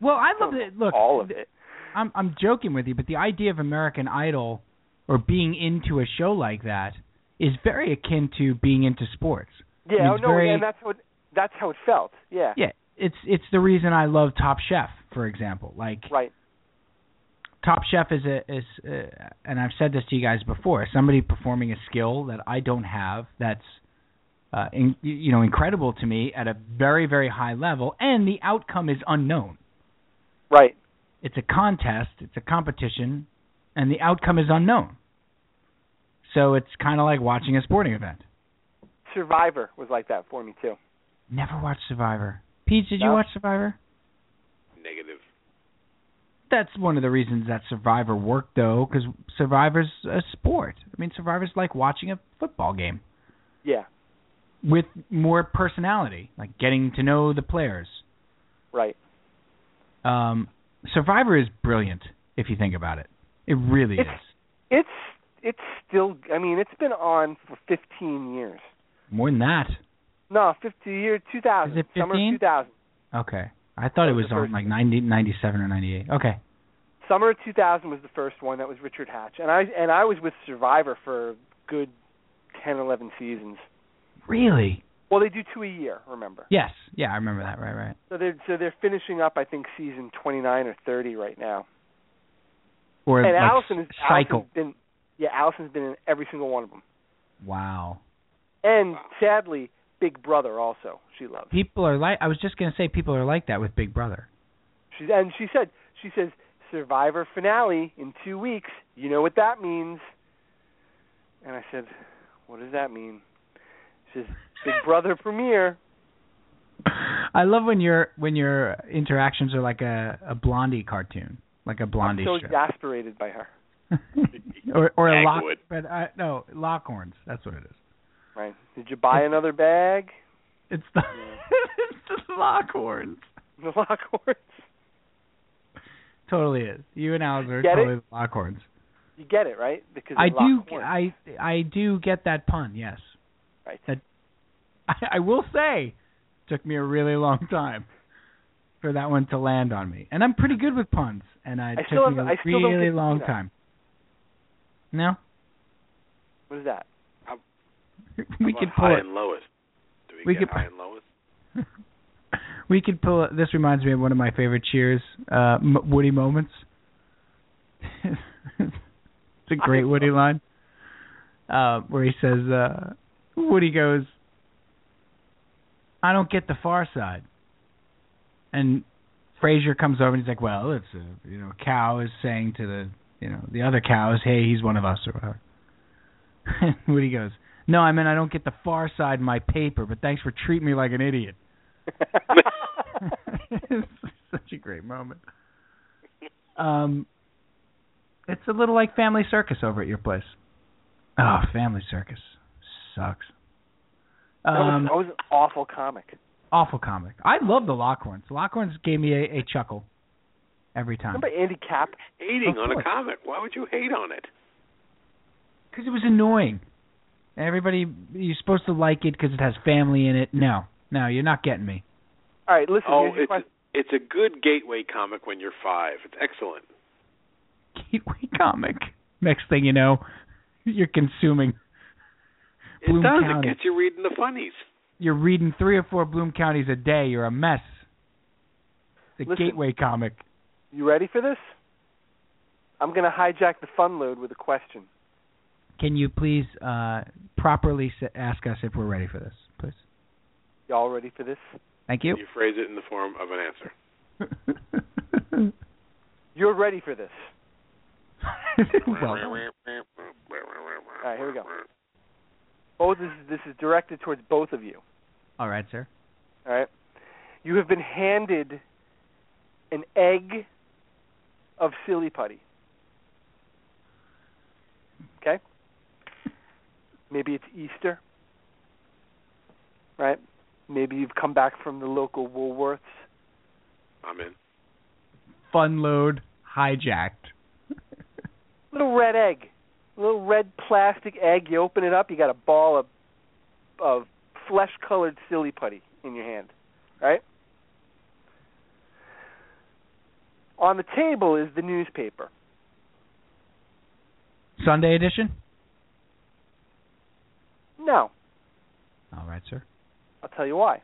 B: Well, I love
I: Well,
B: it. Look,
I: all of it.
B: I'm I'm joking with you, but the idea of American Idol or being into a show like that is very akin to being into sports.
I: Yeah,
B: I mean,
I: oh,
B: it's
I: no,
B: very-
I: and that's how it, that's how it felt. Yeah.
B: yeah, it's it's the reason I love Top Chef, for example. Like
I: Right.
B: Top Chef is a is uh, and I've said this to you guys before. Somebody performing a skill that I don't have that's uh, in, you know incredible to me at a very very high level, and the outcome is unknown.
I: Right.
B: It's a contest, it's a competition, and the outcome is unknown. So it's kind of like watching a sporting event.
I: Survivor was like that for me too.
B: Never watched Survivor. Pete, did you
I: No.
B: watch Survivor?
E: Negative.
B: that's one of the reasons that Survivor worked, though, because Survivor's a sport. I mean, Survivor's like watching a football game
I: Yeah.
B: with more personality, like getting to know the players.
I: Right.
B: Um, Survivor is brilliant if you think about it. It really
I: It's-
B: is
I: It's it's still. I mean, it's been on for 15 years.
B: more than that.
I: No, 50 year 2000.
B: Is it
I: Summer
B: 15?
I: of 2000.
B: Okay, I thought it was
I: was the
B: on
I: first-
B: like 90, 97 or ninety eight. Okay,
I: Summer of 2000 was the first one. That was Richard Hatch, and I and I was with Survivor for a good 10, 11 seasons.
B: really?
I: Well, they do two a year. Remember.
B: Yes, yeah, I remember that. Right, right.
I: So they're so they're finishing up. I think season 29 or 30 right now.
B: Or
I: and
B: like
I: Allison
B: s-
I: is
B: cycle.
I: Allison's been yeah, Allison's been in every single one of them.
B: Wow.
I: And sadly, Big Brother also she loves.
B: People are like I was just gonna say people are like that with Big Brother.
I: She and she said she says Survivor finale in two weeks. You know what that means? And I said, what does that mean? She says Big Brother premiere.
B: I love when your when your interactions are like a, a Blondie cartoon, like a Blondie
I: I'm so
B: strip,
I: exasperated by her.
B: or or a lock,
E: Agwood.
B: but uh, no Lockhorns. That's what it is.
I: Right? Did you buy another bag?
B: It's the it's the Lockhorns.
I: The Lockhorns.
B: Totally is. You and Alex are
I: Get it?
B: totally the Lockhorns.
I: You get it right because
B: I
I: they
B: do
I: lock horns.
B: I I do get that pun. Yes,
I: Right.
B: That I, I will say took me a really long time for that one to land on me, and I'm pretty good with puns, and I
I: I
B: took
I: still
B: me a
I: haven't- I still don't
B: really
I: get
B: long
I: that.
B: time. No.
I: What is that?
B: we
E: How
B: could
E: about
B: pull
E: high
B: it.
E: and lowest. Do we
B: We
E: get
B: could-
E: high and lowest?
B: We could pull it. This reminds me of one of my favorite Cheers, uh, M- Woody moments. it's a great Woody line, uh, where he says, uh, "Woody goes, I don't get the far side," and Frazier comes over and he's like, "Well, it's a you know cow is saying to the you know the other cows, hey, he's one of us or whatever." And Woody goes, "No, I mean I don't get the far side in my paper, but thanks for treating me like an idiot." it's such a great moment. Um, it's a little like Family Circus over at your place. Oh, Family Circus sucks.
I: That was,
B: Um,
I: that was an awful comic.
B: awful comic. I love the Lockhorns. Lockhorns gave me a, a chuckle every time
I: Remember Andy Cap?
E: Hating
B: Of
E: on a
B: course.
E: comic. Why would you hate on it?
B: because it was annoying. Everybody, you're supposed to like it because it has family in it. No, no, you're not getting me.
I: All right, listen.
E: Oh,
I: here's your
E: it's
I: question.
E: it's a good gateway comic when you're five. It's excellent.
B: Gateway comic. Next thing you know, you're consuming
E: It
B: Bloom
E: does.
B: County.
E: It gets you reading the funnies.
B: you're reading three or four Bloom counties a day. You're a mess. The
I: Listen.
B: gateway comic.
I: You ready for this? I'm going to hijack the fun load with a question.
B: Can you please uh, properly s- ask us if we're ready for this, please?
I: Y'all ready for this?
B: Thank you.
E: You phrase it in the form of an answer.
I: You're ready for this.
B: well,
I: All right, here we go. Oh, this is, this is directed towards both of you.
B: all right, sir.
I: All right. You have been handed an egg of silly putty. Okay? Maybe it's Easter. Right? Maybe you've come back from the local Woolworths.
E: I'm in.
B: Fun load hijacked.
I: Little red egg. Little red plastic egg. You open it up, you got a ball of of flesh colored silly putty in your hand. Right? On the table is the newspaper.
B: Sunday edition?
I: No,
B: All right, sir.
I: I'll tell you why.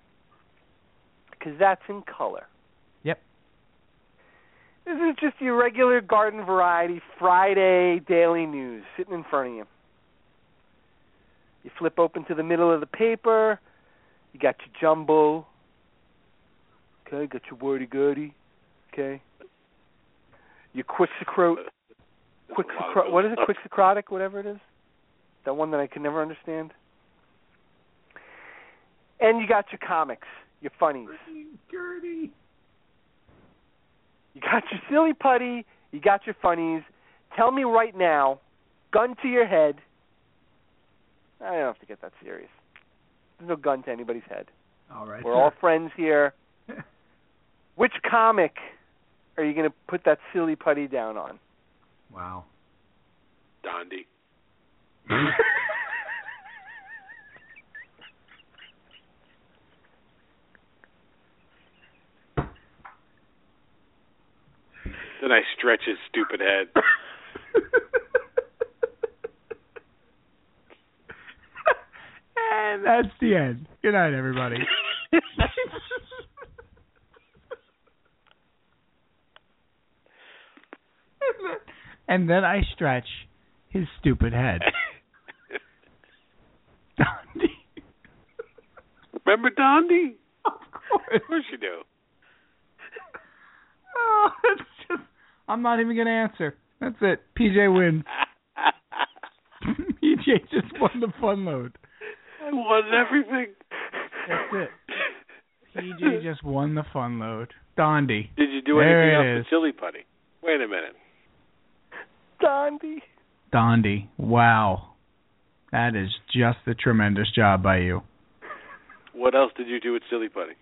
I: Because that's in color.
B: Yep.
I: This is just your regular garden variety Friday daily news sitting in front of you. You flip open to the middle of the paper. You got your jumbo. Okay, got your wordy goody. Okay. Your quixicrot. Quixicrot. What is it? Quixicrotic, whatever it is. That one that I can never understand. And you got your comics, your funnies.
B: Dirty.
I: You got your silly putty. You got your funnies. Tell me right now, gun to your head. I don't have to get that serious. There's no gun to anybody's head.
B: All right.
I: We're all friends here. Which comic are you going to put that silly putty down on?
B: Wow.
E: Dondi. Then I stretch his stupid head.
B: and that's the end. Good night, everybody. and then I stretch his stupid head. Dondi.
E: Remember Dondi?
B: Of
E: Of
B: course.
E: course you do.
B: Oh, that's just. I'm not even gonna answer. That's it. PJ wins. PJ just won the fun load.
E: I won everything.
B: That's it. PJ just won the fun load. Dondi.
E: Did you do
B: There
E: anything
B: it is.
E: else with Silly Putty? Wait a minute.
I: Dondi.
B: Dondi. Wow. That is just a tremendous job by you.
E: What else did you do with Silly Putty?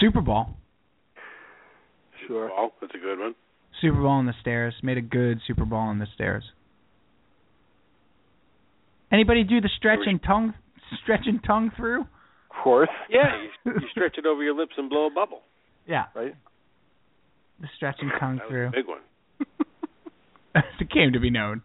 B: Super Bowl.
I: Sure.
E: Well, that's a good one.
B: Super Bowl on the stairs. Made a good Super Bowl on the stairs. Anybody do the stretching tongue stretching tongue through?
I: Of course.
E: Yeah, you, you stretch it over your lips and blow a bubble.
B: Yeah.
I: Right.
B: The stretching tongue
E: That
B: through.
E: was a big one.
B: as it came to be known.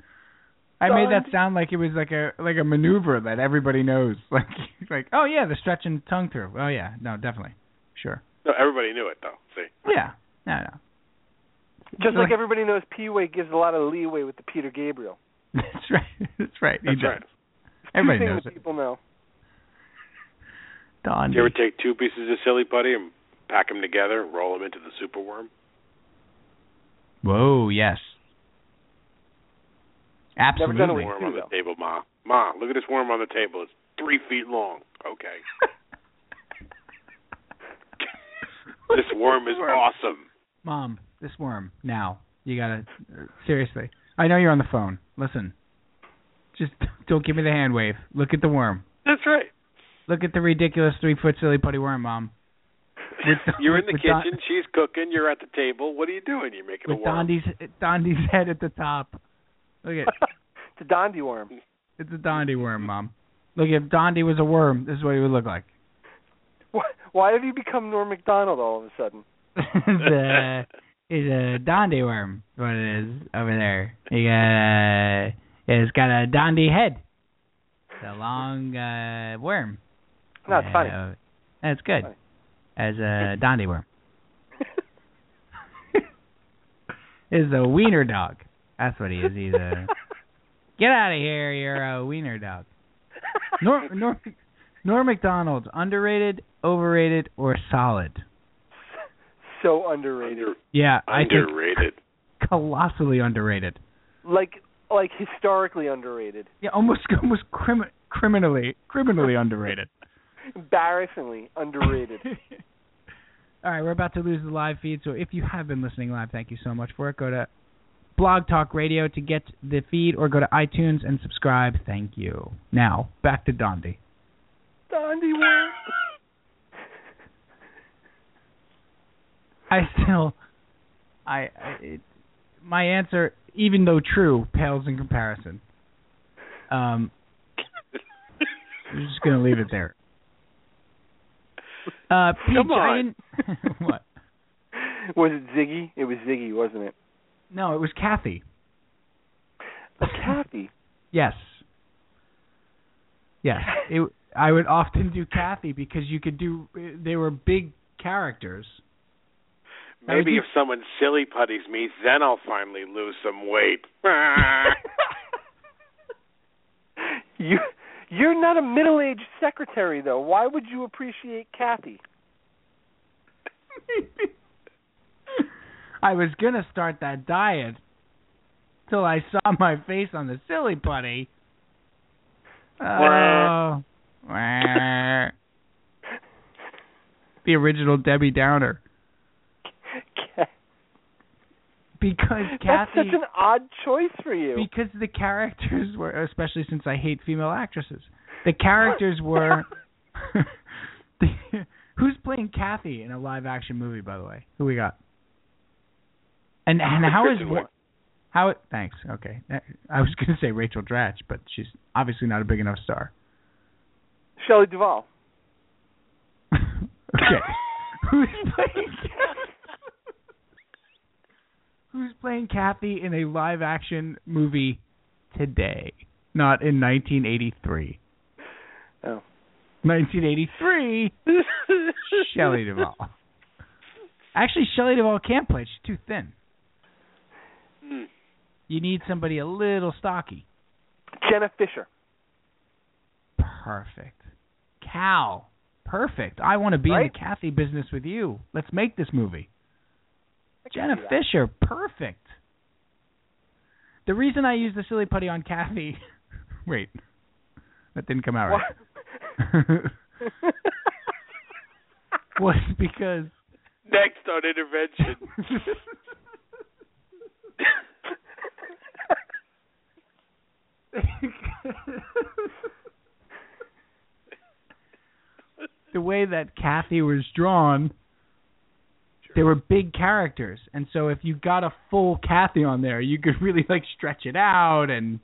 B: I made that sound like it was like a like a maneuver that everybody knows. Like like oh yeah, the stretching tongue through. Oh yeah, no, definitely, sure.
E: No, everybody knew it though. See,
B: Yeah, no, no,
I: Just like everybody knows, P-Way gives a lot of leeway with the Peter Gabriel.
B: that's right, that's right. He
E: that's
B: does.
E: right.
B: Everybody
I: Two things
B: knows
I: that
B: it.
I: People know.
B: Don.
E: Did you ever take two pieces of silly putty and pack them together, and roll them into the superworm?
B: Whoa, yes.
I: done
B: Absolutely.
I: it
E: The
I: Wait,
E: worm
I: who
E: on the
I: though?
E: table, ma. Ma, look at this worm on the table. It's three feet long. Okay, this worm is awesome.
B: Mom, this worm now. You gotta uh, seriously. I know you're on the phone. Listen, just don't give me the hand wave. Look at the worm.
E: That's right.
B: Look at the ridiculous three foot silly putty worm, mom. With the-
E: You're in the
B: with Don-
E: kitchen. she's cooking. You're at the table. What are you doing? You're making
B: with
E: a worm.
B: Dondi's Dondi's head at the top. Look at
I: the Dondi worm.
B: it's a Dondi worm, mom. Look if Dondi was a worm, this is what he would look like.
I: Why, why have you become Norm Macdonald all of a sudden?
B: the is a Dondi worm. What it is over there? You got a, it's got a Dondi head. It's a long uh, worm.
I: No, it's funny.
B: Uh, that's good.
I: Funny.
B: As a Dondi worm. is a wiener dog. That's what he is. He's a get out of here. You're a wiener dog. Norm Norm Norm McDonald's underrated, overrated, or solid?
I: so underrated.
E: Under-
B: Yeah, I think
E: underrated.
B: colossally underrated.
I: Like like historically underrated.
B: Yeah, almost almost crimi- criminally criminally underrated.
I: Embarrassingly underrated.
B: All right, we're about to lose the live feed, so if you have been listening live, thank you so much for it. Go to Blog Talk Radio to get the feed, or go to iTunes and subscribe. Thank you. Now back to Dondi.
I: Dondi worm.
B: I still, I, I it, my answer, even though true, pales in comparison. Um, I'm just gonna leave it there. Uh, Pete,
E: Come
B: I
E: on.
B: didn't- what?
I: was it Ziggy? It was Ziggy, wasn't it?
B: No, it was Kathy.
I: Oh, Kathy.
B: Yes. Yes. It, I would often do Kathy because you could do. They were big characters. I would
E: Maybe
B: do-
E: if someone silly putties me, then I'll finally lose some weight.
B: Hmm.
I: You you're not a middle-aged secretary though. Why would you appreciate Kathy?
B: I was gonna start that diet till I saw my face on the silly putty. Oh. the original Debbie Downer. Because Kathy
I: That's such an odd choice for you.
B: because the characters were especially since I hate female actresses. The characters were Who's playing Kathy in a live action movie by the way? Who we got? And and how is
E: Kristen Wiig.
B: how it thanks. Okay. That- I was going to say Rachel Dratch, but she's obviously not a big enough star.
I: Shelley Duvall.
B: okay. Who's playing Who's playing Kathy in a live action movie today? Not in 1983.
I: Oh.
B: 1983, Shelley Duvall. Actually, Shelley Duvall can't play. it. She's too thin.
E: Hmm.
B: You need somebody a little stocky.
I: Jenna Fisher.
B: Perfect. Cal. Perfect. I want to be in
I: Right?
B: the Kathy business with you. Let's make this movie.
I: I can
B: Jenna
I: see that.
B: Fisher, perfect. The reason I used the silly putty on Kathy. Wait, that didn't come out
I: What?
B: right. was because
E: Next on intervention.
B: the way that Kathy was drawn, there were big characters, and so if you got a full Kathy on there, you could really like stretch it out, and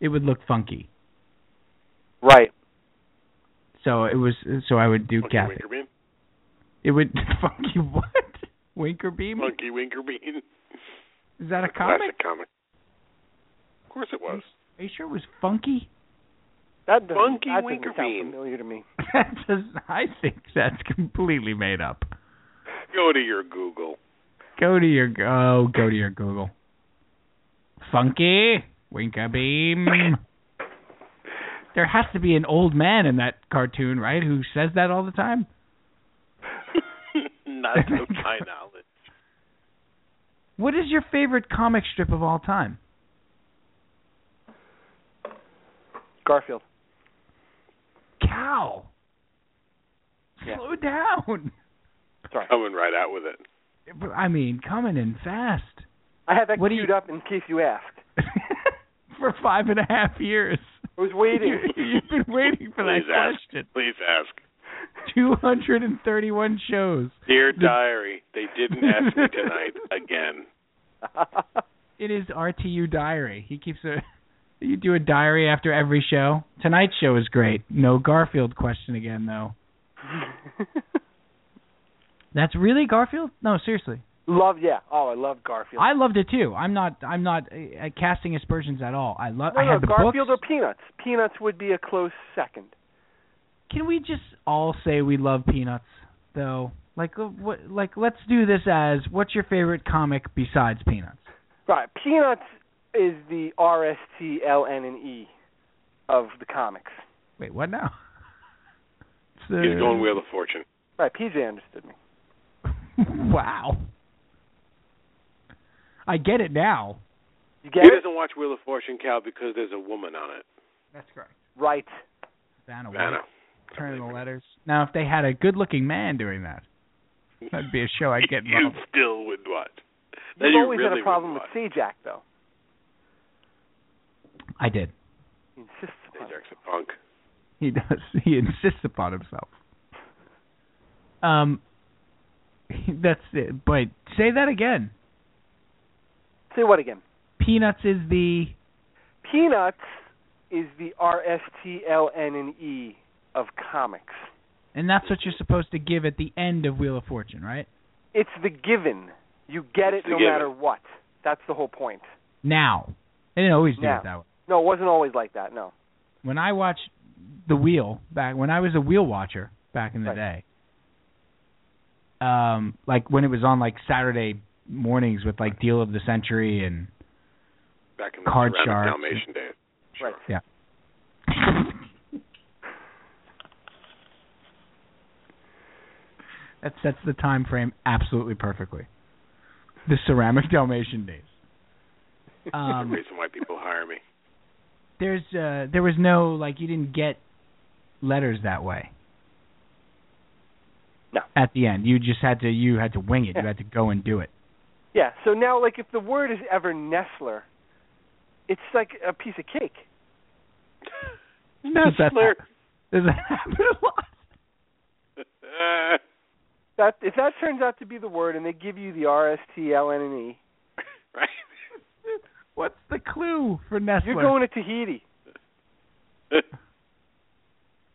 B: it would look funky.
I: Right.
B: So it was. So I would do
E: Monkey
B: Kathy.
E: Winker Bean.
B: It would funky what? Winker Beam?
E: Monkey Winker Bean.
B: Is that a comic?
E: Classic comic. Of course it was.
B: Are you sure it was funky?
I: That doesn't,
E: Funky
I: that doesn't
E: Winker
I: sound
E: Bean.
I: familiar to me.
B: That does. I think that's completely made up.
E: Go to your Google.
B: Go to your oh, go to your Google. Funky Winker Beam. There has to be an old man in that cartoon, right? Who says that all the time?
E: Not to my knowledge.
B: What is your favorite comic strip of all time?
I: Garfield.
B: Cow.
I: Yeah.
B: Slow down.
I: Sorry.
E: Coming right out with it.
B: I mean, coming in fast.
I: I had that
B: What do you-
I: queued up in case you asked.
B: for five and a half years.
I: I was waiting.
B: You, have been waiting for that
E: Please ask.
B: question.
E: Please ask.
B: 231 shows.
E: Dear
B: The-
E: diary, they didn't ask me tonight again.
B: It is RTU Diary. He keeps a. You do a diary after every show. Tonight's show is great. No Garfield question again, though. That's really Garfield? No, seriously.
I: love, yeah. Oh, I love Garfield.
B: I loved it too. I'm not. I'm not uh, uh, casting aspersions at all. I love.
I: no,
B: I
I: no,
B: had the
I: Garfield
B: books.
I: or Peanuts. Peanuts would be a close second.
B: Can we just all say we love peanuts, though? Like, uh, what? Like, let's do this as what's your favorite comic besides Peanuts?
I: Right. Peanuts is the R S T L N and E of the comics.
B: Wait, what now? It's the-
E: He's going Wheel of Fortune.
I: Right. PJ understood me.
B: wow. I get it now.
E: He
I: You get it?
E: doesn't watch Wheel of Fortune, Cal, because there's a woman on it.
B: That's correct.
I: Right.
B: Vanna White,
E: Vanna.
B: Turn of the letters. Now, if they had a good-looking man doing that, that'd be a show I'd get
E: you
B: involved.
E: still would watch. Then
I: You've
E: you
I: always
E: really
I: had a
E: would
I: problem with
E: watch.
I: Sajak, though.
B: I did.
I: He insists on it.
E: Ajax a punk.
B: He does. He insists upon himself. Um, that's it. But say that again.
I: Say what again?
B: Peanuts is the
I: Peanuts is the R S T L N and E of comics.
B: And that's what you're supposed to give at the end of Wheel of Fortune, right?
I: It's the given. You get
E: It's
I: it
E: the
I: no
E: given.
I: matter what. That's the whole point.
B: Now, they didn't always do
I: Now.
B: it that way.
I: No, it wasn't always like that. No.
B: When I watched the wheel back when I was a wheel watcher back in the
I: Right.
B: day, um, like when it was on like Saturday mornings with like Deal of the Century and
E: Back in
B: Card
E: around the
B: sharks.
E: Dalmatian days. Sure.
I: Right.
B: that sets the time frame absolutely perfectly. The ceramic Dalmatian days.
E: That's the
B: Um,
E: reason why people hire me.
B: there's uh, there was no like you didn't get letters that way.
I: No.
B: At the end, you just had to you had to wing it. You
I: Yeah.
B: had to go and do it.
I: Yeah. So now, like, if the word is ever Nestler, it's like a piece of cake.
E: Nestler.
B: Does that happen a lot?
I: That if that turns out to be the word, and they give you the R S T L N and E,
E: right.
B: What's the clue for Nestle?
I: you're going to Tahiti.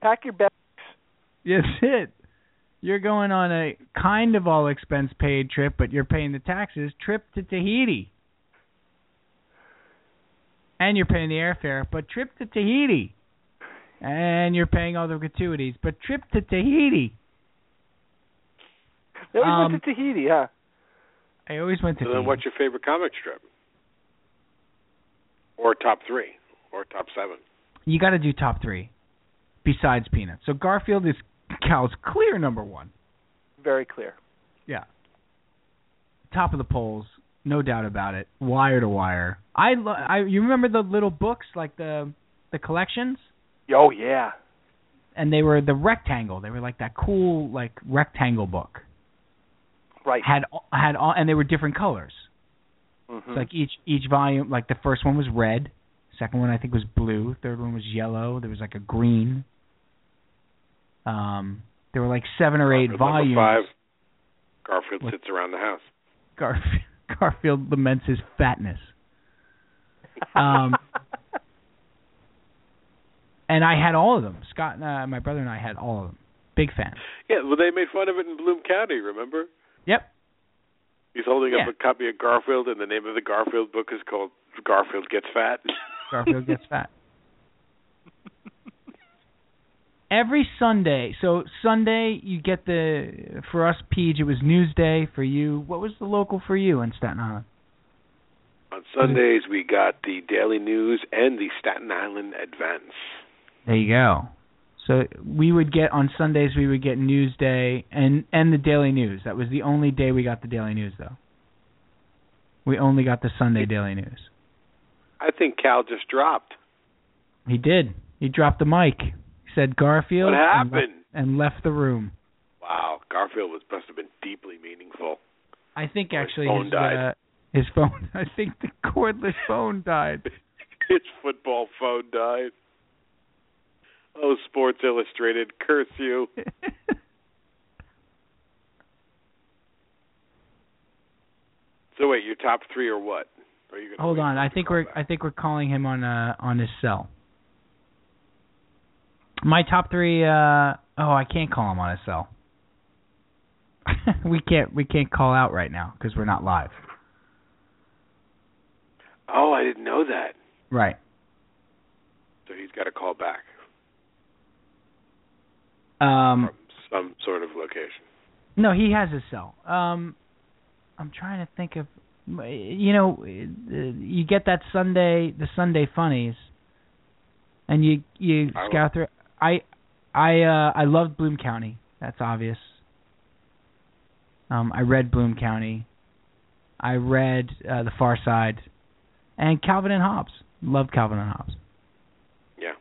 I: Pack your bags.
B: Yes, it. You're going on a kind of all expense paid trip, but you're paying the taxes. Trip to Tahiti. And you're paying the airfare, but trip to Tahiti. And you're paying all the gratuities, but trip to Tahiti.
I: They always
B: Um,
I: went to Tahiti, huh?
B: I always went to
E: So then,
B: Tahiti.
E: what's your favorite comic strip? Or top three, or top seven.
B: you got to do top three besides Peanuts. So Garfield is Cal's clear number one.
I: Very clear.
B: top of the polls, no doubt about it. Wire to wire. I, lo- I you remember the little books like the the collections,
I: Oh yeah.
B: and they were the rectangle. They were like that cool like rectangle book.
I: Right.
B: Had all- had all, and they were different colors.
I: Mhm.
B: So like each each volume, like the first one was red, second one I think was blue, third one was yellow. There was like a green. Um, there were like seven or eight
E: Number
B: volumes.
E: Five. Garfield
B: What?
E: sits around the house.
B: Garf- Garfield laments his fatness. um, and I had all of them. Scott and uh, my brother and I had all of them. Big fan.
E: Yeah, well, they made fun of it in Bloom County. Remember?
B: Yep.
E: He's holding
B: Yeah.
E: up a copy of Garfield, and the name of the Garfield book is called Garfield Gets Fat.
B: Garfield gets fat. Every Sunday, so Sunday you get the for us Peach it was Newsday for you. What was the local for you in Staten Island?
E: On Sundays, we got the Daily News and the Staten Island Advance.
B: There you go. So we would get on Sundays we would get Newsday and and the Daily News. That was the only day we got the Daily News though. We only got the Sunday Daily News.
E: I think Cal just dropped.
B: He did. He dropped the mic. He said Garfield
E: What
B: and le-
E: happened?
B: and left the room.
E: Wow, Garfield was must have been deeply meaningful.
B: I think
E: Or his
B: actually
E: phone
B: his,
E: died.
B: Uh, his phone. I think the cordless phone died.
E: His football phone died. Oh, Sports Illustrated, curse you! So wait, your top three are what? Are you gonna
B: Hold
E: wait
B: on.
E: for
B: I
E: him to
B: think
E: call
B: we're
E: back?
B: I think we're calling him on uh on his cell. My top three. Uh, oh, I can't call him on his cell. we can't we can't call out right now because we're not live.
E: Oh, I didn't know that.
B: Right.
E: So he's got to call back
B: Um. Hmm.
E: from some sort of location.
B: No, he has his cell. Um, I'm trying to think of, you know, you get that Sunday, the Sunday funnies, and you you
E: I
B: scout through. I I uh, I loved Bloom County. That's obvious. Um, I read Bloom County. I read uh, The Far Side, and Calvin and Hobbes. Love Calvin and Hobbes.
E: Yeah.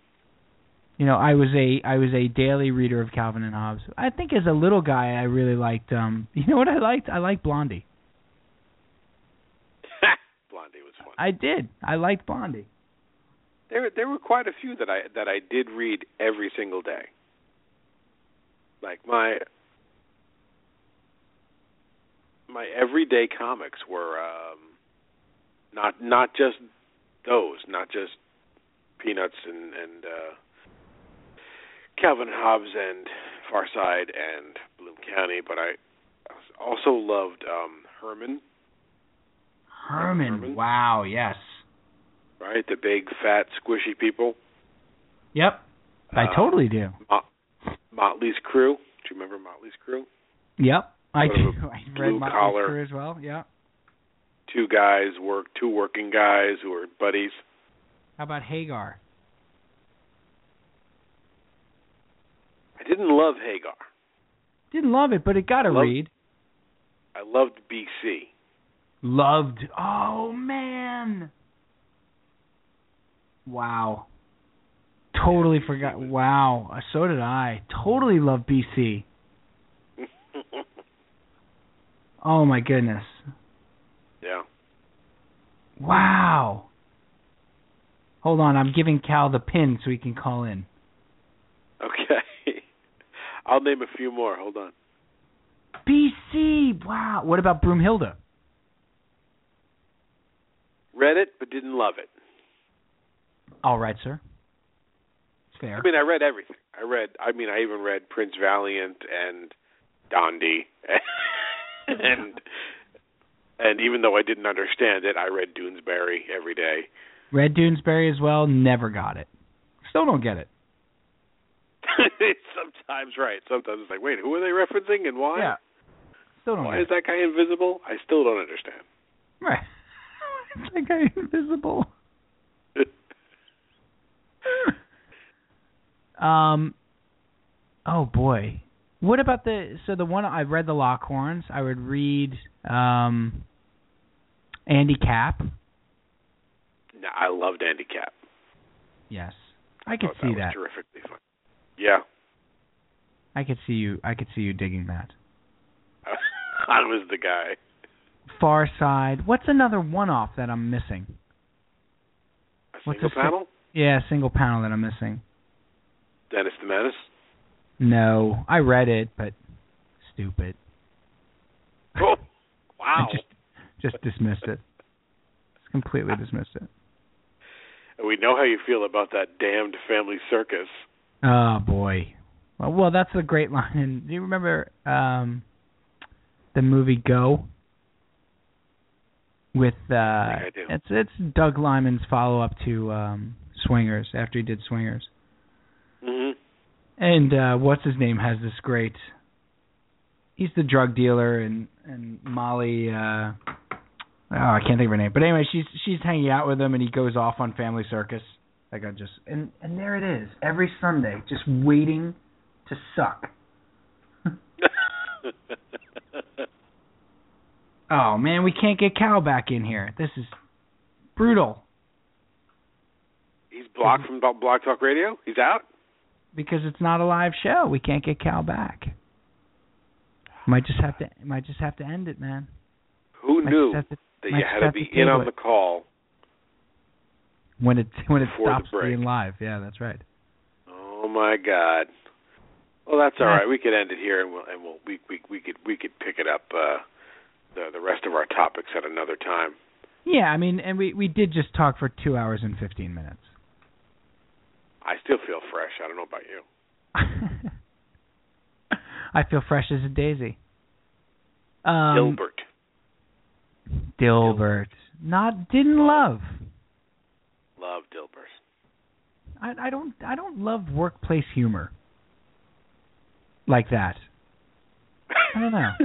B: You know, I was a I was a daily reader of Calvin and Hobbes. I think as a little guy, I really liked. um You know what I liked? I liked Blondie.
E: Blondie was fun.
B: I did. I liked Blondie.
E: There, were- there were quite a few that I that I did read every single day. Like my my everyday comics were um, not not just those, not just Peanuts and and uh, Calvin and Hobbes and Farside and Bloom County, but I I was also loved um Herman.
B: Herman.
E: Herman.
B: Wow. Yes.
E: Right, the big fat squishy people.
B: Yep. I
E: Uh,
B: totally do.
E: Motley's Crew. Do you remember Motley's Crew?
B: Yep. I
E: sort
B: do.
E: of
B: I
E: blue
B: read my
E: collar.
B: Crew as well. Yeah.
E: Two guys work, two working guys who are buddies.
B: How about Hagar?
E: I didn't love Hagar.
B: Didn't love it, but it got a
E: Love-
B: read.
E: I loved BC.
B: Loved. Oh man. Wow. Totally forgot. Wow. Uh, So did I. Totally love BC. Oh my goodness.
E: yeah.
B: Wow. Hold on, I'm giving Cal the pin so he can call in.
E: Okay. I'll name a few more. Hold on.
B: BC. Wow. What about Broomhilda?
E: Read it, but didn't love it.
B: All right, sir. Fair.
E: I mean, I read everything. I read. I mean, I even read Prince Valiant and Dondi, and and even though I didn't understand it, I read Doonesbury every day.
B: Red Doonesbury as well. Never got it. Still don't get it.
E: It's sometimes right. Sometimes it's like, wait, who are they referencing and why?
B: Yeah. Still don't
E: Why
B: get
E: is
B: it.
E: that guy invisible? I still don't understand.
B: Right. it's like I'm invisible. um. Oh boy. What about the so the one I read the Lockhorns. I would read um. Andy Cap.
E: No, I loved Andy Cap.
B: Yes. I could
E: Thought
B: see
E: Oh, was
B: that.
E: Terrifically fun. Yeah,
B: I could see you. I could see you digging that.
E: I was the guy.
B: Far Side. What's another one-off that I'm missing?
E: A
B: What's
E: single
B: the-
E: panel?
B: Yeah, single panel that I'm missing.
E: Dennis the Menace.
B: No, I read it, but stupid.
E: Oh,
B: I
E: wow.
B: just just dismissed it. Just completely dismissed it.
E: And we know how you feel about that damned family circus.
B: Oh boy. Well, well that's a great line. And do you remember um the movie Go? With uh
E: I do.
B: it's it's Doug Lyman's follow up to um Swingers after he did Swingers.
E: Mm-hmm.
B: And uh what's his name has this great he's the drug dealer and and Molly uh oh, I can't think of her name. But anyway, she's she's hanging out with him and he goes off on family circus. Like I just and and there it is. Every Sunday just waiting to suck. Oh man, we can't get Cal back in here. This is brutal
E: He's blocked
B: Mm-hmm.
E: from Bo- Block Talk Radio. He's out.
B: because it's not a live show. We can't get Cal back. Might just have to might just have to end it, man.
E: Who
B: Might
E: knew
B: just have to,
E: that
B: might
E: you
B: just
E: had to
B: have
E: be
B: to
E: in
B: table
E: on
B: it.
E: the call?
B: when it when it
E: Before the
B: stops
E: break.
B: being live. Yeah, that's right.
E: Oh my God. Well, that's all
B: Yeah.
E: right. We could end it here, and we'll and we'll we we we could we could pick it up uh, the the rest of our topics at another time.
B: Yeah, I mean, and we we did just talk for two hours and fifteen minutes.
E: I still feel fresh. I don't know about you.
B: I feel fresh as a daisy. Um,
E: Dilbert.
B: Dilbert. not didn't love.
E: Love Dilbert.
B: I I don't I don't love workplace humor like that. I don't know.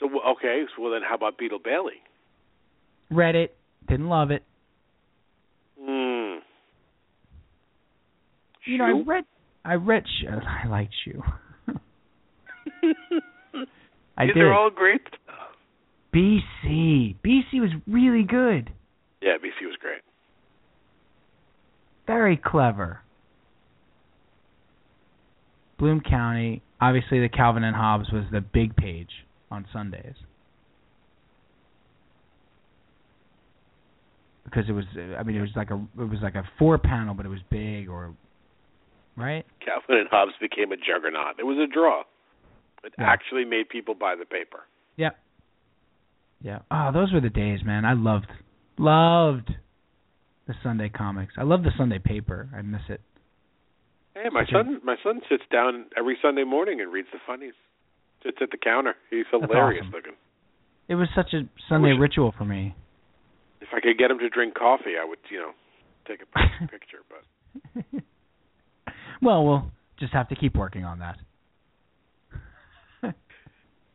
E: So w- okay, so well then how about Beetle Bailey?
B: Read it, didn't love it.
E: Mm.
B: You know, I read I read Sh- I liked you. I
E: These
B: did.
E: are all great. stuff.
B: BC BC was really good.
E: Yeah, BC was great.
B: Very clever. Bloom County, obviously the Calvin and Hobbes was the big page on Sundays. Because it was uh, I mean it was like a it was like a four panel but it was big or right?
E: Calvin and Hobbes became a juggernaut. It was a draw. It
B: Yeah.
E: actually made people buy the paper.
B: Yep. Yeah. Oh, those were the days, man. I loved loved the Sunday comics. I love the Sunday paper. I miss it.
E: Hey, my
B: Okay.
E: son, my son sits down every Sunday morning and reads the funnies. It's at the counter. He's hilarious
B: awesome.
E: looking.
B: It was such a Sunday ritual for me.
E: If I could get him to drink coffee, I would, you know, take a p- picture. But
B: Well, we'll just have to keep working on that.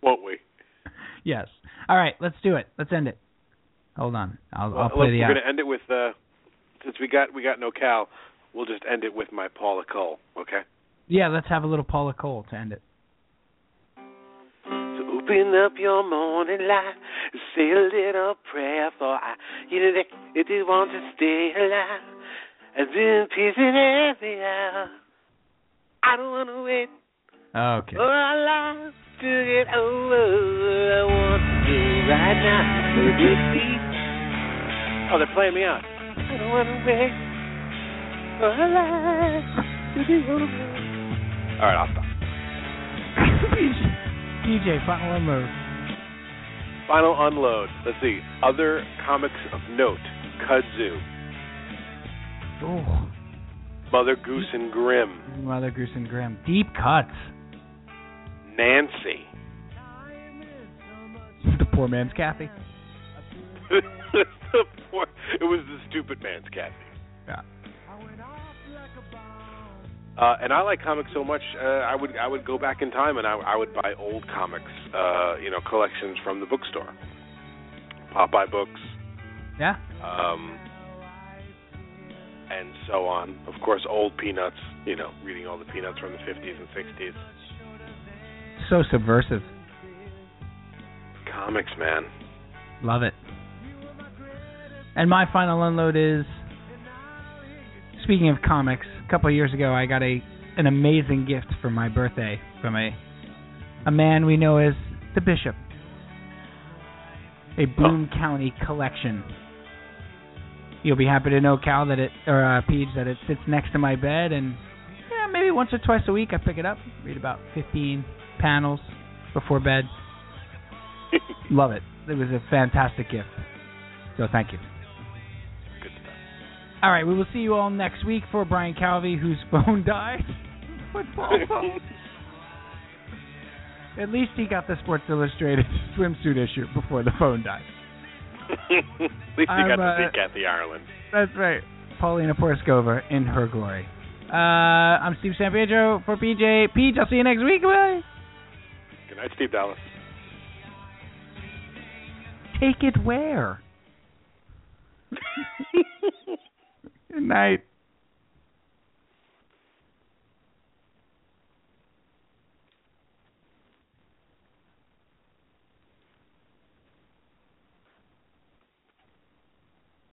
E: won't we?
B: Yes. All right, let's do it. Let's end it. Hold on. I'll, I'll
E: Well,
B: play
E: look,
B: the
E: we're
B: out.
E: going to end it with uh, since we got we got no Cal. We'll just end it with my Paula Cole. Okay.
B: Yeah, let's have a little Paula Cole to end it.
E: So open up your morning light, say a little prayer for I, you know, that if you want to stay alive, and in peace in every hour. I don't want to wait Oh.
B: Okay.
E: for our lives to get over. I want to do right now. Let me see. Oh, they're playing me out. I don't want to wait for our lives to get over. All right, I'll stop.
B: DJ, final one move.
E: Final unload. Let's see. Other comics of note: Kudzu,
B: Oh,
E: Mother Goose and Grimm,
B: Mother Goose and Graham. Deep cuts.
E: Nancy,
B: the poor man's Kathy.
E: The poor- it was the stupid man's Kathy.
B: Yeah.
E: Uh, and I like comics so much, uh, I would I would go back in time and I, I would buy old comics, uh, you know, collections from the bookstore, Popeye books,
B: Yeah.
E: um, and so on. Of course, old Peanuts, you know, reading all the Peanuts from the 50s and 60s.
B: So subversive.
E: Comics, man.
B: Love it. And my final unload is speaking of comics, a couple of years ago I got a an amazing gift for my birthday from a a man we know as the Bishop. A Bloom County collection. You'll be happy to know, Cal, that it or uh, Peach, that it sits next to my bed, and yeah, maybe once or twice a week I pick it up, read about 15 panels before bed. Love it. It was a fantastic gift. So thank you.
E: Good stuff.
B: All right, we will see you all next week for Brian Calvey, whose phone died. What phone? At least he got the Sports Illustrated swimsuit issue before the phone died.
E: At least you
B: I'm,
E: got to
B: uh,
E: see Kathy Ireland.
B: That's right. Paulina Porskova in her glory. Uh, I'm Steve San Pedro for PJ. Peach, I'll see you next week. Bye.
E: Good night, Steve Dallas.
B: Take it where? Good night.